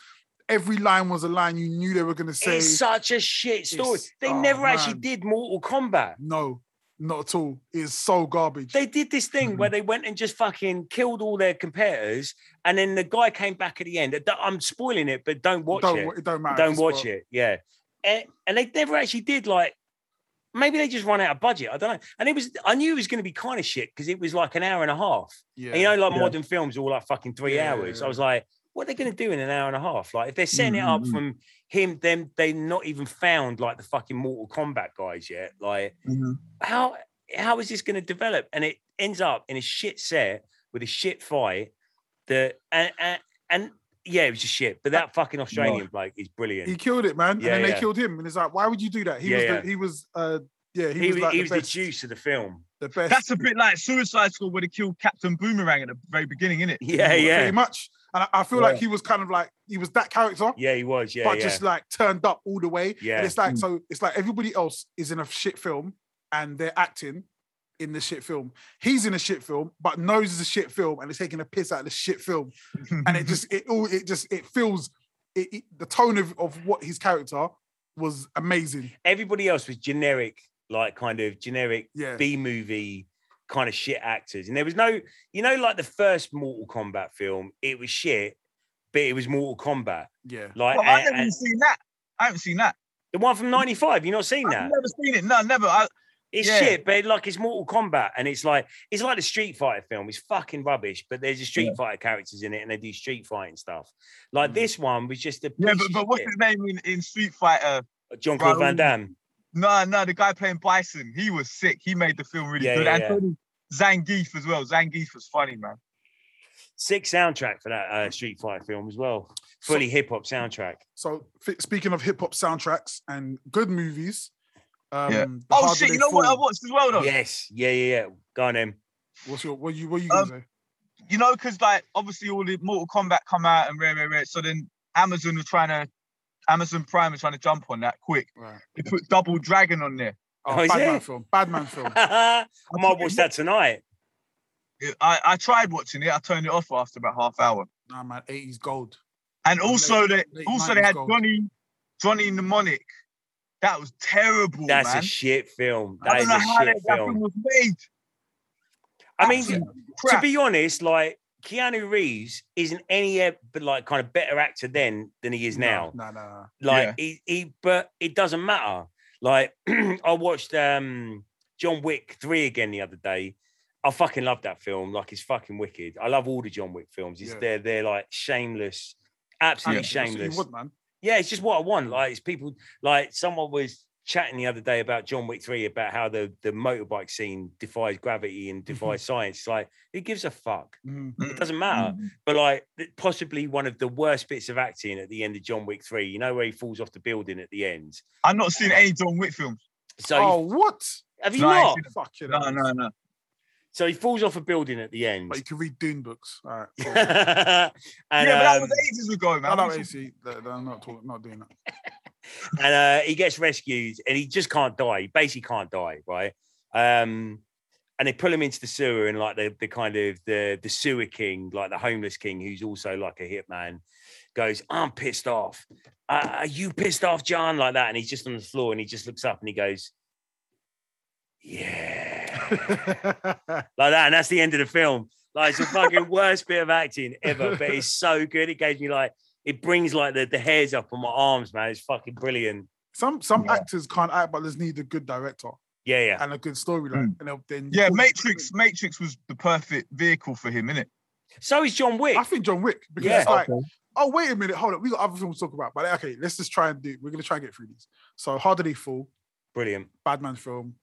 Speaker 3: Every line was a line you knew they were gonna say.
Speaker 2: it's such a shit story.
Speaker 3: It's-
Speaker 2: They
Speaker 3: oh,
Speaker 2: never actually
Speaker 3: man.
Speaker 2: did Mortal Kombat.
Speaker 3: no, not at all. It is so garbage.
Speaker 2: They did this thing
Speaker 1: Mm-hmm.
Speaker 2: where they went and just fucking killed all their competitors, and then the guy came back at the end. Don't- I'm spoiling it, but don't watch
Speaker 3: don't,
Speaker 2: it.
Speaker 3: wa- it don't matter.
Speaker 2: Don't
Speaker 3: It's
Speaker 2: watch
Speaker 3: got-
Speaker 2: it. Yeah. And, and they never actually did like maybe they just run out of budget. I don't know. And it was I knew it was gonna be kind of shit because it was like an hour and a half.
Speaker 3: Yeah.
Speaker 2: And you know, like
Speaker 5: Yeah.
Speaker 2: modern films are all like fucking three
Speaker 3: Yeah,
Speaker 2: hours.
Speaker 3: yeah,
Speaker 2: I was like, what are they gonna do in an hour and a half? Like if they're setting it up
Speaker 5: Mhm.
Speaker 2: from him, them they not even found like the fucking Mortal Kombat guys yet. Like
Speaker 1: Mhm.
Speaker 2: how how is this gonna develop? And it ends up in a shit set with a shit fight that and and, and yeah, it was just shit. But that fucking Australian bloke is brilliant.
Speaker 3: he killed it, man.
Speaker 2: Yeah,
Speaker 3: and then
Speaker 2: yeah.
Speaker 3: they killed him. And it's like, why would you do that? He
Speaker 2: Yeah,
Speaker 3: was
Speaker 2: yeah.
Speaker 3: The, he was uh yeah, he,
Speaker 2: he,
Speaker 3: was,
Speaker 2: was,
Speaker 3: like
Speaker 2: he
Speaker 3: the,
Speaker 2: was the
Speaker 3: best,
Speaker 2: juice of the film.
Speaker 3: the best.
Speaker 1: That's a bit like Suicide Squad where they killed Captain Boomerang at the very beginning, isn't it?
Speaker 2: Yeah,
Speaker 3: pretty
Speaker 2: yeah,
Speaker 3: much. And I, I feel like he was kind of like he was that character,
Speaker 2: yeah. He was, yeah,
Speaker 3: but
Speaker 2: yeah,
Speaker 3: just like turned up all the way.
Speaker 2: yeah.
Speaker 3: And it's like so it's like everybody else is in a shit film and they're acting in the shit film. He's in a shit film, but knows it's a shit film and is taking a piss out of the shit film. And it just it all it just it feels it, it- the tone of, of what his character was amazing.
Speaker 2: Everybody else was generic, like kind of generic
Speaker 3: Yeah.
Speaker 2: B movie kind of shit actors, and there was no, you know, like the first Mortal Kombat film, it was shit, but it was Mortal Kombat,
Speaker 3: Yeah.
Speaker 2: like
Speaker 1: Well, I've
Speaker 2: and-
Speaker 1: never even
Speaker 2: and
Speaker 1: seen that. I haven't seen that.
Speaker 2: the one from '95. You not seen
Speaker 1: I've
Speaker 2: that?
Speaker 1: never seen it. No, never. I,
Speaker 2: It's
Speaker 1: Yeah.
Speaker 2: shit, but like it's Mortal Kombat, and it's like it's like the Street Fighter film. It's fucking rubbish, but there's a Street Fighter characters in it, and they do street fighting stuff. Like
Speaker 3: Mm.
Speaker 2: this one was just a
Speaker 1: yeah,
Speaker 2: piece
Speaker 1: but,
Speaker 2: of
Speaker 1: but what's
Speaker 2: shit.
Speaker 1: his name in, in Street Fighter?
Speaker 2: John Claude Van
Speaker 1: Raoul-
Speaker 2: Damme.
Speaker 1: No, no, the guy playing Bison, he was sick. He made the film really
Speaker 2: Yeah,
Speaker 1: good.
Speaker 2: yeah,
Speaker 1: and
Speaker 2: yeah.
Speaker 1: so did Zangief as well. Zangief was funny, man.
Speaker 2: Sick soundtrack for that uh, Street Fighter film as well.
Speaker 3: So-
Speaker 2: Fully hip hop soundtrack.
Speaker 3: So f- speaking of hip hop soundtracks and good movies, um,
Speaker 1: Yeah.
Speaker 3: The
Speaker 1: Oh
Speaker 3: Harder
Speaker 1: shit!
Speaker 3: They
Speaker 1: You know what I
Speaker 3: Fall-
Speaker 1: watched as well though.
Speaker 2: Yes, yeah, yeah, yeah. Go on, then.
Speaker 3: What's your what you what you gonna
Speaker 1: Um,
Speaker 3: say?
Speaker 1: You know, because like obviously all the Mortal Kombat come out and rare, rare, rare. So then Amazon was trying to, Amazon Prime was trying to jump on that quick.
Speaker 3: Right.
Speaker 1: They put Double Dragon on there.
Speaker 2: Oh,
Speaker 3: Oh,
Speaker 2: is
Speaker 3: bad man
Speaker 2: it?
Speaker 3: film. Bad man film.
Speaker 2: I might watch that tonight.
Speaker 1: I, I tried watching it. I turned it off after about half hour.
Speaker 3: nah, man, 80s gold.
Speaker 1: And also they
Speaker 3: late
Speaker 1: also they
Speaker 3: 90s
Speaker 1: had
Speaker 3: gold.
Speaker 1: Johnny Johnny Mnemonic. That was terrible,
Speaker 2: That's
Speaker 1: man.
Speaker 2: a shit film.
Speaker 1: I
Speaker 2: That
Speaker 1: don't
Speaker 2: is
Speaker 1: know
Speaker 2: a
Speaker 1: how that,
Speaker 2: shit
Speaker 1: that film
Speaker 2: film.
Speaker 1: was made.
Speaker 2: I mean,
Speaker 1: Absolute
Speaker 2: to
Speaker 1: crap.
Speaker 2: be honest, like Keanu Reeves isn't any uh, but like kind of better actor then than he is now.
Speaker 3: No, no, no.
Speaker 2: Like he, he, but it doesn't matter. Like I watched um John Wick three again the other day. I fucking love that film. Like it's fucking wicked. I love all the John Wick films. It's
Speaker 3: Yeah.
Speaker 2: they're they're like shameless, absolutely
Speaker 3: Actually, that's what you
Speaker 2: shameless.
Speaker 3: would, man.
Speaker 2: Yeah, it's just what I want. Like it's people. Like someone was chatting the other day about John Wick three about how the the motorbike scene defies gravity and defies science. It's Like who gives a fuck?
Speaker 3: Mhm.
Speaker 2: It doesn't matter.
Speaker 1: Mm.
Speaker 2: But like th- possibly one of the worst bits of acting at the end of John Wick three. You know where he falls off the building at the end.
Speaker 1: I've not seen any John Wick films.
Speaker 2: So
Speaker 3: oh, what?
Speaker 2: have you
Speaker 1: no, I ain't
Speaker 2: not?
Speaker 1: seen
Speaker 3: Fuck you.
Speaker 1: No, no, no.
Speaker 2: So he falls off a building at the end.
Speaker 1: Oh,
Speaker 3: But you can read Dune books. All right. cool.
Speaker 2: and,
Speaker 1: yeah, but that
Speaker 2: um,
Speaker 1: was ages ago,
Speaker 3: No,
Speaker 1: man.
Speaker 3: no, AC, no, no, I'm not talking, not doing that.
Speaker 2: and uh, he gets rescued and he just can't die. He basically can't die, right? Um, and they pull him into the sewer and like the, the kind of the the sewer king, like the homeless king, who's also like a hitman, goes, "I'm pissed off. Uh, are you pissed off, John?" Like that, and he's just on the floor and he just looks up and he goes, "Yeah," like that, and that's the end of the film. Like it's the fucking worst bit of acting ever, but it's so good. It gave me like it brings like the, the hairs up on my arms, man. It's fucking brilliant.
Speaker 3: some some
Speaker 1: Yeah.
Speaker 3: actors can't act, but just need a good director
Speaker 2: Yeah, yeah.
Speaker 3: and a good storyline. And they'll- then
Speaker 1: Hmm. Yeah, Matrix. Matrix was the perfect vehicle for him, innit?
Speaker 2: So is John Wick.
Speaker 3: I think John Wick because
Speaker 2: Yeah.
Speaker 3: it's like, oh wait a minute, hold up, we got other films to talk about. But okay, let's just try and do. We're gonna try and get through these. So How Did They Fall?
Speaker 2: Brilliant.
Speaker 3: Bad man film.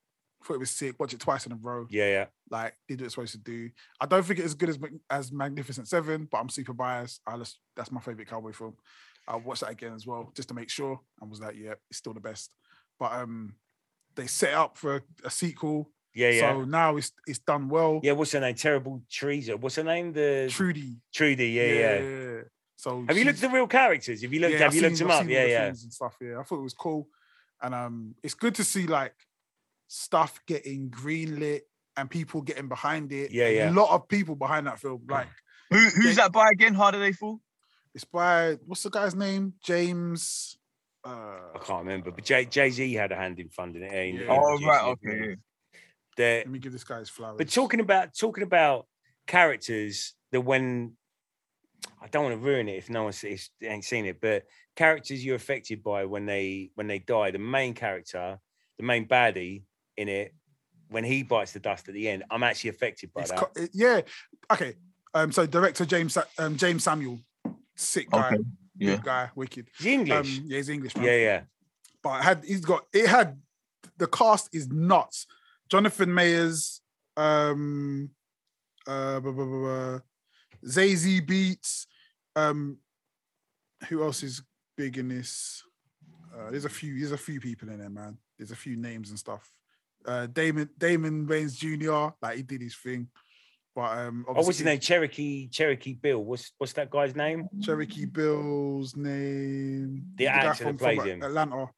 Speaker 3: Thought it was sick. Watch it twice in a row.
Speaker 2: Yeah, yeah.
Speaker 3: like did what it's supposed to do. I don't think it's as good as Mag- as Magnificent Seven, but I'm super biased. I just, that's my favorite cowboy film. I watched that again as well just to make sure, and was like, yeah, it's still the best. But um, they set up for a, sequel,
Speaker 2: Yeah, yeah.
Speaker 3: So now it's it's done well.
Speaker 2: yeah, what's her name? Terrible Teresa. What's her name? The
Speaker 3: Trudy.
Speaker 2: Trudy. Yeah, yeah.
Speaker 3: So
Speaker 2: Have you looked at the real characters? Have you looked? have you looked them up? Yeah, yeah.
Speaker 3: And stuff. Yeah, I thought it was cool, and um, it's good to see like stuff getting greenlit and people getting behind it.
Speaker 2: Yeah,
Speaker 3: And
Speaker 2: yeah. Hmm.
Speaker 3: A lot of people behind that film. Like
Speaker 1: Who, who's that by again? How do they fall?
Speaker 3: it's by what's the guy's name? James. Uh,
Speaker 2: I can't remember, but Jay Jay Z had a hand in funding it. eh, in-
Speaker 3: Yeah.
Speaker 2: in
Speaker 1: Oh
Speaker 2: producing
Speaker 1: right,
Speaker 2: it.
Speaker 1: okay. yeah.
Speaker 2: They're-
Speaker 3: let me give this guy his flowers.
Speaker 2: But talking about talking about characters that when I don't want to ruin it if no one's if they ain't seen it, but characters you're affected by when they when they die. The main character, the main baddie in it, when he bites the dust at the end, I'm actually affected by
Speaker 3: It's
Speaker 2: that.
Speaker 3: co- it- yeah. Okay. Um. So director James Sa- um, James Samuel, sick guy,
Speaker 1: Okay. Yeah.
Speaker 3: good guy, wicked.
Speaker 2: He's English.
Speaker 3: Um. Yeah, he's English. Man.
Speaker 2: yeah, yeah.
Speaker 3: But it had he's got it had the cast is nuts. Jonathan Mayers, um, uh, blah, blah, blah, blah, Zazie Beats. Um, who else is big in this? Uh, there's a few. There's a few people in there, man. There's a few names and stuff. Uh, Damon Damon Wayans Jr. Like he did his thing, but um,
Speaker 2: Oh, what's his
Speaker 3: obviously-
Speaker 2: name? Cherokee Cherokee Bill. What's what's that guy's name?
Speaker 3: Cherokee Bill's name.
Speaker 2: The
Speaker 3: guy
Speaker 2: actor that plays
Speaker 3: from
Speaker 2: him.
Speaker 3: Atlanta.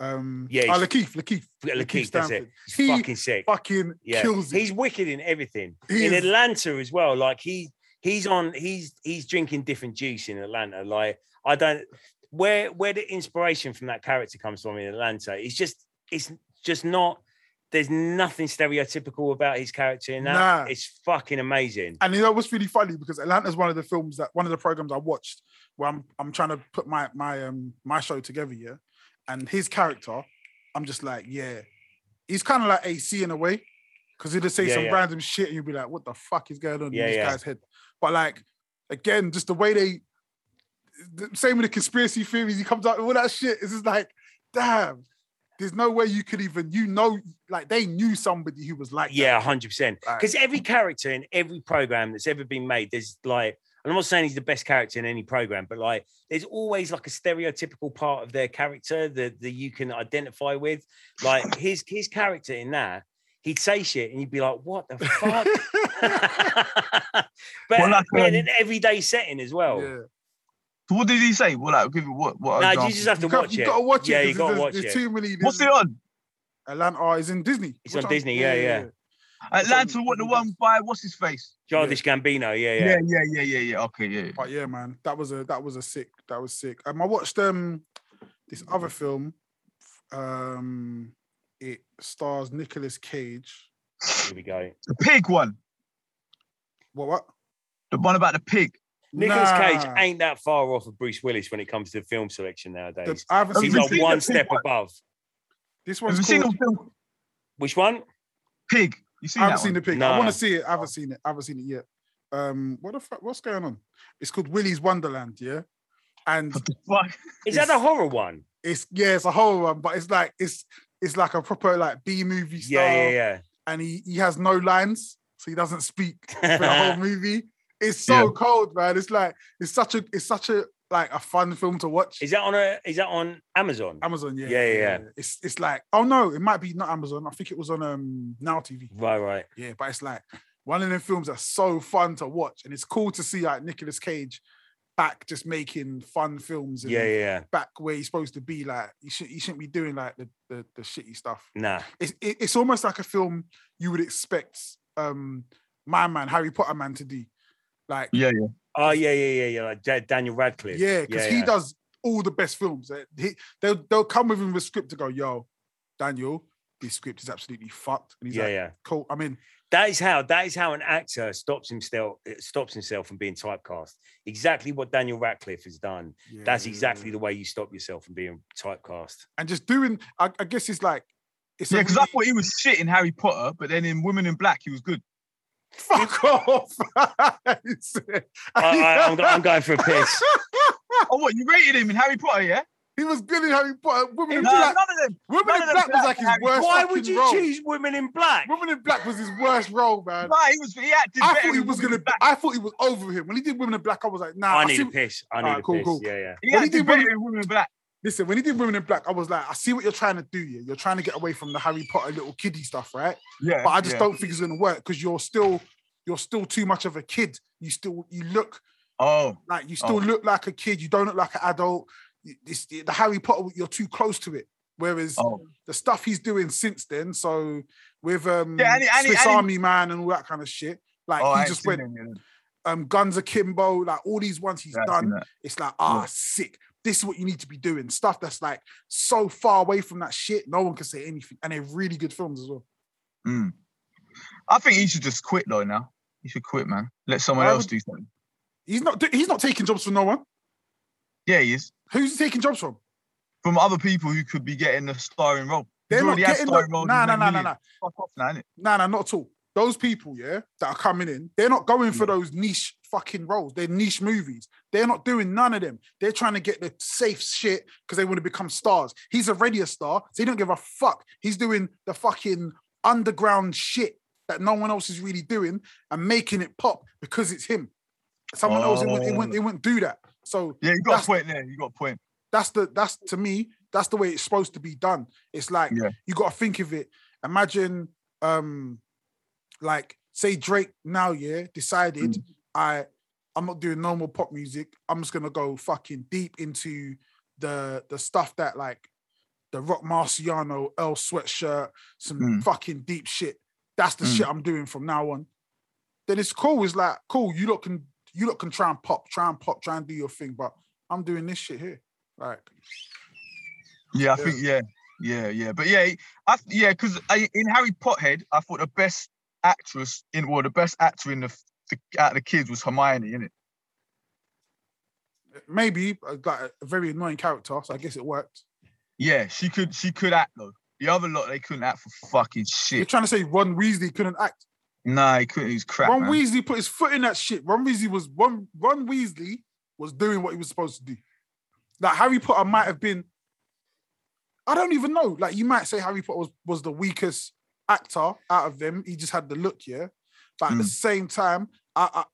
Speaker 3: Um,
Speaker 2: Yeah,
Speaker 3: yeah, oh, Lakeith, Lakeith,
Speaker 2: Lakeith, that's it.
Speaker 3: Stanfield.
Speaker 2: He's
Speaker 3: He
Speaker 2: fucking sick.
Speaker 3: fucking
Speaker 2: yeah.
Speaker 3: kills it.
Speaker 2: He's wicked in everything.
Speaker 3: He
Speaker 2: in
Speaker 3: is-
Speaker 2: Atlanta as well. Like he he's on he's he's drinking different juice in Atlanta. Like I don't where where the inspiration from that character comes from in Atlanta. It's just it's just not there's nothing stereotypical about his character in that.
Speaker 3: Nah.
Speaker 2: It's fucking amazing.
Speaker 3: And you know what's really funny because Atlanta's one of the films that one of the programs I watched where I'm I'm trying to put my my um my show together, yeah. And his character, I'm just like, yeah, he's kind of like AC in a way, because he'll just say
Speaker 2: Yeah,
Speaker 3: some
Speaker 2: yeah.
Speaker 3: random shit and you'll be like, what the fuck is going on
Speaker 2: Yeah,
Speaker 3: in this
Speaker 2: yeah.
Speaker 3: guy's head? But like, again, just the way they, the same with the conspiracy theories, he comes up with all that shit. It's just like, damn. There's no way you could even, you know, like they knew somebody who was like, that.
Speaker 2: Uh, Yeah, hundred percent.
Speaker 3: Right.
Speaker 2: Because every character in every program that's ever been made, there's like, and I'm not saying he's the best character in any program, but like, there's always like a stereotypical part of their character that, that you can identify with. Like his his character in that, he'd say shit and you'd be like, "What the fuck?" but
Speaker 1: Well, like,
Speaker 2: but
Speaker 1: um,
Speaker 2: in an everyday setting as well.
Speaker 3: yeah.
Speaker 1: So what did he say? Well, like, give it what? What?
Speaker 2: No, you
Speaker 1: example?
Speaker 2: just have to
Speaker 3: You can't-
Speaker 2: watch
Speaker 3: you
Speaker 2: it.
Speaker 3: gotta watch it.
Speaker 2: Yeah, you
Speaker 3: 'cause
Speaker 2: gotta
Speaker 3: there's,
Speaker 2: watch
Speaker 3: there's
Speaker 2: it.
Speaker 3: too many. there's-
Speaker 1: What's it on?
Speaker 3: Atlanta oh, is in Disney.
Speaker 2: It's
Speaker 3: What
Speaker 2: on
Speaker 3: time-
Speaker 2: Disney, yeah, yeah.
Speaker 1: Atlanta, what the one by what's his face?
Speaker 2: Childish Gambino. Yeah, yeah.
Speaker 1: Yeah, yeah, yeah, yeah, yeah. Okay, yeah. yeah.
Speaker 3: But yeah, man, that was a that was a sick. That was sick. Um, I watched um this other film. Um, it stars Nicolas Cage.
Speaker 2: Here we go.
Speaker 1: The pig one,
Speaker 3: What? What?
Speaker 1: the one about the pig.
Speaker 2: Nicholas Cage
Speaker 3: Nah.
Speaker 2: ain't that far off of Bruce Willis when it comes to film selection nowadays.
Speaker 3: The- I haven't
Speaker 1: Have
Speaker 3: seen
Speaker 2: He's
Speaker 1: you
Speaker 3: this,
Speaker 2: like
Speaker 1: seen
Speaker 2: one
Speaker 1: the
Speaker 2: step
Speaker 1: pig one?
Speaker 2: above.
Speaker 3: this
Speaker 1: Have
Speaker 3: one's
Speaker 1: you
Speaker 3: called.
Speaker 1: seen the film
Speaker 2: Which one?
Speaker 1: Pig? You seen
Speaker 3: I
Speaker 1: that
Speaker 3: haven't seen
Speaker 1: one?
Speaker 3: the pig. I
Speaker 2: Nah.
Speaker 3: want to see it. I haven't seen it. I haven't seen it yet. Um, what the fuck? What's going on? It's called Willy's Wonderland. Yeah, and
Speaker 1: Fuck.
Speaker 2: Is that the
Speaker 3: Yes.
Speaker 2: horror one?
Speaker 3: it's yeah, it's a horror one, but it's like it's it's like a proper like B movie style.
Speaker 2: Yeah, yeah,
Speaker 3: and he, he has no lines, so he doesn't speak for the whole
Speaker 2: yeah.
Speaker 3: movie. It's so cold, man. It's like it's such a it's such a like a fun film to watch.
Speaker 2: is that on a? Is that on Amazon?
Speaker 3: Amazon, yeah,
Speaker 2: Yeah, yeah, yeah.
Speaker 3: It's it's like oh no, it might be not Amazon. I think it was on um Now TV.
Speaker 2: Right, right.
Speaker 3: Yeah, but it's like one of them films that's so fun to watch, and it's cool to see like Nicolas Cage back just making fun films. And
Speaker 2: Yeah, yeah, yeah.
Speaker 3: Back where he's supposed to be, like he should he shouldn't be doing like the the, the shitty stuff
Speaker 2: Nah.
Speaker 3: it's it, it's almost like a film you would expect um my man Harry Potter man to do. Like
Speaker 1: Yeah, yeah.
Speaker 2: Oh yeah, yeah, yeah, yeah. Like Da- Daniel Radcliffe.
Speaker 3: yeah, because he does all the best films. Uh, He, they'll they'll come with him with a script to go, yo, Daniel, this script is absolutely fucked. And he's
Speaker 2: Yeah,
Speaker 3: like,
Speaker 2: yeah.
Speaker 3: cool. I mean,
Speaker 2: That is how. That is how an actor stops himself. Stops himself from being typecast. Exactly what Daniel Radcliffe has done. That's
Speaker 3: Mm.
Speaker 2: exactly the way you stop yourself from being typecast.
Speaker 3: and just doing. I, I guess it's like it's
Speaker 1: Yeah,
Speaker 3: a
Speaker 1: because I
Speaker 3: really-
Speaker 1: thought he was shit in Harry Potter, but then in Women in Black, he was good.
Speaker 3: fuck off. It's-
Speaker 2: I, I, I'm, go- I'm going for a piss.
Speaker 1: Oh, what? You rated him in Harry Potter, yeah?
Speaker 3: he was good in Harry Potter. Women in
Speaker 1: No, none
Speaker 3: Black.
Speaker 1: of them.
Speaker 3: Women
Speaker 1: none
Speaker 3: in
Speaker 1: of them
Speaker 3: Black was
Speaker 1: black
Speaker 3: like his
Speaker 1: Harry-
Speaker 3: worst.
Speaker 2: Why would
Speaker 3: fucking
Speaker 2: you
Speaker 3: role.
Speaker 2: choose Women in Black?
Speaker 3: Women in Black was his worst role, man.
Speaker 1: Nah, he was. He acted
Speaker 3: Uh, I
Speaker 1: better
Speaker 3: thought he
Speaker 1: in
Speaker 3: was
Speaker 1: Women
Speaker 3: gonna.
Speaker 1: in Black.
Speaker 3: I thought he was over him when he did Women in Black. I was like, nah.
Speaker 2: I
Speaker 3: I
Speaker 2: need
Speaker 3: see-
Speaker 2: a piss. I need
Speaker 3: Alright,
Speaker 2: a
Speaker 3: cool,
Speaker 2: piss.
Speaker 3: cool.
Speaker 2: Yeah, yeah.
Speaker 1: He
Speaker 3: What he
Speaker 1: acted
Speaker 3: did when
Speaker 1: better in Women in Black.
Speaker 3: Listen, when he did Women in Black, I was like, I see what you're trying to do here. You're trying to get away from the Harry Potter little kiddie stuff, right?
Speaker 1: Yeah,
Speaker 3: But I just
Speaker 1: yeah.
Speaker 3: don't think it's gonna work because you're still you're still too much of a kid. You still you look
Speaker 1: Oh,
Speaker 3: like you still
Speaker 1: Oh.
Speaker 3: look like a kid. You don't look like an adult. You- It's, the Harry Potter, you're too close to it. Whereas
Speaker 1: oh,
Speaker 3: the stuff he's doing since then, so with um
Speaker 1: Yeah, and he- and he-
Speaker 3: Swiss
Speaker 1: and he-
Speaker 3: Army Man and all that kind of shit, like
Speaker 1: oh! I
Speaker 3: he
Speaker 1: ain't
Speaker 3: just
Speaker 1: seen
Speaker 3: went
Speaker 1: them yet.
Speaker 3: um Guns Akimbo, like all these ones he's
Speaker 1: Yeah, I seen
Speaker 3: done.
Speaker 1: that.
Speaker 3: It's like ah
Speaker 1: Yeah.
Speaker 3: sick. This is what you need to be doing. Stuff that's like so far away from that shit. No one can say anything, and they're really good films as well.
Speaker 1: Mm. I think he should just quit though. Now he should quit, man. Let someone
Speaker 3: I
Speaker 1: else
Speaker 3: would-
Speaker 1: do something.
Speaker 3: He's not do- he's not taking jobs from no one.
Speaker 1: Yeah, he is
Speaker 3: Who's he taking jobs from?
Speaker 1: from other people who could be getting the starring role.
Speaker 3: They're
Speaker 1: He's
Speaker 3: not
Speaker 1: already had
Speaker 3: getting the,
Speaker 1: starring
Speaker 3: no
Speaker 1: roles
Speaker 3: no
Speaker 1: in
Speaker 3: no
Speaker 1: Mad
Speaker 3: no
Speaker 1: Millions.
Speaker 3: no
Speaker 1: Fuck off now, innit?
Speaker 3: no no not at all. Those people yeah that are coming in, they're not going for those niche fucking roles. They're niche movies. They're not doing none of them. They're trying to get the safe shit because they want to become stars. He's already a star, so he don't give a fuck. He's doing the fucking underground shit that no one else is really doing and making it pop because it's him. Someone else, it wouldn't, it, wouldn't, it wouldn't do that. So
Speaker 1: Yeah, you got
Speaker 3: That's-
Speaker 1: a point there. You got a point.
Speaker 3: that's the that's to me that's the way it's supposed to be done it's like
Speaker 1: Yeah.
Speaker 3: you got to think of it imagine um like say drake now yeah decided
Speaker 1: Mm.
Speaker 3: i i'm not doing normal pop music i'm just gonna go fucking deep into the the stuff that like the rock marciano l sweatshirt some
Speaker 1: Mm.
Speaker 3: fucking deep shit that's the
Speaker 1: Mm.
Speaker 3: shit i'm doing from now on then it's cool it's like cool you lot can you lot can try and pop try and pop try and do your thing but i'm doing this shit here like
Speaker 1: Yeah, I
Speaker 3: Yeah.
Speaker 1: think yeah, yeah, yeah. But yeah, I th- yeah, because in Harry Pothead, I thought the best actress in well, the best actor in the, f- the out of the kids was Hermione, innit?
Speaker 3: maybe I got a very annoying character, so I guess it worked.
Speaker 1: Yeah, she could she could act though. The other lot they couldn't act for fucking
Speaker 3: You're
Speaker 1: shit.
Speaker 3: trying to say Ron Weasley couldn't act.
Speaker 1: Nah, he couldn't. He's crap.
Speaker 3: Ron
Speaker 1: man.
Speaker 3: Weasley put his foot in that shit. Ron Weasley was Ron, Ron Weasley was doing what he was supposed to do. Like Harry Potter might have been. I don't even know. Like you might say Harry Potter was, was the weakest actor out of them. He just had the look, yeah. But at the
Speaker 1: Mm.
Speaker 3: same time, I, I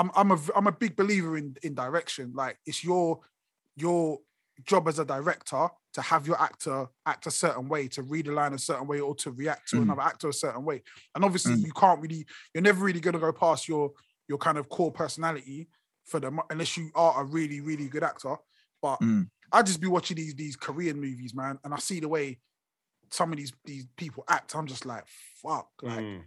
Speaker 3: I'm I'm a I'm a big believer in in direction. Like it's your your job as a director to have your actor act a certain way, to read a line a certain way, or to react to
Speaker 1: Mm.
Speaker 3: another actor a certain way. And obviously,
Speaker 1: Mm.
Speaker 3: you can't really, you're never really going to go past your your kind of core personality for the mo- unless you are a really really good actor. But
Speaker 1: Mm.
Speaker 3: I just be watching these these Korean movies, man, and I see the way some of these these people act. I'm just like, fuck, like
Speaker 2: Mm.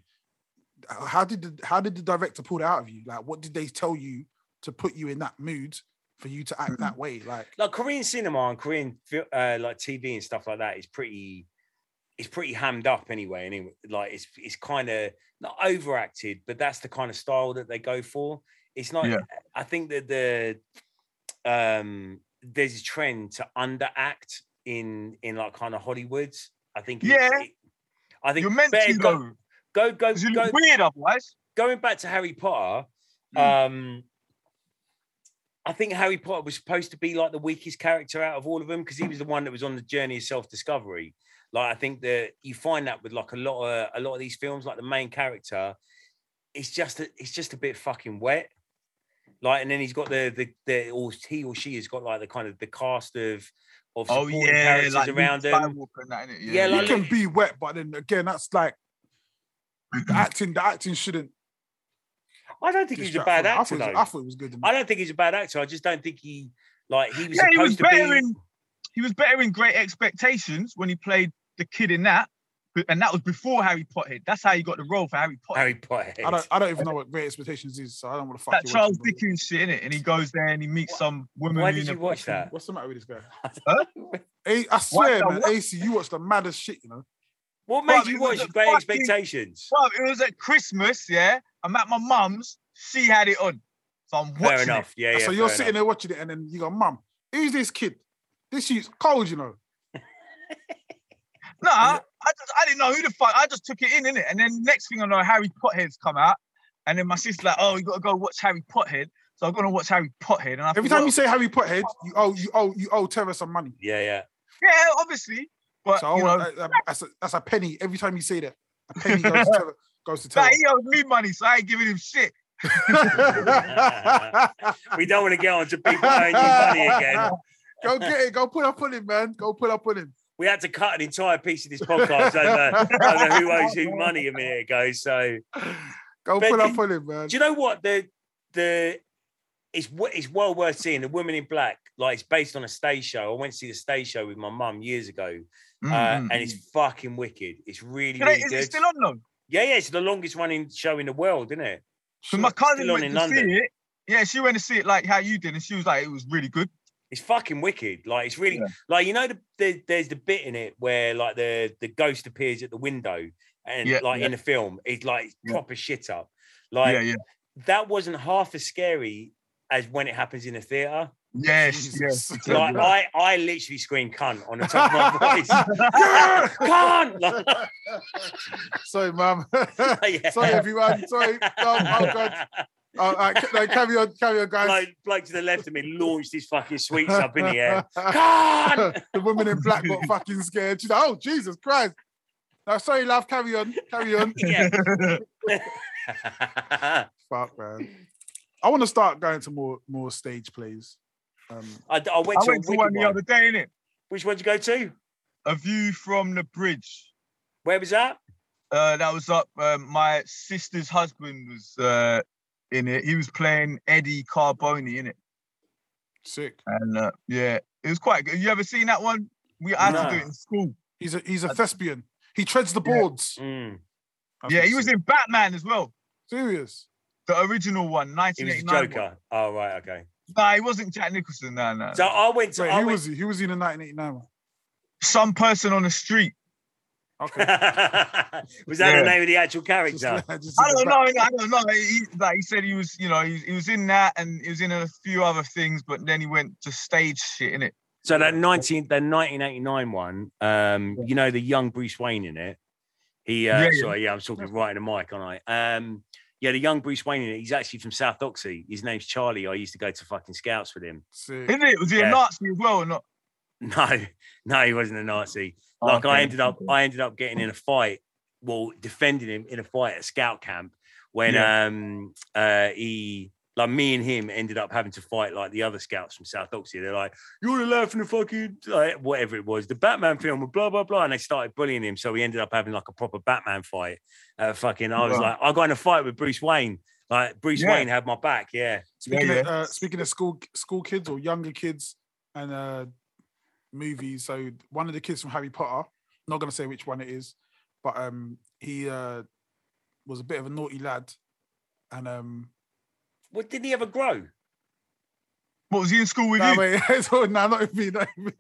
Speaker 3: how did the, how did the director pull that out of you? Like, what did they tell you to put you in that mood for you to act
Speaker 1: Mm.
Speaker 3: that way? Like.
Speaker 2: Like Korean cinema and Korean fil- uh, like TV and stuff like that is pretty. It's pretty hammed up anyway, and it- like it's it's kind of not overacted, but that's the kind of style that they go for. It's not.
Speaker 1: Yeah.
Speaker 2: I think that the um there's a trend to underact in in like kind of Hollywood. I think. it's-
Speaker 1: Yeah.
Speaker 2: it- I think
Speaker 1: You're meant
Speaker 2: better
Speaker 1: to
Speaker 2: go,
Speaker 1: though.
Speaker 2: go go
Speaker 1: 'cause you
Speaker 2: go
Speaker 1: look weird otherwise.
Speaker 2: going back to Harry Potter,
Speaker 1: Hmm.
Speaker 2: um, I think Harry Potter was supposed to be like the weakest character out of all of them because he was the one that was on the journey of self-discovery. Like I think that you find that with like a lot of a lot of these films, like the main character, it's just a, it's just a bit fucking wet. Like, and then he's got the the the or he or she has got like the kind of the cast of of
Speaker 1: Oh
Speaker 2: supporting
Speaker 1: yeah,
Speaker 2: characters
Speaker 1: like
Speaker 2: around
Speaker 1: Luke
Speaker 2: them.
Speaker 1: Skywalker and that, innit?
Speaker 2: Yeah,
Speaker 1: yeah,
Speaker 3: You
Speaker 2: like-
Speaker 3: can be wet, but then again, that's like the acting. The acting shouldn't.
Speaker 2: I don't Mm. think he's a bad
Speaker 3: distract from it.
Speaker 2: actor
Speaker 3: I thought, it
Speaker 2: though.
Speaker 3: was- I thought it was good.
Speaker 2: I don't think he's a bad actor. I just don't think he like he was
Speaker 1: Yeah,
Speaker 2: supposed
Speaker 1: he was
Speaker 2: to
Speaker 1: better
Speaker 2: be.
Speaker 1: in he was better in Great Expectations when he played the kid in that, but- and that was before Harry Potter. That's how he got the role for Harry Potter.
Speaker 2: Harry Potter.
Speaker 3: I don't. I don't even know what Great Expectations is, so I don't want to fuck.
Speaker 1: that
Speaker 3: you
Speaker 1: Charles
Speaker 3: watching, bro.
Speaker 1: Dickens shit in it, and he goes there and he meets
Speaker 2: Why-
Speaker 1: some woman.
Speaker 2: Why
Speaker 1: in
Speaker 2: did
Speaker 1: a-
Speaker 2: you watch that?
Speaker 3: What's the matter with this guy?
Speaker 1: Huh?
Speaker 3: A- I swear,
Speaker 1: the
Speaker 3: man,
Speaker 1: what?
Speaker 3: AC, you watch the maddest shit, you know.
Speaker 2: What made
Speaker 1: it
Speaker 2: you
Speaker 1: was
Speaker 2: watch
Speaker 1: a
Speaker 2: Great
Speaker 1: fucking-
Speaker 2: Expectations?
Speaker 1: Well, it was at Christmas, yeah. I'm at my mum's. She had it on, so I'm
Speaker 2: Fair
Speaker 1: watching it.
Speaker 2: enough. Yeah, yeah.
Speaker 3: so
Speaker 2: fair
Speaker 3: you're sitting
Speaker 2: enough.
Speaker 3: there watching it, and then you go, "Mum, who's this kid? This shit's cold, you know."
Speaker 1: Nah, I, just, I didn't know who the fuck. I just took it in, innit? And then next thing I know, Harry Potter's come out, and then my sister's like, "Oh, you gotta go watch Harry Potter." So I'm gonna watch Harry Potter, and I
Speaker 3: Every
Speaker 1: thought,
Speaker 3: time you say Harry Potter, you owe you owe you owe Terra some money.
Speaker 2: Yeah, yeah.
Speaker 1: yeah, obviously, but
Speaker 3: so I
Speaker 1: you
Speaker 3: want-
Speaker 1: know,
Speaker 3: that- that- that's, a, that's a penny. Every time you say that, a penny goes to Terra. Goes to
Speaker 1: nah,
Speaker 3: Terra.
Speaker 1: he owes me money, so I ain't giving him shit.
Speaker 2: We don't want to get onto people owing you money again.
Speaker 3: Go get it. Go put up on him, man. Go put up on him.
Speaker 2: we had to cut an entire piece of this podcast over, over who owes who money a minute ago. So
Speaker 3: Go
Speaker 2: But
Speaker 3: put up
Speaker 2: the-
Speaker 3: on him, man.
Speaker 2: do you know what the the it's wo- it's well worth seeing the Women in Black. Like it's based on a stage show. I went to see the stage show with my mum years ago, uh,
Speaker 3: Mm-hmm.
Speaker 1: Mm, mm.
Speaker 2: and it's fucking wicked. It's really,
Speaker 1: You know,
Speaker 2: really
Speaker 1: is
Speaker 2: good.
Speaker 1: it still on though?
Speaker 2: yeah, yeah, it's the longest running show in the world, isn't it?
Speaker 1: Because my cousin
Speaker 2: still on
Speaker 1: went
Speaker 2: in
Speaker 1: to
Speaker 2: London.
Speaker 1: see it. Yeah, she went to see it like how you did, and she was like, it was really good.
Speaker 2: It's fucking wicked. Like it's really
Speaker 1: Yeah.
Speaker 2: like you know the, the there's the bit in it where like the the ghost appears at the window and
Speaker 1: Yeah,
Speaker 2: like
Speaker 1: yeah.
Speaker 2: in the film it's like
Speaker 1: Yeah.
Speaker 2: proper shit up. Like
Speaker 1: yeah, yeah.
Speaker 2: that wasn't half as scary as when it happens in a theater.
Speaker 1: Yes, yes.
Speaker 3: Jesus.
Speaker 2: Like
Speaker 1: Yeah.
Speaker 2: I I literally scream cunt on the top of my voice. cunt. Like,
Speaker 3: Sorry, mum.
Speaker 2: yeah.
Speaker 3: Sorry, everyone. Sorry. Oh, oh God. Oh, all right, ca- no, carry on, carry on, guys.
Speaker 2: Like, bloke to the left of me launched his fucking sweets up in the air. Cunt!
Speaker 3: the woman in black got fucking scared. She's like, "Oh Jesus Christ!" No, sorry, love. Carry on, carry on.
Speaker 2: Yeah.
Speaker 3: Fuck, man. I want to start going to more more stage plays. Um,
Speaker 2: I, d- I went
Speaker 1: I
Speaker 2: to,
Speaker 1: went
Speaker 2: a
Speaker 1: to
Speaker 2: wicked
Speaker 1: one the
Speaker 2: one.
Speaker 1: other day, innit?
Speaker 2: Which one did you go to?
Speaker 1: A view from the bridge.
Speaker 2: Where was that?
Speaker 1: Uh, that was up. Um, my sister's husband was uh, in it. He was playing Eddie Carboni in it,
Speaker 3: sick.
Speaker 1: and uh, yeah, it was quite good. You ever seen that one? We I had to do
Speaker 2: No.
Speaker 1: it in school.
Speaker 3: He's a he's a thespian. He treads the boards.
Speaker 2: Mm,
Speaker 3: That's
Speaker 1: Yeah,
Speaker 3: what
Speaker 1: he was
Speaker 3: said.
Speaker 1: in Batman as well.
Speaker 3: serious.
Speaker 1: The original one,
Speaker 2: he was a
Speaker 1: 1989. one.
Speaker 2: Joker. Oh right, okay.
Speaker 1: Nah, he wasn't Jack Nicholson. Nah, nah.
Speaker 2: So I went to
Speaker 3: Wait,
Speaker 2: I
Speaker 3: who
Speaker 1: oh,
Speaker 2: went-
Speaker 3: was he? Who was he in the 1989 one?
Speaker 1: Some person on the street.
Speaker 3: Okay.
Speaker 2: was that
Speaker 1: Yeah.
Speaker 2: the name of the actual
Speaker 3: Just-
Speaker 2: character?
Speaker 3: just
Speaker 1: I
Speaker 3: in the
Speaker 1: don't
Speaker 3: back.
Speaker 1: know. I don't know. He, like he said, he was, you know, he, he was in that, and he was in a few other things, but then he went to stage shit in it.
Speaker 2: So that nineteen, that nineteen eighty nine one, um, you know the young Bruce Wayne in it. He, uh,
Speaker 1: Yeah, yeah.
Speaker 2: sorry, yeah, I'm talking right in the mic, aren't I? Um, yeah, the young Bruce Wayne in it. He's actually from South Oxy. His name's Charlie. I used to go to fucking scouts with him.
Speaker 3: Sick.
Speaker 1: Isn't it? Was he
Speaker 2: Yeah.
Speaker 1: a Nazi as well or not?
Speaker 2: No, no, he wasn't a Nazi. Like I ended up, I ended up getting in a fight, well, defending him in a fight at scout camp when um uh he like me and him ended up having to fight like the other scouts from South Oxy. They're like, "You're the lad from the fucking like, whatever it was, the Batman film, and blah blah blah," and they started bullying him. So we ended up having like a proper Batman fight. Uh, fucking, I was
Speaker 1: Wow.
Speaker 2: like, I got in a fight with Bruce Wayne. Like Bruce
Speaker 1: Yeah.
Speaker 2: Wayne had my back. Yeah,
Speaker 3: Speaking,
Speaker 1: Yeah,
Speaker 3: Of,
Speaker 1: yeah.
Speaker 3: uh, speaking of school school kids or younger kids and uh, movies, so one of the kids from Harry Potter, not gonna say which one it is, but um, he uh, was a bit of a naughty lad, and um,
Speaker 2: what did he ever grow?
Speaker 1: What was he in school with
Speaker 3: no,
Speaker 1: you?
Speaker 3: wait, it's all, no, not me, not me.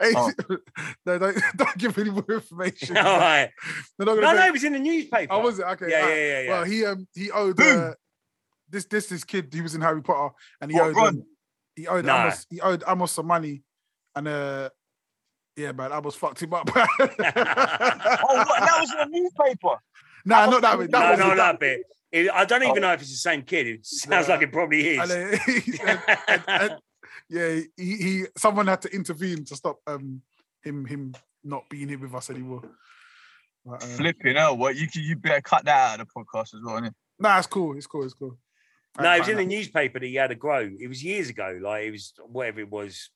Speaker 1: Oh.
Speaker 3: no, don't, don't give any more information.
Speaker 2: All right,
Speaker 3: They're not
Speaker 2: no,
Speaker 3: gonna
Speaker 2: no,
Speaker 3: say-
Speaker 2: it was in the newspaper.
Speaker 3: Oh, was it? Okay.
Speaker 2: Yeah,
Speaker 3: all
Speaker 2: yeah,
Speaker 3: right.
Speaker 2: yeah, yeah.
Speaker 3: Well, he um he owed
Speaker 1: Who?
Speaker 3: uh, this this this kid. He was in Harry Potter, and he
Speaker 1: What,
Speaker 3: owed
Speaker 1: Ron?
Speaker 3: um, he owed
Speaker 2: Oh, Nah.
Speaker 3: Amos he owed Amos some money, and uh yeah, man, Amos fucked him up.
Speaker 1: Oh, what? that was in the newspaper.
Speaker 3: nah, not that way.
Speaker 2: no,
Speaker 3: That
Speaker 2: no,
Speaker 3: was
Speaker 2: that bit. It- I don't
Speaker 3: Oh.
Speaker 2: even know if it's the same kid. It sounds
Speaker 3: Nah.
Speaker 2: like it probably is.
Speaker 3: and, uh, he said- and- yeah, he, he someone had to intervene to stop um him him not being here with us anymore. But,
Speaker 2: Mm.
Speaker 3: uh,
Speaker 1: Flipping hell, what? You can- you better cut that out of the podcast as well, innit?
Speaker 3: Nah, it's cool. It's cool. It's cool.
Speaker 2: no, it was in the newspaper that he had a grow. It was years ago, like it was whatever it was,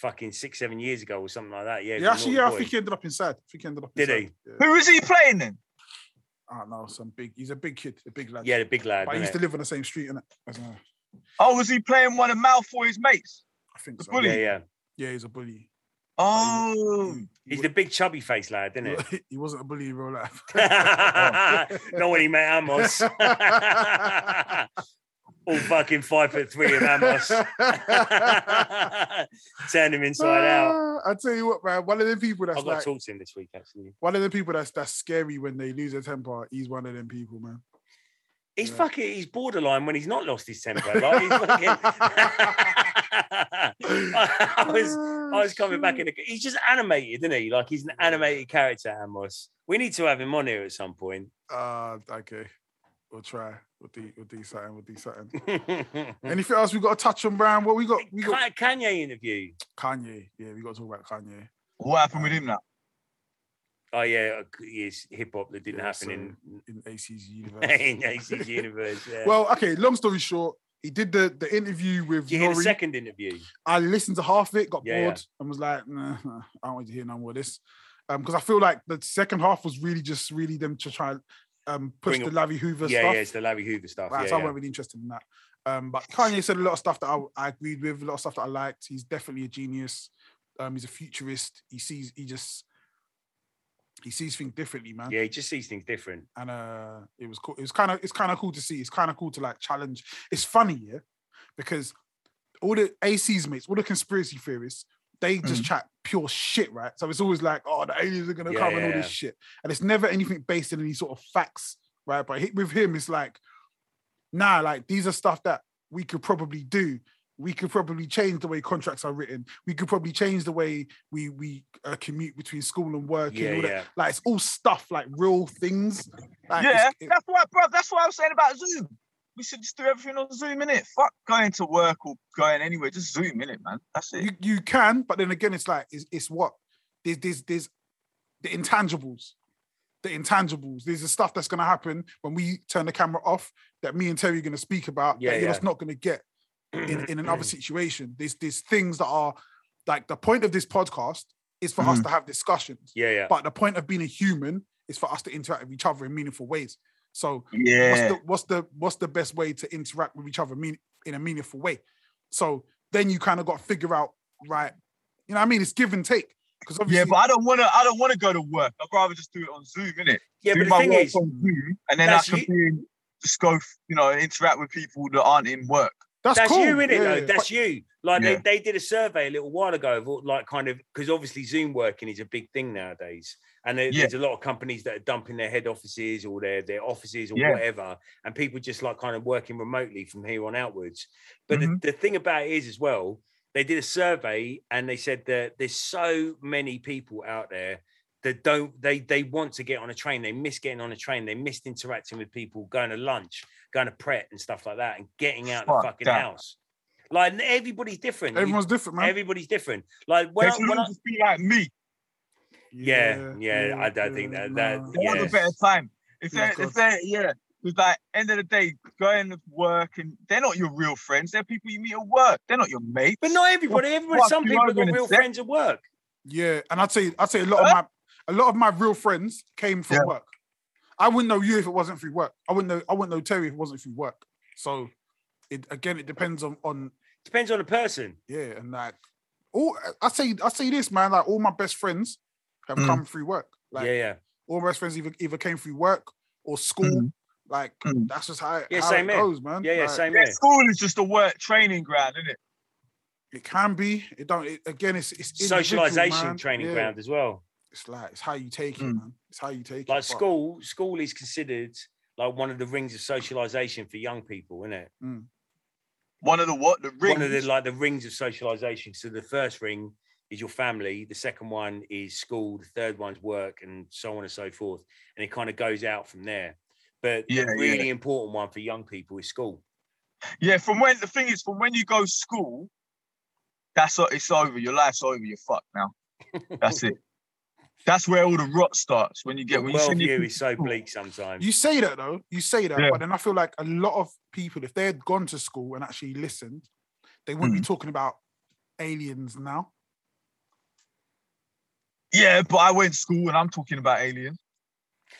Speaker 2: fucking six, seven years ago or something like that. Yeah, he was
Speaker 3: Yeah,
Speaker 2: a
Speaker 3: actually, yeah, I
Speaker 2: naughty
Speaker 3: think
Speaker 2: boy.
Speaker 3: he ended up inside. I think he ended up.
Speaker 2: Did
Speaker 3: inside. Yeah.
Speaker 1: Who was he playing then?
Speaker 3: I don't know, some big. Ah, He's a big kid, a big lad.
Speaker 2: yeah, the big lad.
Speaker 3: but he used
Speaker 2: innit?
Speaker 3: to live on the same street, and I don't know.
Speaker 1: Oh, was he playing one of Malfoy's mates?
Speaker 3: I think
Speaker 1: The
Speaker 3: so.
Speaker 1: bully.
Speaker 2: yeah,
Speaker 3: Yeah.
Speaker 2: yeah.
Speaker 3: yeah, he's a bully.
Speaker 1: Oh,
Speaker 3: He
Speaker 2: He's
Speaker 3: wa-
Speaker 2: the big chubby face lad, isn't it?
Speaker 3: he wasn't a bully in real life.
Speaker 2: Not when he met Amos. All fucking five foot three of Amos. Turn him inside out.
Speaker 3: I tell you what, man. One of them people
Speaker 2: I've
Speaker 3: that's
Speaker 2: got
Speaker 3: like
Speaker 2: to talk to him this week, actually.
Speaker 3: one of them people that's that's scary when they lose their temper. He's one of them people, man.
Speaker 2: He's
Speaker 3: Yeah.
Speaker 2: fucking he's borderline when he's not lost his temper. Like he's fucking I, I was I was coming back in the he's just animated, isn't he? Like he's an animated character, Amos. We need to have him on here at some point.
Speaker 3: Uh, okay, we'll try. We'll do. We'll do something. We'll do something. Anything else we got to touch on, Brown? What we got? We got
Speaker 2: Ka- Kanye interview.
Speaker 3: Kanye. Yeah, we got to talk about Kanye.
Speaker 1: what happened with him now?
Speaker 2: Oh yeah, is hip hop that didn't
Speaker 3: Yeah,
Speaker 2: happen
Speaker 3: so- in AC's
Speaker 2: in
Speaker 3: universe.
Speaker 2: in AC's universe. Yeah.
Speaker 3: Well, okay, long story short, He did the, the interview with
Speaker 2: Did you hear the
Speaker 3: Nori.
Speaker 2: second interview?
Speaker 3: I listened to half of it, got
Speaker 2: Yeah,
Speaker 3: bored, and was like, nah, nah, I don't want to hear no more of this. Because I feel like the second half was really just really them to try and um, push
Speaker 2: Bring
Speaker 3: the
Speaker 2: up-
Speaker 3: Larry Hoover
Speaker 2: yeah,
Speaker 3: stuff.
Speaker 2: yeah, it's the Larry Hoover stuff.
Speaker 3: Right,
Speaker 2: yeah,
Speaker 3: so I
Speaker 2: yeah.
Speaker 3: wasn't really interested in that. Um, but Kanye said a lot of stuff that I, I agreed with, a lot of stuff that I liked. He's definitely a genius. Um, he's a futurist. He sees, he just, he sees things differently, man.
Speaker 2: Yeah, he just sees things different.
Speaker 3: And uh, it was cool. It was kind of, it's kind of cool to see. It's kind of cool to like challenge. It's funny, yeah, because all the AC's mates, all the conspiracy theorists, they just chat pure shit, right? So it's always like, oh, the aliens are gonna
Speaker 2: Yeah,
Speaker 3: come
Speaker 2: yeah,
Speaker 3: and all
Speaker 2: yeah.
Speaker 3: this shit, and it's never anything based in any sort of facts, right? But he- with him, it's like nah, like these are stuff that we could probably do. We could probably change the way contracts are written. We could probably change the way we we uh, commute between school and work.
Speaker 2: Yeah,
Speaker 3: and all
Speaker 2: yeah.
Speaker 3: That. Like it's all stuff, like real things. Like,
Speaker 1: yeah,
Speaker 3: it's- it-
Speaker 1: that's why, bro. That's what I was saying about Zoom. We should just do everything on Zoom, innit? Fuck going to work or going anywhere. Just Zoom, innit, man? That's it.
Speaker 3: you, you can, but then again, it's like it's, it's what there's there's there's the intangibles, the intangibles. There's the stuff that's gonna happen when we turn the camera off that me and Terry are gonna speak about
Speaker 2: Yeah,
Speaker 3: that you're
Speaker 2: yeah.
Speaker 3: just not gonna get in, in another situation. There's there's things that are like the point of this podcast is for
Speaker 2: Mm-hmm.
Speaker 3: us to have discussions.
Speaker 2: Yeah, yeah.
Speaker 3: But the point of being a human is for us to interact with each other in meaningful ways. So what's
Speaker 1: Yeah.
Speaker 3: the what's the what's the best way to interact with each other mean, in a meaningful way? So then you kind of got to figure out, right? You know what I mean? It's give and take. Because obviously,
Speaker 1: Yeah, but I don't wanna. I don't wanna go to work. I'd rather just do it on Zoom, innit?
Speaker 2: yeah,
Speaker 1: do
Speaker 2: but the
Speaker 1: my
Speaker 2: thing
Speaker 1: work
Speaker 2: is,
Speaker 1: on Zoom, and then I
Speaker 2: that's
Speaker 1: can
Speaker 2: you-
Speaker 1: be in, just go, you know, interact with people that aren't in work.
Speaker 3: that's,
Speaker 2: that's
Speaker 3: cool.
Speaker 2: you in it
Speaker 3: Yeah,
Speaker 2: though.
Speaker 3: yeah, yeah.
Speaker 2: That's you. Like
Speaker 1: Yeah.
Speaker 2: they, they did a survey a little while ago of all, like kind of because obviously Zoom working is a big thing nowadays, and there-
Speaker 1: Yeah.
Speaker 2: there's a lot of companies that are dumping their head offices or their their offices or
Speaker 1: Yeah.
Speaker 2: whatever, and people just like kind of working remotely from here on outwards. But
Speaker 1: Mhm.
Speaker 2: the, the thing about it is as well, they did a survey and they said that there's so many people out there that don't they they want to get on a train they miss getting on a train they missed interacting with people going to lunch going to pret and stuff like that and getting out of the
Speaker 1: Fuck
Speaker 2: fucking
Speaker 1: that.
Speaker 2: house like and everybody's different You-
Speaker 3: Everyone's different, man.
Speaker 2: everybody's different like when,
Speaker 1: they
Speaker 2: I,
Speaker 1: should
Speaker 2: when
Speaker 1: all
Speaker 2: I,
Speaker 1: just be like me.
Speaker 2: yeah, yeah, I don't think that- that-
Speaker 1: They
Speaker 2: yeah.
Speaker 1: have a
Speaker 2: Yes.
Speaker 1: better time. If
Speaker 3: Yeah,
Speaker 1: they're,
Speaker 3: of
Speaker 1: if they're, yeah, because like end of the day, going to work and they're not your real friends. They're people you meet at work. They're not your mates.
Speaker 2: but not everybody everybody
Speaker 1: Fuck
Speaker 2: some
Speaker 1: you,
Speaker 2: people
Speaker 1: I'm
Speaker 2: have got
Speaker 1: gonna
Speaker 2: real
Speaker 1: say-
Speaker 2: friends at work
Speaker 3: Yeah, and I'd say I'd say a lot of my a lot of my real friends came from
Speaker 1: Yeah.
Speaker 3: work. I wouldn't know you if it wasn't through work. I wouldn't know I wouldn't know Terry if it wasn't through work. So it again it depends on on
Speaker 2: depends on the person
Speaker 3: yeah, and like all I say I say this, man, like all my best friends have
Speaker 1: Mm.
Speaker 3: come through work. Like
Speaker 2: yeah yeah
Speaker 3: all my best friends either either came through work or school. Like
Speaker 1: Mm.
Speaker 3: that's just how, it-
Speaker 2: Yeah,
Speaker 3: how
Speaker 2: same
Speaker 3: it
Speaker 2: here.
Speaker 3: goes, man.
Speaker 2: yeah yeah
Speaker 3: Like,
Speaker 2: same
Speaker 1: Yeah,
Speaker 2: here
Speaker 1: school is just a work training ground, isn't it?
Speaker 3: It can be. It don't it, again it's it's individual,
Speaker 2: socialization
Speaker 3: man.
Speaker 2: training
Speaker 3: Yeah.
Speaker 2: ground as well
Speaker 3: It's like it's how you take it,
Speaker 1: Mm.
Speaker 3: man. It's how you take it.
Speaker 2: like
Speaker 3: but-
Speaker 2: school school is considered like one of the rings of socialization for young people isn't it
Speaker 1: One of the what the rings.
Speaker 2: one of the like the rings of socialization so the first ring is your family the second one is school the third one's work and so on and so forth and it kind of goes out from there but
Speaker 1: Yeah,
Speaker 2: the
Speaker 1: yeah.
Speaker 2: really important one for young people is school
Speaker 1: yeah, from when the thing is, from when you go school, that's o- it's over. Your life's over. You're fucked now. That's it. That's where all the rot starts. When you get
Speaker 2: the
Speaker 1: when you send your
Speaker 2: worldview
Speaker 1: kids
Speaker 2: is so
Speaker 1: school.
Speaker 2: bleak sometimes
Speaker 3: You say that though, you say that,
Speaker 1: Yeah.
Speaker 3: but then I feel like a lot of people, if they had gone to school and actually listened, they wouldn't
Speaker 2: Mm.
Speaker 3: be talking about aliens now.
Speaker 1: Yeah, but I went to school and I'm talking about aliens.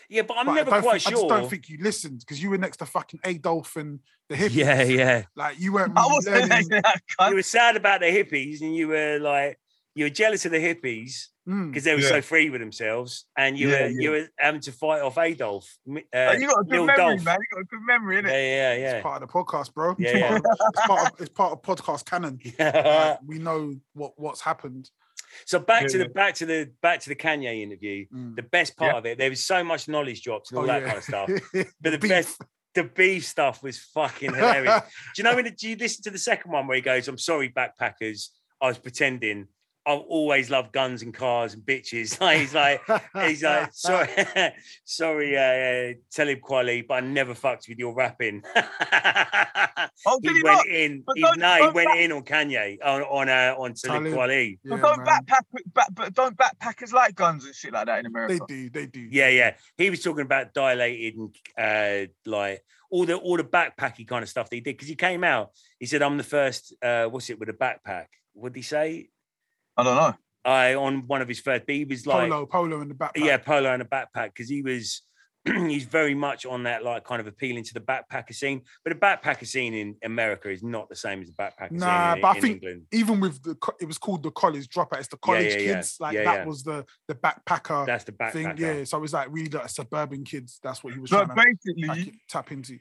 Speaker 2: yeah but i'm
Speaker 3: But I
Speaker 2: never
Speaker 3: don't
Speaker 2: quite
Speaker 3: think- I just
Speaker 2: sure
Speaker 3: don't think you listened because you were next to fucking Adolf and the hippies.
Speaker 2: yeah yeah
Speaker 3: Like you
Speaker 2: Mm,
Speaker 3: weren't
Speaker 1: I
Speaker 3: really
Speaker 1: wasn't
Speaker 3: learning.
Speaker 1: like that cunt.
Speaker 2: you were sad about the hippies and you were like you were jealous of the hippies
Speaker 3: Mm.
Speaker 2: because they were
Speaker 1: Yeah.
Speaker 2: so free with themselves, and you
Speaker 1: Yeah, Oh,
Speaker 2: were you were having to fight off Adolf. m- Uh,
Speaker 1: you got a good
Speaker 2: Neil
Speaker 1: memory,
Speaker 2: Dolph.
Speaker 1: man. You got a good memory, innit?
Speaker 2: yeah,
Speaker 3: It's
Speaker 2: yeah,
Speaker 3: part of the podcast, bro.
Speaker 2: Yeah,
Speaker 3: it's,
Speaker 2: yeah. Uh,
Speaker 3: Part of, it's, part of, it's part of podcast canon.
Speaker 2: yeah.
Speaker 3: Like, we know what what's happened.
Speaker 2: so back
Speaker 1: Yeah,
Speaker 2: to
Speaker 1: yeah.
Speaker 2: the back to the back to the Kanye interview.
Speaker 3: Mm.
Speaker 2: The best part of it, there was so much knowledge drops and all
Speaker 3: Oh,
Speaker 2: that
Speaker 3: yeah.
Speaker 2: kind of stuff. But the
Speaker 3: Beef.
Speaker 2: best, the beef stuff was fucking hilarious. do you know when do you listen to the second one where he goes, "I'm sorry, backpackers, I was pretending." I've always loved guns and cars and bitches. Like, he's like, he's like, sorry, sorry, uh, uh, Talib Kweli, but I never fucked with your rapping.
Speaker 1: Oh,
Speaker 2: he
Speaker 1: did he
Speaker 2: went
Speaker 1: not?
Speaker 2: in.
Speaker 1: But
Speaker 2: He,
Speaker 1: don't-
Speaker 2: no, he
Speaker 1: don't
Speaker 2: went
Speaker 1: back-
Speaker 2: in on Kanye on on uh, on Talib
Speaker 3: Talib.
Speaker 2: Kweli.
Speaker 3: Yeah,
Speaker 1: but don't
Speaker 3: man.
Speaker 1: backpack, back, but don't backpackers like guns and shit like that in
Speaker 3: They
Speaker 1: America?
Speaker 3: do. They do.
Speaker 2: Yeah, yeah. He was talking about dilated and uh, like all the all the backpacky kind of stuff that he did because he came out. He said, "I'm the first. Uh, what's it with a backpack? What did he say?
Speaker 1: I don't know.
Speaker 2: I on one of his first. But he was like,
Speaker 3: Polo, polo in the back.
Speaker 2: yeah, polo and a backpack because he was he's very much on that like kind of appealing to the backpacker scene. But the backpacker scene in America is not the same as the backpacker
Speaker 3: Nah,
Speaker 2: scene in,
Speaker 3: but I
Speaker 2: in
Speaker 3: think-
Speaker 2: England.
Speaker 3: Even with the, co- it was called the college dropout. It's the
Speaker 2: Yeah, yeah,
Speaker 3: college
Speaker 2: yeah.
Speaker 3: kids. Like
Speaker 2: Yeah,
Speaker 3: that
Speaker 2: yeah.
Speaker 3: was the the backpacker
Speaker 2: That's the backpacker.
Speaker 3: thing. Yeah. So it was like really like suburban kids. That's what he was
Speaker 1: So
Speaker 3: trying to like,
Speaker 1: basically,
Speaker 3: tap into.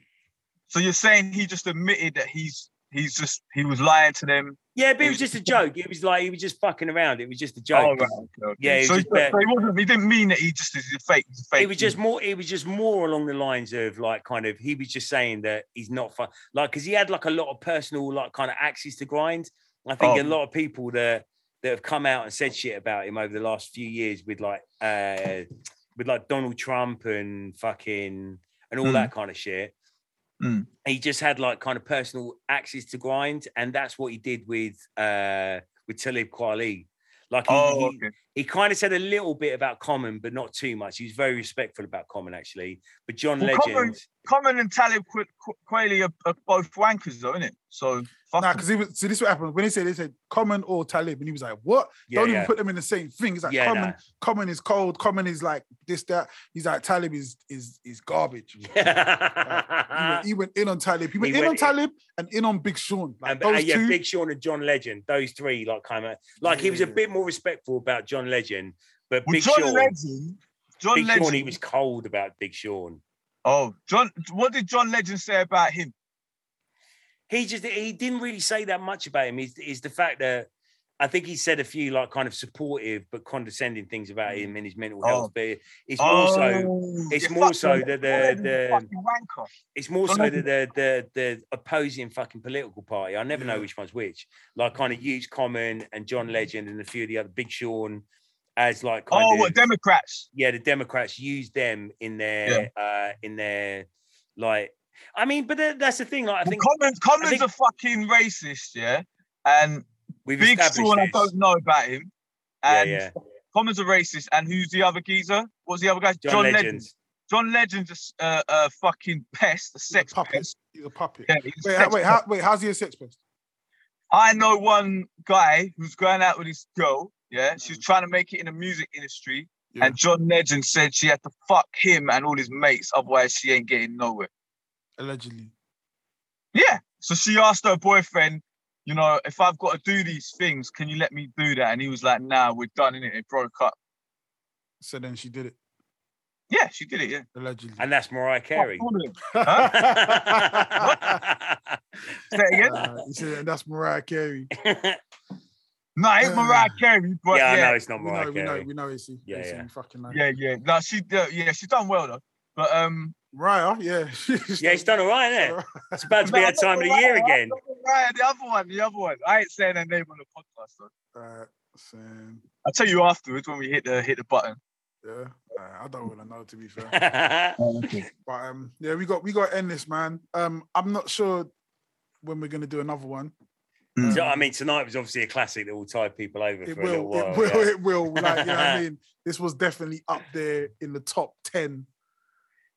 Speaker 1: so you're saying he just admitted that he's he's just he was lying to them.
Speaker 2: Yeah, but it
Speaker 1: It
Speaker 2: was
Speaker 1: was-
Speaker 2: just a joke. It was like he was just fucking around. It was just a joke.
Speaker 1: Oh, right. Okay, okay.
Speaker 2: Yeah, he
Speaker 1: so,
Speaker 2: was
Speaker 1: he,
Speaker 2: just bare-
Speaker 1: so he wasn't. He didn't mean that. He just is a fake. He's a fake.
Speaker 2: It was just more. It was just more along the lines of like kind of he was just saying that he's not fun. Like because he had like a lot of personal like kind of axes to grind. I think a
Speaker 1: Oh.
Speaker 2: lot of people that that have come out and said shit about him over the last few years with like uh with like Donald Trump and fucking and all
Speaker 1: Mm.
Speaker 2: that kind of shit.
Speaker 1: Mm.
Speaker 2: He just had like kind of personal axes to grind, and that's what he did with uh with Talib Kweli. Like he,
Speaker 1: Oh,
Speaker 2: he-
Speaker 1: okay.
Speaker 2: he kind of said a little bit about Common, but not too much. He was very respectful about Common, actually. But John
Speaker 1: Well,
Speaker 2: Legend,
Speaker 1: Common- Common and Talib Qu- Qu- Kweli are, are both wankers, though, innit? So fuck.
Speaker 3: Nah,
Speaker 1: 'em.
Speaker 3: because he was. See, this is what happened when he said they said common or Talib, and he was like, "What?
Speaker 2: yeah,
Speaker 3: Don't
Speaker 2: yeah.
Speaker 3: even put them in the same thing." He's like,
Speaker 2: Yeah,
Speaker 3: "Common,
Speaker 2: nah.
Speaker 3: common is cold. Common is like this, that." He's like, "Talib is is is garbage." He went, he went in on Talib. He went
Speaker 2: He
Speaker 3: in
Speaker 2: went
Speaker 3: on
Speaker 2: in-
Speaker 3: Talib and in on Big Sean. Like
Speaker 2: and,
Speaker 3: those
Speaker 2: and yeah,
Speaker 3: two.
Speaker 2: Big Sean and John Legend, those three, like kind of like he was a
Speaker 3: Yeah.
Speaker 2: bit more respectful about John Legend, but
Speaker 1: Well,
Speaker 2: Big
Speaker 1: John
Speaker 2: Sean,
Speaker 1: Legend. John
Speaker 2: Big
Speaker 1: Legend.
Speaker 2: Sean, he was cold about Big Sean.
Speaker 1: Oh, John. What did John Legend say about him?
Speaker 2: he just he didn't really say that much about him. Is is the fact that I think he said a few like kind of supportive but condescending things about
Speaker 3: Mm.
Speaker 2: him and his mental health.
Speaker 1: Oh.
Speaker 2: But it's more
Speaker 3: Oh.
Speaker 2: so it's
Speaker 1: you're
Speaker 2: more so
Speaker 1: fucking-
Speaker 2: that the-
Speaker 1: John Legend's a
Speaker 2: the-
Speaker 1: fucking wanker.
Speaker 2: it's more
Speaker 1: John
Speaker 2: so that
Speaker 1: Legend-
Speaker 2: the the the opposing fucking political party. I never know
Speaker 3: Yeah.
Speaker 2: which one's which. Like kind of Hughes Common and John Legend and a few of the other Big Sean as like kind
Speaker 1: Mm-hmm. Oh,
Speaker 2: of
Speaker 1: what Democrats?
Speaker 2: yeah, the Democrats use them in their uh in their like I mean, but that- that's the thing. Like, I
Speaker 1: Well,
Speaker 2: think
Speaker 1: Common, Common's
Speaker 2: think-
Speaker 1: a fucking racist, yeah. And
Speaker 2: we've
Speaker 1: Big
Speaker 2: established
Speaker 1: Sean, I
Speaker 2: this.
Speaker 1: don't know about him.
Speaker 2: Yeah,
Speaker 1: And
Speaker 2: yeah.
Speaker 1: Common's a racist. And who's the other geezer? What's the other guy?
Speaker 2: John, Legend.
Speaker 1: John Legend's a s- a, a fucking pest, a
Speaker 3: He's a
Speaker 1: sex
Speaker 3: puppet.
Speaker 1: pest.
Speaker 3: He's a puppet.
Speaker 1: Yeah, he's a
Speaker 3: Wait, how,
Speaker 1: sex
Speaker 3: wait,
Speaker 1: pest.
Speaker 3: how, wait, how's he a sex pest?
Speaker 1: I know one guy who's going out with this girl. Yeah, she's trying to make it in the music industry.
Speaker 3: Hmm. Yeah.
Speaker 1: And John Legend said she had to fuck him and all his mates, otherwise she ain't getting nowhere.
Speaker 3: Allegedly.
Speaker 1: Yeah. So she asked her boyfriend, you know, if I've got to do these things, can you let me do that? And he was like, Nah, we're done in it. It broke up.
Speaker 3: So then she did it.
Speaker 1: Yeah, she did it. Yeah.
Speaker 3: Allegedly.
Speaker 2: And that's Mariah Carey.
Speaker 1: Fuck all of them. Say it again.
Speaker 3: Uh, he said, and that's Mariah Carey.
Speaker 1: No, it's Mariah Carey, but
Speaker 2: yeah,
Speaker 1: yeah,
Speaker 2: I know it's not
Speaker 3: We
Speaker 2: Mariah
Speaker 3: know, we know,
Speaker 2: Carey.
Speaker 3: we know, AC.
Speaker 2: Yeah,
Speaker 3: AC,
Speaker 2: yeah.
Speaker 3: we fucking know.
Speaker 1: yeah, yeah. No, she, uh, yeah, she's done well though. But um,
Speaker 3: Mariah, yeah.
Speaker 2: Yeah, he's done all right, isn't it? It's about to be
Speaker 1: no,
Speaker 2: that time of the
Speaker 1: Mariah,
Speaker 2: year
Speaker 1: I'm
Speaker 2: again.
Speaker 1: not Mariah, the other one, the other one. I ain't saying her name on the podcast though.
Speaker 3: Uh, same.
Speaker 1: I'll tell you afterwards when we hit the hit the button.
Speaker 3: Yeah, uh, I don't really know to be fair,
Speaker 2: yeah,
Speaker 1: Oh,
Speaker 3: but um, yeah, we got we got to end this, man. Um, I'm not sure when we're gonna do another one.
Speaker 1: Mm.
Speaker 2: So, I mean, tonight was obviously a classic that will tide people over
Speaker 3: it
Speaker 2: for a little
Speaker 3: will,
Speaker 2: while.
Speaker 3: it will,
Speaker 2: yeah.
Speaker 3: it will. Like, you know what I mean? This was definitely up there in the top ten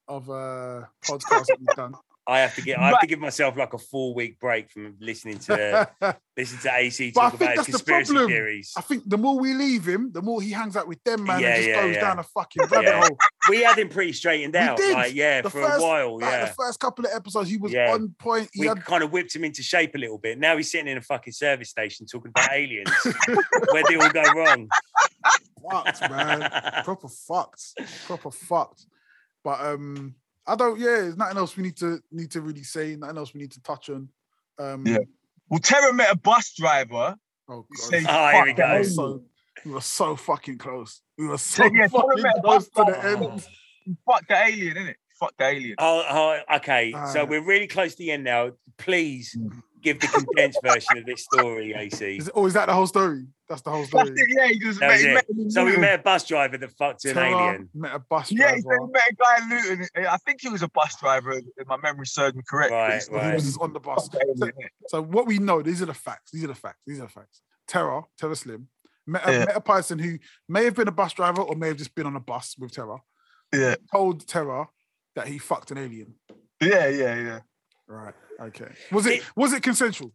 Speaker 3: of uh podcasts that we've done.
Speaker 2: I have to get, I have to
Speaker 1: Right.
Speaker 2: give myself like a four week break from listening to listen to AC
Speaker 3: But I
Speaker 2: talk
Speaker 3: think
Speaker 2: about his
Speaker 3: that's the
Speaker 2: conspiracy
Speaker 3: problem.
Speaker 2: theories.
Speaker 3: I think the more we leave him, the more he hangs out with them, man,
Speaker 2: Yeah,
Speaker 3: and just
Speaker 2: yeah,
Speaker 3: goes
Speaker 2: yeah.
Speaker 3: down a fucking rabbit
Speaker 2: Yeah.
Speaker 3: hole.
Speaker 2: We had him pretty straightened
Speaker 3: We
Speaker 2: out,
Speaker 3: did.
Speaker 2: like yeah,
Speaker 3: The
Speaker 2: for
Speaker 3: first-
Speaker 2: a while.
Speaker 3: Like
Speaker 2: yeah,
Speaker 3: the first couple of episodes, he was
Speaker 2: Yeah.
Speaker 3: on point. He
Speaker 2: we
Speaker 3: had
Speaker 2: kind of whipped him into shape a little bit. Now he's sitting in a fucking service station talking about aliens. Where they all go wrong.
Speaker 3: fucked, man. Proper fucked. Proper fucked. But um, I don't. Yeah, there's nothing else we need to need to really say. Nothing else we need to touch on. Um,
Speaker 1: Yeah. Well, Terra met a bus driver.
Speaker 3: Oh
Speaker 1: He
Speaker 3: god.
Speaker 1: said,
Speaker 2: Ah, here we
Speaker 1: "Fuck,
Speaker 2: go.
Speaker 3: We
Speaker 1: I
Speaker 3: were
Speaker 1: own you."
Speaker 3: so, we were so fucking close. We were so
Speaker 1: yeah, tell
Speaker 3: fucking
Speaker 1: him that.
Speaker 3: close to the
Speaker 1: Fuck.
Speaker 3: end.
Speaker 1: Fuck the alien, innit? Fuck the alien.
Speaker 2: Oh, oh, okay. so
Speaker 3: Uh,
Speaker 2: we're really close to the end now. Please, give the condensed version of this story, AC.
Speaker 3: Hmm. Is, oh, is that the whole story? That's the whole
Speaker 1: That's
Speaker 3: story.
Speaker 1: it, yeah, he just
Speaker 2: Oh, That
Speaker 1: met,
Speaker 2: was
Speaker 1: he
Speaker 2: it.
Speaker 1: met him in
Speaker 2: So we
Speaker 3: Hmm.
Speaker 1: Luton.
Speaker 2: met a bus driver that fucked an
Speaker 3: Terror
Speaker 2: alien.
Speaker 3: met a bus
Speaker 1: Yeah, he
Speaker 3: driver.
Speaker 1: said he met a guy in Luton. I think he was a bus driver, if my memory serves me correct.
Speaker 2: Right,
Speaker 3: He
Speaker 2: right.
Speaker 3: was just on the bus.
Speaker 1: Okay,
Speaker 3: So,
Speaker 1: yeah.
Speaker 3: so what we know, these are the facts. These are the facts. These are the facts. Terror, Terror Slim, met a,
Speaker 1: Yeah.
Speaker 3: met a person who may have been a bus driver or may have just been on a bus with Terror.
Speaker 1: Yeah,
Speaker 3: Told Terror that he fucked an alien.
Speaker 1: yeah, yeah, yeah.
Speaker 3: Right. Okay. Was it was it consensual?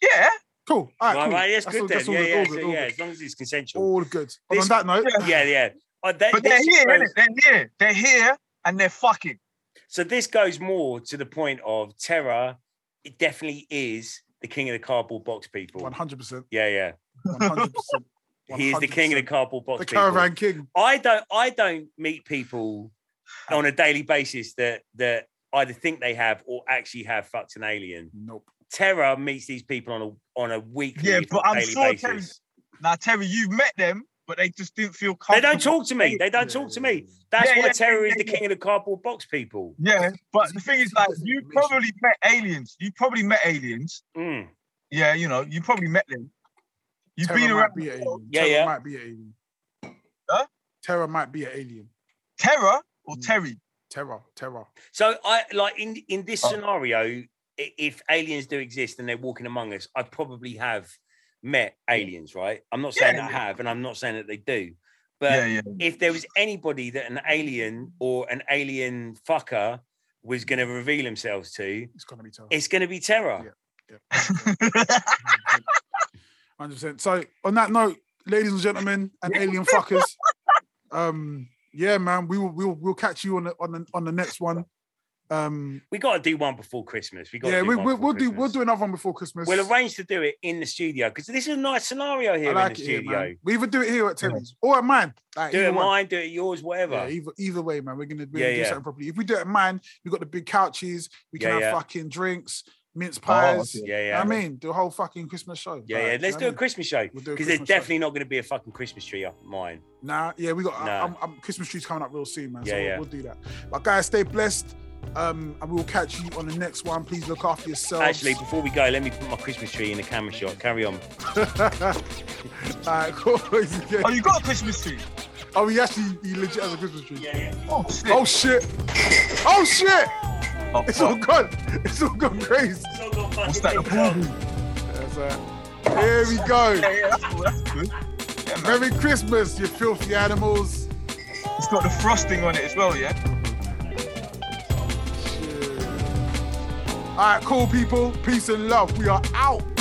Speaker 1: Yeah,
Speaker 3: Cool. All right.
Speaker 2: Right,
Speaker 3: cool.
Speaker 2: right, that's,
Speaker 3: all-
Speaker 2: good then.
Speaker 3: all
Speaker 2: yeah, yeah,
Speaker 3: all
Speaker 2: so,
Speaker 3: all
Speaker 2: yeah, as long as it's consensual.
Speaker 3: All good. And
Speaker 2: This-
Speaker 3: on that note,
Speaker 1: yeah.
Speaker 2: yeah, yeah. Oh, that,
Speaker 1: but they're
Speaker 2: this
Speaker 1: here,
Speaker 2: goes-
Speaker 1: innit? They're here. They're here and they're fucking.
Speaker 2: so this goes more to the point of terror. It definitely is the king of the cardboard box, people.
Speaker 3: one hundred percent,
Speaker 2: Yeah, yeah.
Speaker 3: one hundred percent.
Speaker 2: He is the king of the cardboard box.
Speaker 3: The
Speaker 2: people.
Speaker 3: caravan king.
Speaker 2: I don't I don't meet people on a daily basis that that either think they have or actually have fucked an alien.
Speaker 3: Nope.
Speaker 2: Terror meets these people on a on a weekly
Speaker 1: Yeah,
Speaker 2: if
Speaker 1: but
Speaker 2: not
Speaker 1: I'm
Speaker 2: daily
Speaker 1: sure
Speaker 2: basis.
Speaker 1: Terry- Now, Terry, you've met them, but they just didn't feel
Speaker 2: They
Speaker 1: comfortable.
Speaker 2: don't talk to me. They don't
Speaker 3: Yeah,
Speaker 2: talk to
Speaker 3: yeah,
Speaker 2: me.
Speaker 3: yeah.
Speaker 2: That's
Speaker 1: Yeah,
Speaker 2: why
Speaker 1: yeah,
Speaker 2: terror
Speaker 1: yeah,
Speaker 2: is the
Speaker 1: yeah.
Speaker 2: king of the cardboard box people.
Speaker 1: Yeah, but
Speaker 3: It's-
Speaker 1: the thing is,
Speaker 3: it's
Speaker 1: like,
Speaker 3: just
Speaker 1: you
Speaker 3: information.
Speaker 1: probably met aliens. You probably met aliens.
Speaker 2: Mm.
Speaker 1: Yeah, you know, you probably met them. You've
Speaker 3: Terror
Speaker 1: been
Speaker 3: might
Speaker 1: around
Speaker 3: be an alien.
Speaker 2: Yeah,
Speaker 3: Terror
Speaker 2: yeah.
Speaker 3: might be an alien.
Speaker 1: Huh?
Speaker 3: Terror might be an alien.
Speaker 1: Terror or
Speaker 3: Mm.
Speaker 1: Terry.
Speaker 3: Terror, terror.
Speaker 2: So I like in in this
Speaker 1: Oh.
Speaker 2: scenario, i- if aliens do exist and they're walking among us, I probably have met aliens, right? I'm not saying
Speaker 1: Yeah,
Speaker 2: I
Speaker 1: yeah.
Speaker 2: have, and I'm not saying that they do, but
Speaker 1: Yeah, yeah.
Speaker 2: if there was anybody that an alien or an alien fucker was going to reveal themselves to,
Speaker 3: It's gonna be terror.
Speaker 2: it's going to be terror.
Speaker 3: Yeah. Oh, Hundred percent. So on that note, ladies and gentlemen, and alien fuckers, um, yeah, man, we will we'll, we'll catch you on the on the on the next one. Um,
Speaker 2: We got to do one before Christmas. We got
Speaker 3: yeah,
Speaker 2: to do
Speaker 3: we,
Speaker 2: one
Speaker 3: we'll,
Speaker 2: before
Speaker 3: we'll do we'll
Speaker 2: Christmas.
Speaker 3: do another one before Christmas.
Speaker 2: We'll arrange to do it in the studio because this is a nice scenario
Speaker 3: I
Speaker 2: here
Speaker 3: like
Speaker 2: in
Speaker 3: it
Speaker 2: the
Speaker 3: here,
Speaker 2: studio.
Speaker 3: man. We either do it here at Terry's or at mine. Like,
Speaker 2: Do
Speaker 3: either
Speaker 2: it
Speaker 3: one.
Speaker 2: mine, do it yours, whatever.
Speaker 3: Yeah, either, either way, man, we're gonna, we're
Speaker 2: Yeah,
Speaker 3: gonna do
Speaker 2: yeah.
Speaker 3: something properly. If we do it, man, we got the big couches. We can
Speaker 2: Yeah,
Speaker 3: have
Speaker 2: yeah.
Speaker 3: fucking drinks, mince
Speaker 1: Oh,
Speaker 3: pies.
Speaker 1: okay.
Speaker 2: yeah,
Speaker 3: You know
Speaker 2: yeah.
Speaker 3: what I mean, do a whole fucking Christmas show.
Speaker 2: yeah, yeah. Let's do a Christmas show
Speaker 3: We'll do a
Speaker 2: because there's
Speaker 3: Christmas show.
Speaker 2: definitely not going to be a fucking Christmas tree up mine.
Speaker 3: Nah, yeah, we got I-
Speaker 2: Nah.
Speaker 3: I'm, I'm, Christmas trees coming up real soon, man. So
Speaker 2: Yeah,
Speaker 3: we'll-
Speaker 2: yeah.
Speaker 3: we'll do that. But guys, stay blessed, um, and we'll catch you on the next one. Please look after yourselves.
Speaker 2: Actually, before we go, let me put my Christmas tree in the camera shot. Carry on.
Speaker 3: Alright, cool.
Speaker 1: Oh, you got a Christmas tree?
Speaker 3: oh, he actually he legit has a Christmas tree.
Speaker 2: Yeah, yeah.
Speaker 1: Oh, shit.
Speaker 3: Oh shit! Oh shit!
Speaker 1: Oh,
Speaker 3: It's
Speaker 1: fuck.
Speaker 3: all gone. It's all gone crazy.
Speaker 2: It's all got
Speaker 1: What's
Speaker 2: fucking
Speaker 1: that? A
Speaker 2: things on.
Speaker 1: boo-boo?
Speaker 3: That's all right. Here we go.
Speaker 1: Yeah, yeah, that's cool. That's good. Yeah, man.
Speaker 3: Merry Christmas, you filthy animals.
Speaker 1: It's got the frosting on it as well, yeah?
Speaker 3: Shit. All right, cool people. Peace and love. We are out.